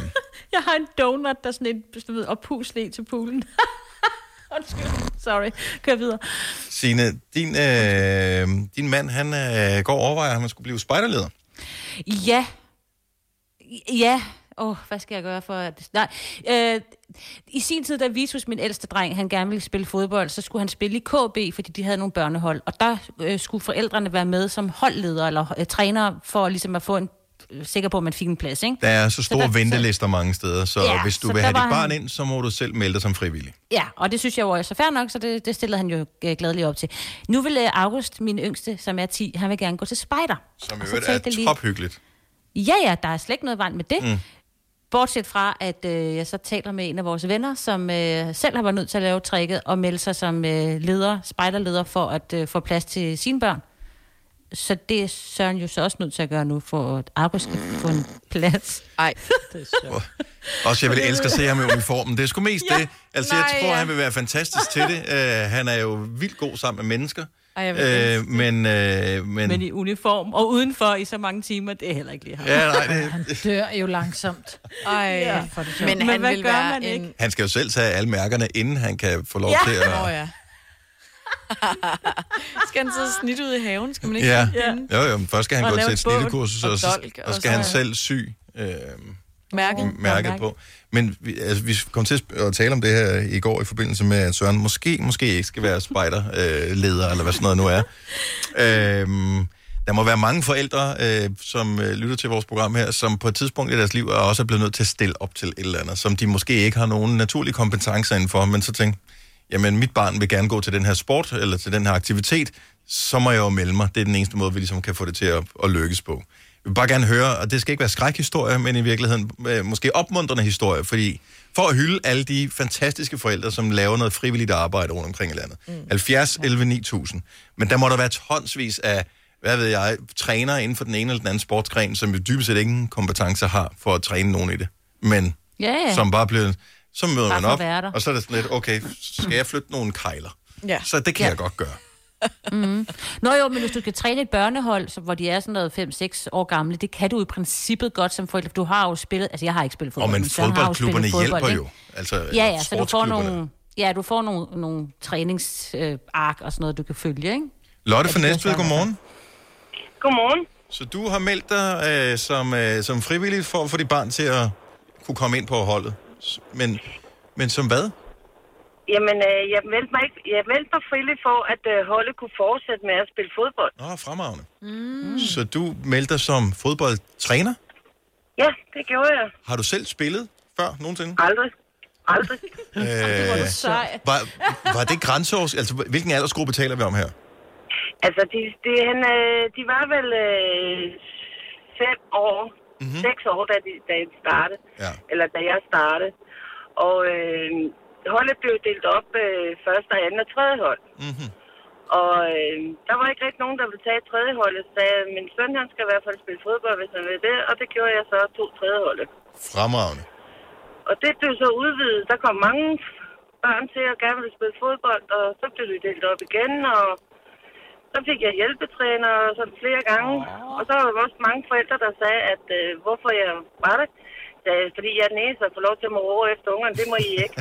Speaker 4: Jeg har en donut, der er sådan en du ved, oppusle til poolen. Undskyld. Sorry. Kør videre.
Speaker 1: Signe, din, øh, din mand, han øh, går og overvejer, at han skulle blive spejderleder.
Speaker 4: Ja. Ja. Åh, oh, hvad skal jeg gøre for... at- Nej. Øh, I sin tid, da Vitus, min ældste dreng, han gerne ville spille fodbold, så skulle han spille i KB, fordi de havde nogle børnehold. Og der øh, skulle forældrene være med som holdledere eller øh, trænere, for ligesom at få en øh, sikker på, at man fik en plads, ikke?
Speaker 1: Der er så store
Speaker 4: der-
Speaker 1: så ventelister mange steder, så ja,
Speaker 4: Ja,
Speaker 1: hvis du
Speaker 4: så
Speaker 1: vil
Speaker 4: der
Speaker 1: have dit
Speaker 4: var
Speaker 1: barn
Speaker 4: han-
Speaker 1: ind, så må du selv melde dig som frivillig.
Speaker 4: Ja, og det synes jeg jo også er fair nok, så det, det stillede han jo øh, gladeligt op til. Nu vil øh, August, min yngste, som er 10, han vil gerne gå til spejder.
Speaker 1: Som i
Speaker 4: Og så
Speaker 1: øvrigt
Speaker 4: tænkte jeg
Speaker 1: er
Speaker 4: lige-
Speaker 1: tophyggeligt.
Speaker 4: Ja, ja, der er slet ikke noget vand med det. Mm. Bortset fra, at øh, jeg så taler med en af vores venner, som øh, selv har været nødt til at lave tricket og melde sig som øh, leder, spejderleder, for at øh, få plads til sine børn. Så det er Søren jo så også nødt til at gøre nu, for at August skal få en plads.
Speaker 2: Ej,
Speaker 4: det er
Speaker 1: Også jeg vil elske at se ham i uniformen. Det er sgu mest ja, det. Altså, nej,
Speaker 2: nej,
Speaker 1: jeg tror,
Speaker 2: ja.
Speaker 1: ja. han vil være fantastisk til det. Uh, han er jo vildt god sammen med mennesker.
Speaker 4: Ej, jeg vil elske
Speaker 1: uh, men, uh, men,
Speaker 4: Men i uniform og udenfor i så mange timer, det er heller ikke lige ham.
Speaker 1: Ja, nej, det-
Speaker 3: Han dør jo langsomt.
Speaker 2: Ej,
Speaker 4: Ja.
Speaker 2: ja. men,
Speaker 4: Men
Speaker 2: han
Speaker 4: hvad
Speaker 2: vil
Speaker 4: gør
Speaker 2: være
Speaker 4: man
Speaker 2: en...
Speaker 4: ikke?
Speaker 1: han skal jo selv tage alle mærkerne, inden han kan få lov
Speaker 2: ja.
Speaker 1: til at...
Speaker 2: Nå, ja. skal han sidde snit ud i haven? Skal man ikke
Speaker 1: Ja.
Speaker 2: ja.
Speaker 1: Jo, jo, men først skal han
Speaker 2: Og
Speaker 1: gå
Speaker 2: lave
Speaker 1: til et
Speaker 2: et bål
Speaker 1: snittekursus, og,
Speaker 2: og
Speaker 1: så-
Speaker 2: dolk,
Speaker 1: og
Speaker 2: og
Speaker 1: så skal
Speaker 2: så-
Speaker 1: han selv sy øh,
Speaker 2: mærke?
Speaker 1: mærket Mm, på. Men vi, altså, vi kom til at sp- at tale om det her i går i forbindelse med, at Søren måske, måske ikke skal være spejderleder, øh, leder, eller hvad sådan noget nu er. Øhm, der må være mange forældre, øh, som øh, lytter til vores program her, som på et tidspunkt i deres liv er også blevet nødt til at stille op til et eller andet, som de måske ikke har nogen naturlige kompetencer indenfor, men så tænker, jamen mit barn vil gerne gå til den her sport, eller til den her aktivitet, så må jeg jo melde mig. Det er den eneste måde, vi ligesom kan få det til at, at lykkes på. Jeg vil bare gerne høre, og det skal ikke være skrækhistorie, men i virkeligheden øh, måske opmuntrende historie, fordi for at hylde alle de fantastiske forældre, som laver noget frivilligt arbejde rundt omkring i landet. Mm. 70, 11, 9000. Men der må der være tonsvis af, hvad ved jeg, trænere inden for den ene eller den anden sportsgren, som jo dybest set ingen kompetencer har for at træne nogen i det. Men
Speaker 4: Ja,
Speaker 1: ja.
Speaker 4: ja.
Speaker 1: som bare blev... Så møder
Speaker 4: Bare
Speaker 1: man
Speaker 4: for at være
Speaker 1: op,
Speaker 4: der.
Speaker 1: og så er det sådan lidt, okay, skal jeg flytte nogle kejler?
Speaker 4: Ja.
Speaker 1: Så det kan
Speaker 4: Ja.
Speaker 1: jeg godt gøre.
Speaker 4: Mm. Nå jo, men hvis du skal træne et børnehold, så, hvor de er sådan noget 5-6 år gamle, det kan du i princippet godt som forældre. for Du har jo spillet, altså jeg har ikke spillet fodbold.
Speaker 1: Og men
Speaker 4: Søren har jo
Speaker 1: fodboldklubberne
Speaker 4: spillet fodbold,
Speaker 1: hjælper
Speaker 4: ikke?
Speaker 1: jo. Altså,
Speaker 4: Ja,
Speaker 1: eller
Speaker 4: ja, så du får
Speaker 1: sportsklubberne.
Speaker 4: nogle, ja, du får nogle, nogle træningsark øh, ark og sådan noget, du kan følge, ikke?
Speaker 1: Lotte
Speaker 4: Ja,
Speaker 1: fra
Speaker 4: det er altså.
Speaker 1: Næstved,
Speaker 4: sådan,
Speaker 1: godmorgen.
Speaker 9: Godmorgen.
Speaker 1: Så du har meldt dig øh, som, øh, som frivillig for at få dit barn til at kunne komme ind på holdet. S- Men, men som hvad?
Speaker 9: Jamen, øh, jeg meldte mig, ikke, jeg meldte mig frivilligt for, at øh, holdet kunne fortsætte med at spille fodbold.
Speaker 1: Nå, fremragende. Mm. Så du meldte dig som fodboldtræner?
Speaker 9: Ja, det gjorde jeg.
Speaker 1: Har du selv spillet før nogensinde?
Speaker 9: Aldrig. Aldrig.
Speaker 1: Øh,
Speaker 9: var du sej.
Speaker 1: var, var det grænseårs... Altså, hvilken aldersgruppe taler vi om her?
Speaker 9: Altså, de, de, han, øh, de var vel øh, fem år, mm-hmm. seks år, da, de, da de startede.
Speaker 1: Ja.
Speaker 9: Eller da jeg startede. Og øh, holdet blev delt op øh, første, anden og tredje hold.
Speaker 1: Mm-hmm.
Speaker 9: Og øh, der var ikke rigtig nogen, der ville tage tredje holdet. Så sagde jeg, min søn han skal i hvert fald spille fodbold, hvis han vil det. Og det gjorde jeg så to tredje holdet.
Speaker 1: Fremragende.
Speaker 9: Og det blev så udvidet. Der kom mange børn til og gerne ville spille fodbold, og så blev det delt op igen, og så fik jeg hjælpetræner og sådan flere gange. Og så var der også mange forældre, der sagde, at øh, hvorfor jeg var det. Så, fordi jeg er den eneste, der får lov til at må råbe efter ungerne, det må I ikke.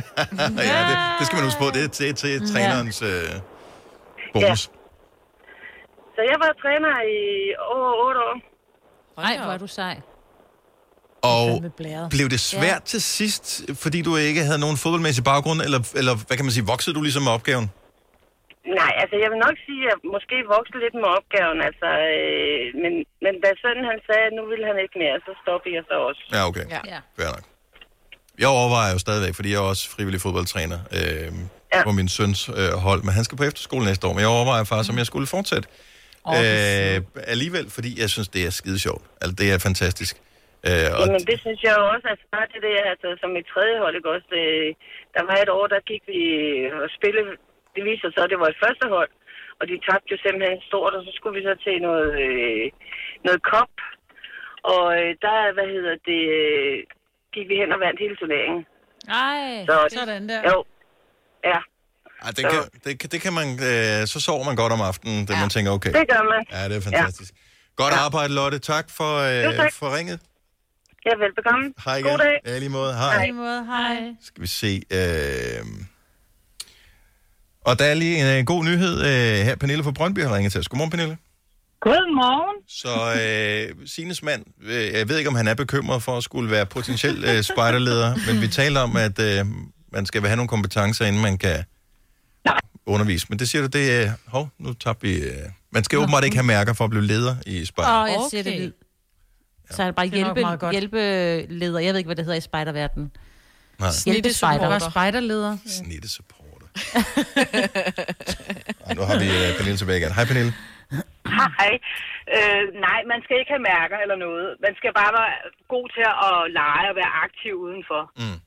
Speaker 1: ja, det, det skal man huske på. Det er til, til trænerens øh, bonus.
Speaker 9: Så jeg var træner i over otte år.
Speaker 4: Nej, hvor er du sej.
Speaker 1: Og
Speaker 4: Blæret.
Speaker 1: blev det svært ja. til sidst, fordi du ikke havde nogen fodboldmæssig baggrund, eller, eller hvad kan man sige, voksede du ligesom med opgaven?
Speaker 9: Nej, altså jeg vil nok sige, at jeg måske voksede lidt med opgaven, altså, øh, men, men da sønnen han sagde, at nu ville han ikke mere, så stoppede jeg så også.
Speaker 1: Ja, okay.
Speaker 9: Ja.
Speaker 1: Ja. Fair nok. Jeg overvejer jo stadigvæk, fordi jeg er også frivillig fodboldtræner øh, ja. på min søns øh, hold, men han skal på efterskole næste år, men jeg overvejer faktisk, om jeg skulle fortsætte.
Speaker 9: Åh, det
Speaker 1: Øh, alligevel, fordi jeg synes, det er skide sjovt. Altså, det er fantastisk. Øh, og
Speaker 9: Jamen det synes jeg jo også, altså bare det der, altså som et tredje hold, ikke også, øh, der var et år, der gik vi øh, og spille, det viser sig, at det var et første hold, og de tabte jo simpelthen stort, og så skulle vi så til noget, øh, noget kop, og øh, der, hvad hedder det, øh, gik vi hen og vandt hele turneringen.
Speaker 4: Nej,
Speaker 9: Så-
Speaker 4: sådan der.
Speaker 9: Jo, ja,
Speaker 1: Ej, det, kan, det, kan- det kan man, øh, så sover man godt om aftenen, da ja. man tænker, okay.
Speaker 9: det gør man.
Speaker 1: Ja, det er fantastisk. Ja. Godt arbejde, Lotte. Tak for,
Speaker 9: Jo,
Speaker 1: øh,
Speaker 9: tak.
Speaker 1: for ringet.
Speaker 9: Ja, velbekomme.
Speaker 1: Hej igen.
Speaker 9: God dag.
Speaker 1: Ja, i lige måde. Hej.
Speaker 3: På en måde, hej.
Speaker 1: Skal vi se. Øh... Og der er lige en øh, god nyhed øh, her. Pernille fra Brøndby har ringet til os. Godmorgen, Pernille.
Speaker 17: Godmorgen.
Speaker 1: Så øh, Sines mand, øh, jeg ved ikke, om han er bekymret for at skulle være potentiel øh, spejderleder, men vi taler om, at øh, man skal have nogle kompetencer, inden man kan undervise. Men det siger du, det er... Øh, hov, nu tabte vi... Øh, man skal åbenbart ikke have mærker for at blive leder i spejder.
Speaker 4: Åh, oh, jeg siger det vildt. Så er det bare
Speaker 3: Det er nok
Speaker 4: hjælpe,
Speaker 3: meget godt.
Speaker 4: hjælpeleder. Jeg ved ikke, hvad det hedder i spejderverdenen.
Speaker 1: Nej.
Speaker 4: Hjælpespejder.
Speaker 3: Var spejderleder.
Speaker 1: Snitte supporter. Ej, nu har vi øh, Pernille tilbage igen. Hej, Pernille.
Speaker 17: Hej. Øh, nej, man skal ikke have mærker eller noget. Man skal bare være god til at lege og være aktiv udenfor. Øh,
Speaker 1: Mm.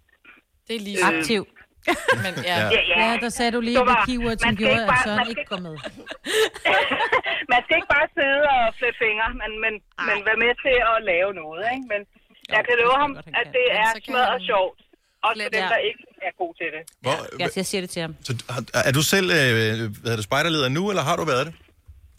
Speaker 17: Det er
Speaker 4: lige- Aktiv.
Speaker 17: Men,
Speaker 4: ja.
Speaker 17: ja, ja.
Speaker 3: Ja, der sagde du lige
Speaker 17: Så
Speaker 3: et
Speaker 17: var-
Speaker 3: keyword,
Speaker 17: man
Speaker 3: som
Speaker 17: skal
Speaker 3: gjorde,
Speaker 17: ikke
Speaker 3: at
Speaker 17: bare- man
Speaker 3: Søren
Speaker 17: skal
Speaker 3: ikke går med.
Speaker 17: man skal ikke bare sidde og flette fingre, men, men, men være med til at lave noget. Ikke? Men jeg kan love ham, at det er smadret sjovt. Også for dem,
Speaker 4: Ja.
Speaker 17: der ikke er gode til det.
Speaker 1: Hvor,
Speaker 4: Ja, så jeg siger det til ham.
Speaker 1: Så har- er du selv øh, hvad hedder det, spejderleder nu, eller har du været det?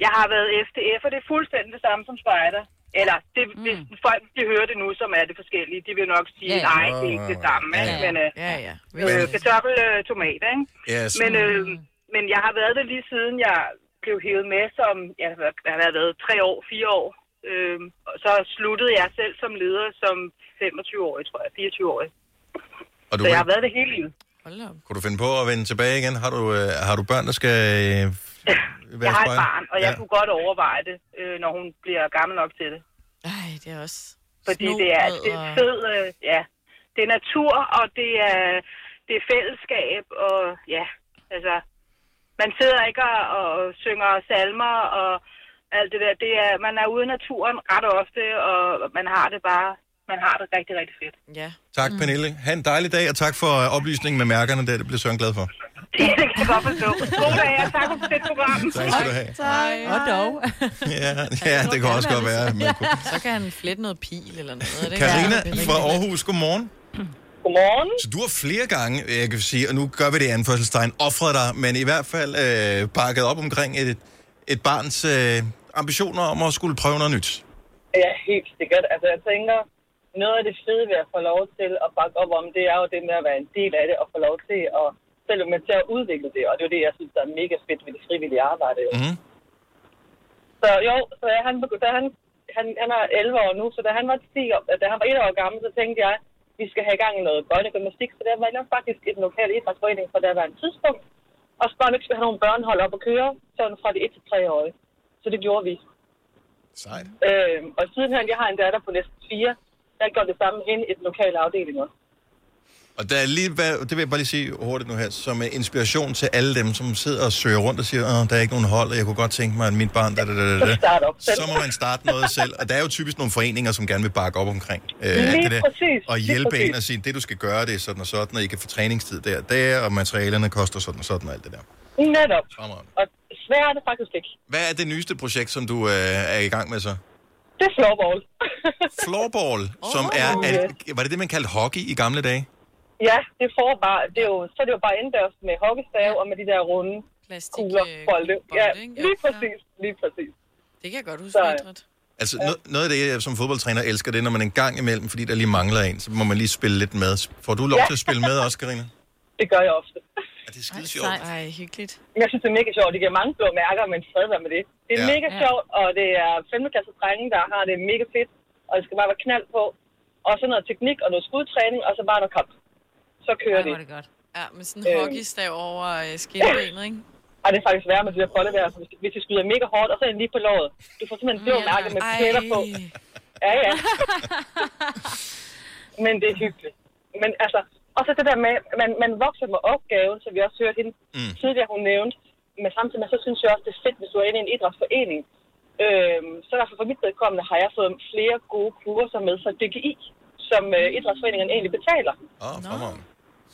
Speaker 17: Jeg har været FDF, og det er fuldstændig det samme som spejder. Eller det, mm. hvis folk de hører det nu, som er det forskellige, de vil nok sige,
Speaker 9: Ja,
Speaker 17: yeah.
Speaker 9: ja.
Speaker 17: nej, det er ikke det samme.
Speaker 9: Ja,
Speaker 17: ikke?
Speaker 9: ja.
Speaker 17: Men øh,
Speaker 2: ja, ja.
Speaker 17: Øh, kartoffel, øh, tomat, ikke?
Speaker 1: Yes.
Speaker 17: Men, øh, men jeg har været det lige siden jeg blev hævet med som, jeg har- jeg har været tre år, fire år. Øh, og så sluttede jeg selv som leder som 25-årig, tror jeg, 24-årig.
Speaker 1: Og du,
Speaker 17: Så jeg har været det hele livet.
Speaker 1: kunne du finde på at vende tilbage igen? Har du, øh, har du børn, der skal øh, være
Speaker 17: Jeg har et
Speaker 1: spejder?
Speaker 17: barn, og jeg kunne godt overveje det, øh, når hun bliver gammel nok til det. Nej, det er også... Fordi det er, det er
Speaker 2: og-
Speaker 17: fed, øh, ja. Det er natur, og det er, det er fællesskab, og ja, altså... Man sidder ikke og, og synger salmer og alt det der. Det er, man er ude i naturen ret ofte, og man har det bare... Man har det rigtig, rigtig fedt. Ja.
Speaker 2: Mm.
Speaker 1: Tak, Pernille. Ha' en dejlig dag, og tak for øh, oplysningen med mærkerne. Der. Det bliver Søren glad for.
Speaker 17: Det kan jeg godt forstå. God dag, og tak for fedt program.
Speaker 1: Tak skal du have.
Speaker 2: Hej. Og dog.
Speaker 1: Ja, ja det kan også godt være. men-
Speaker 2: Så kan han flette noget pil eller noget. er det ikke?
Speaker 1: Karina fra Aarhus, godmorgen.
Speaker 17: Godmorgen.
Speaker 1: Så du har flere gange, øh, jeg kan sige, og nu gør vi det i anførselstegn, offret dig, men i hvert fald øh, pakket op omkring et, et barns øh, ambitioner om at skulle prøve noget nyt.
Speaker 19: Ja, helt sikkert. Altså, jeg tænker, noget af det fede ved at få lov til at bakke op om, det er jo det med at være en del af det og få lov til at selv med til at udvikle det. Og det er jo det, jeg synes, der er mega fedt ved det frivillige arbejde. Jo.
Speaker 1: Mm.
Speaker 19: Så jo, så da han, begy- da han, han, han er 11 år nu, så da han var 10 år, da han var 1 år gammel, så tænkte jeg, vi skal have i gang i noget børnegymnastik, så der var jeg faktisk et lokal idrætsforening på der var en tidspunkt. Og så spørgsmålet, skal vi have nogle børnehold op og køre, sådan fra de 1 til 3 år. Så det gjorde vi.
Speaker 1: Sejt.
Speaker 19: Øh, og sidenhen, jeg har en datter på næsten fire, der gør det samme hen i den lokale afdeling også.
Speaker 1: Og der er lige, hvad- det vil jeg bare lige sige hurtigt nu her, som er inspiration til alle dem, som sidder og søger rundt og siger, Åh, der er ikke nogen hold, og jeg kunne godt tænke mig, at mit barn... Da, da, da, da, da. Så må man starte noget selv. Og der er jo typisk nogle foreninger, som gerne vil bakke op omkring øh,
Speaker 19: Lige
Speaker 1: alt det der.
Speaker 19: præcis,
Speaker 1: og
Speaker 19: lige
Speaker 1: hjælpe
Speaker 19: præcis.
Speaker 1: en og sige, det du skal gøre, det er sådan og sådan, og I kan få træningstid der og der, og materialerne koster sådan og sådan og alt det der.
Speaker 19: Netop.
Speaker 1: Fremragende.
Speaker 19: Og svært er det faktisk ikke.
Speaker 1: Hvad er det nyeste projekt, som du øh, er i gang med så?
Speaker 19: Det er floorball.
Speaker 1: Floorball, som er, er... Var det det, man kaldte hockey i gamle dage?
Speaker 19: Ja, det får bare, det er jo, så er det jo bare indendørs med hockeystav og med de der runde
Speaker 2: Plastik,
Speaker 19: kugler,
Speaker 2: øh,
Speaker 19: bolde. Ja, lige præcis, lige præcis.
Speaker 2: Det kan jeg godt huske.
Speaker 19: Så,
Speaker 1: Altså, ja. noget af det, jeg som fodboldtræner elsker, det er, når man en gang imellem, fordi der lige mangler en, så må man lige spille lidt med. Får du lov
Speaker 19: Ja.
Speaker 1: til at spille med også, Karina?
Speaker 19: det gør jeg ofte.
Speaker 1: Ja, det er skide
Speaker 2: sjovt. Ej, hyggeligt.
Speaker 19: Men jeg synes, det er mega sjovt. Det giver mange blå mærker, men fred være med det. Det
Speaker 1: Ja.
Speaker 19: er ja. mega
Speaker 1: Ja.
Speaker 19: sjovt, og det er 5. klasse drenge, der har det mega fedt, og det skal bare være knald på. Og så noget teknik og noget skudtræning, og så bare noget kamp. Så kører
Speaker 2: Ej, hvor er
Speaker 19: det.
Speaker 2: det godt. Ja, med sådan
Speaker 19: Øh.
Speaker 2: en hockeystav over øh, skinbenet, ikke?
Speaker 19: Og det er faktisk værre med de der boldevær, hvis, hvis de skyder mega hårdt, og så er den lige på låret. Du får simpelthen blå mærker med
Speaker 2: Ej.
Speaker 19: pletter på. Ja, ja. Men det er hyggeligt. Men altså, og så det der med, at man, man vokser med opgaven, så vi også hørte hende
Speaker 1: mm.
Speaker 19: tidligere, hun nævnte. Men samtidig med, så synes jeg også, det er fedt, hvis du er inde i en idrætsforening. Øhm, så derfor for mit vedkommende har jeg fået flere gode kurser med fra DGI, som øh, idrætsforeningerne egentlig betaler.
Speaker 1: Åh, oh,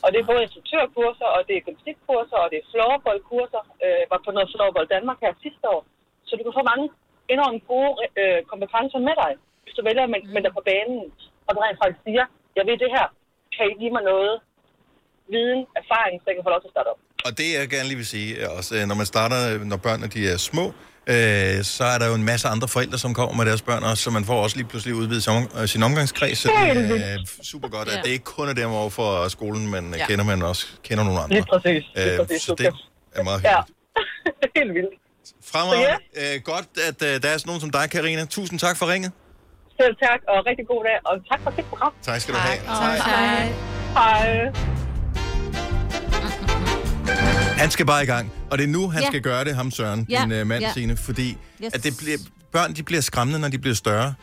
Speaker 19: Og det er både instruktørkurser, og det er gymnastikkurser, og det er floorballkurser. Øh, var på noget floorball Danmark her sidste år. Så du kan få mange enormt gode øh, kompetencer med dig, hvis du vælger at melde melde dig på banen, og du rent faktisk siger, jeg ved det her, kan I give mig noget viden, erfaring, så jeg kan få lov til at starte op.
Speaker 1: Og det, jeg gerne lige vil sige, er også, øh, når man starter, øh, når børnene de er små, øh, så er der jo en masse andre forældre, som kommer med deres børn også, så man får også lige pludselig udvidet sin, om, øh, sin omgangskreds. Så det
Speaker 19: Helt
Speaker 1: er øh, super godt, at det ikke kun er dem over for skolen, men
Speaker 19: Ja.
Speaker 1: ja. kender man også kender nogle andre.
Speaker 19: Lige præcis. Lige
Speaker 1: Øh,
Speaker 19: præcis.
Speaker 1: så det er meget
Speaker 19: Ja.
Speaker 1: hyggeligt.
Speaker 19: Helt vildt.
Speaker 1: Fremragende. Øh, godt, at øh, der er sådan nogen som dig, Karina. Tusind tak for ringet.
Speaker 19: Selv tak, og rigtig god dag, og tak for dit program.
Speaker 1: Tak skal du have.
Speaker 19: Hej. Hej. Hej.
Speaker 1: Han skal bare i gang, og det er nu, han
Speaker 4: Ja.
Speaker 1: skal gøre det, ham Søren,
Speaker 4: Ja,
Speaker 1: din øh, mand
Speaker 4: ja.
Speaker 1: Signe, fordi
Speaker 4: Yes.
Speaker 1: at det bliver, børn de bliver skræmmende, når de bliver større.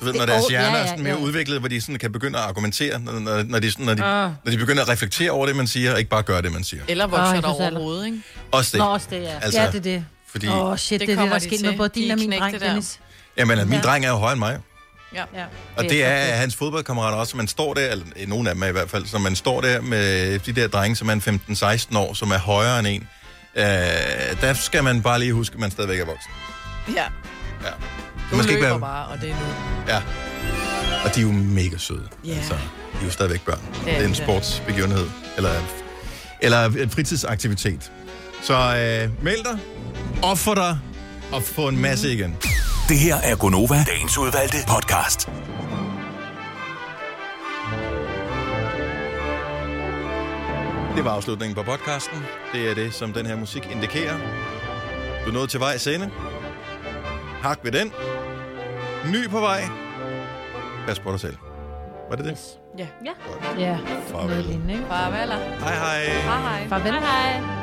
Speaker 1: Du ved,
Speaker 4: Det-
Speaker 1: når deres
Speaker 4: åh, ja,
Speaker 1: hjerner
Speaker 4: ja,
Speaker 1: er sådan mere
Speaker 4: jo.
Speaker 1: udviklet, hvor de sådan kan begynde at argumentere, når, når, når, de, sådan, når, de,
Speaker 4: Ah.
Speaker 1: når de begynder at reflektere over det, man siger, og ikke bare gøre det, man siger.
Speaker 2: Eller
Speaker 3: Åh,
Speaker 2: vokser
Speaker 3: jeg
Speaker 2: der
Speaker 3: synes aldrig.
Speaker 2: overhovedet, ikke?
Speaker 1: Også det.
Speaker 3: Nå, også det, ja.
Speaker 1: Altså,
Speaker 3: ja, det er det.
Speaker 1: Fordi,
Speaker 3: Åh, oh, shit, det,
Speaker 2: Det
Speaker 3: det er det,
Speaker 2: kommer
Speaker 3: der
Speaker 2: de
Speaker 3: skete med
Speaker 2: til.
Speaker 3: både
Speaker 2: De
Speaker 3: din
Speaker 2: er
Speaker 3: og min
Speaker 2: knægte
Speaker 3: dreng,
Speaker 2: der.
Speaker 3: Dennis.
Speaker 1: jamen, at min
Speaker 3: Ja.
Speaker 1: dreng er jo højere end mig.
Speaker 2: Ja.
Speaker 3: ja.
Speaker 1: Og det er hans fodboldkammerater også, man står der, eller øh, nogle af dem er i hvert fald, så man står der med de der drenge, som er en 15-16 år, som er højere end en. Øh, der skal man bare lige huske, at man stadigvæk er voksen.
Speaker 2: Ja.
Speaker 1: Ja.
Speaker 2: Du man skal løber ikke være... bare, og det er nu.
Speaker 1: Ja. Og de er jo mega søde.
Speaker 2: Ja.
Speaker 1: Altså, de er jo stadigvæk børn.
Speaker 2: er
Speaker 1: Det er en
Speaker 2: det.
Speaker 1: sportsbegivenhed. Eller, eller en fritidsaktivitet. Så øh, meld dig, offer dig, og få en masse igen.
Speaker 5: Det her er Gonova, dagens udvalgte podcast.
Speaker 1: Det var afslutningen på podcasten. Det er det, som den her musik indikerer. Du er nået til vej ende. Hak ved den. Ny på vej. Pas på dig selv. Var det det?
Speaker 2: Ja.
Speaker 4: Ja.
Speaker 3: Ja.
Speaker 1: Farvel.
Speaker 3: Farvel.
Speaker 2: Farvel.
Speaker 1: Hej hej.
Speaker 2: Hej hej.
Speaker 3: Farvel.
Speaker 4: Hej, hej.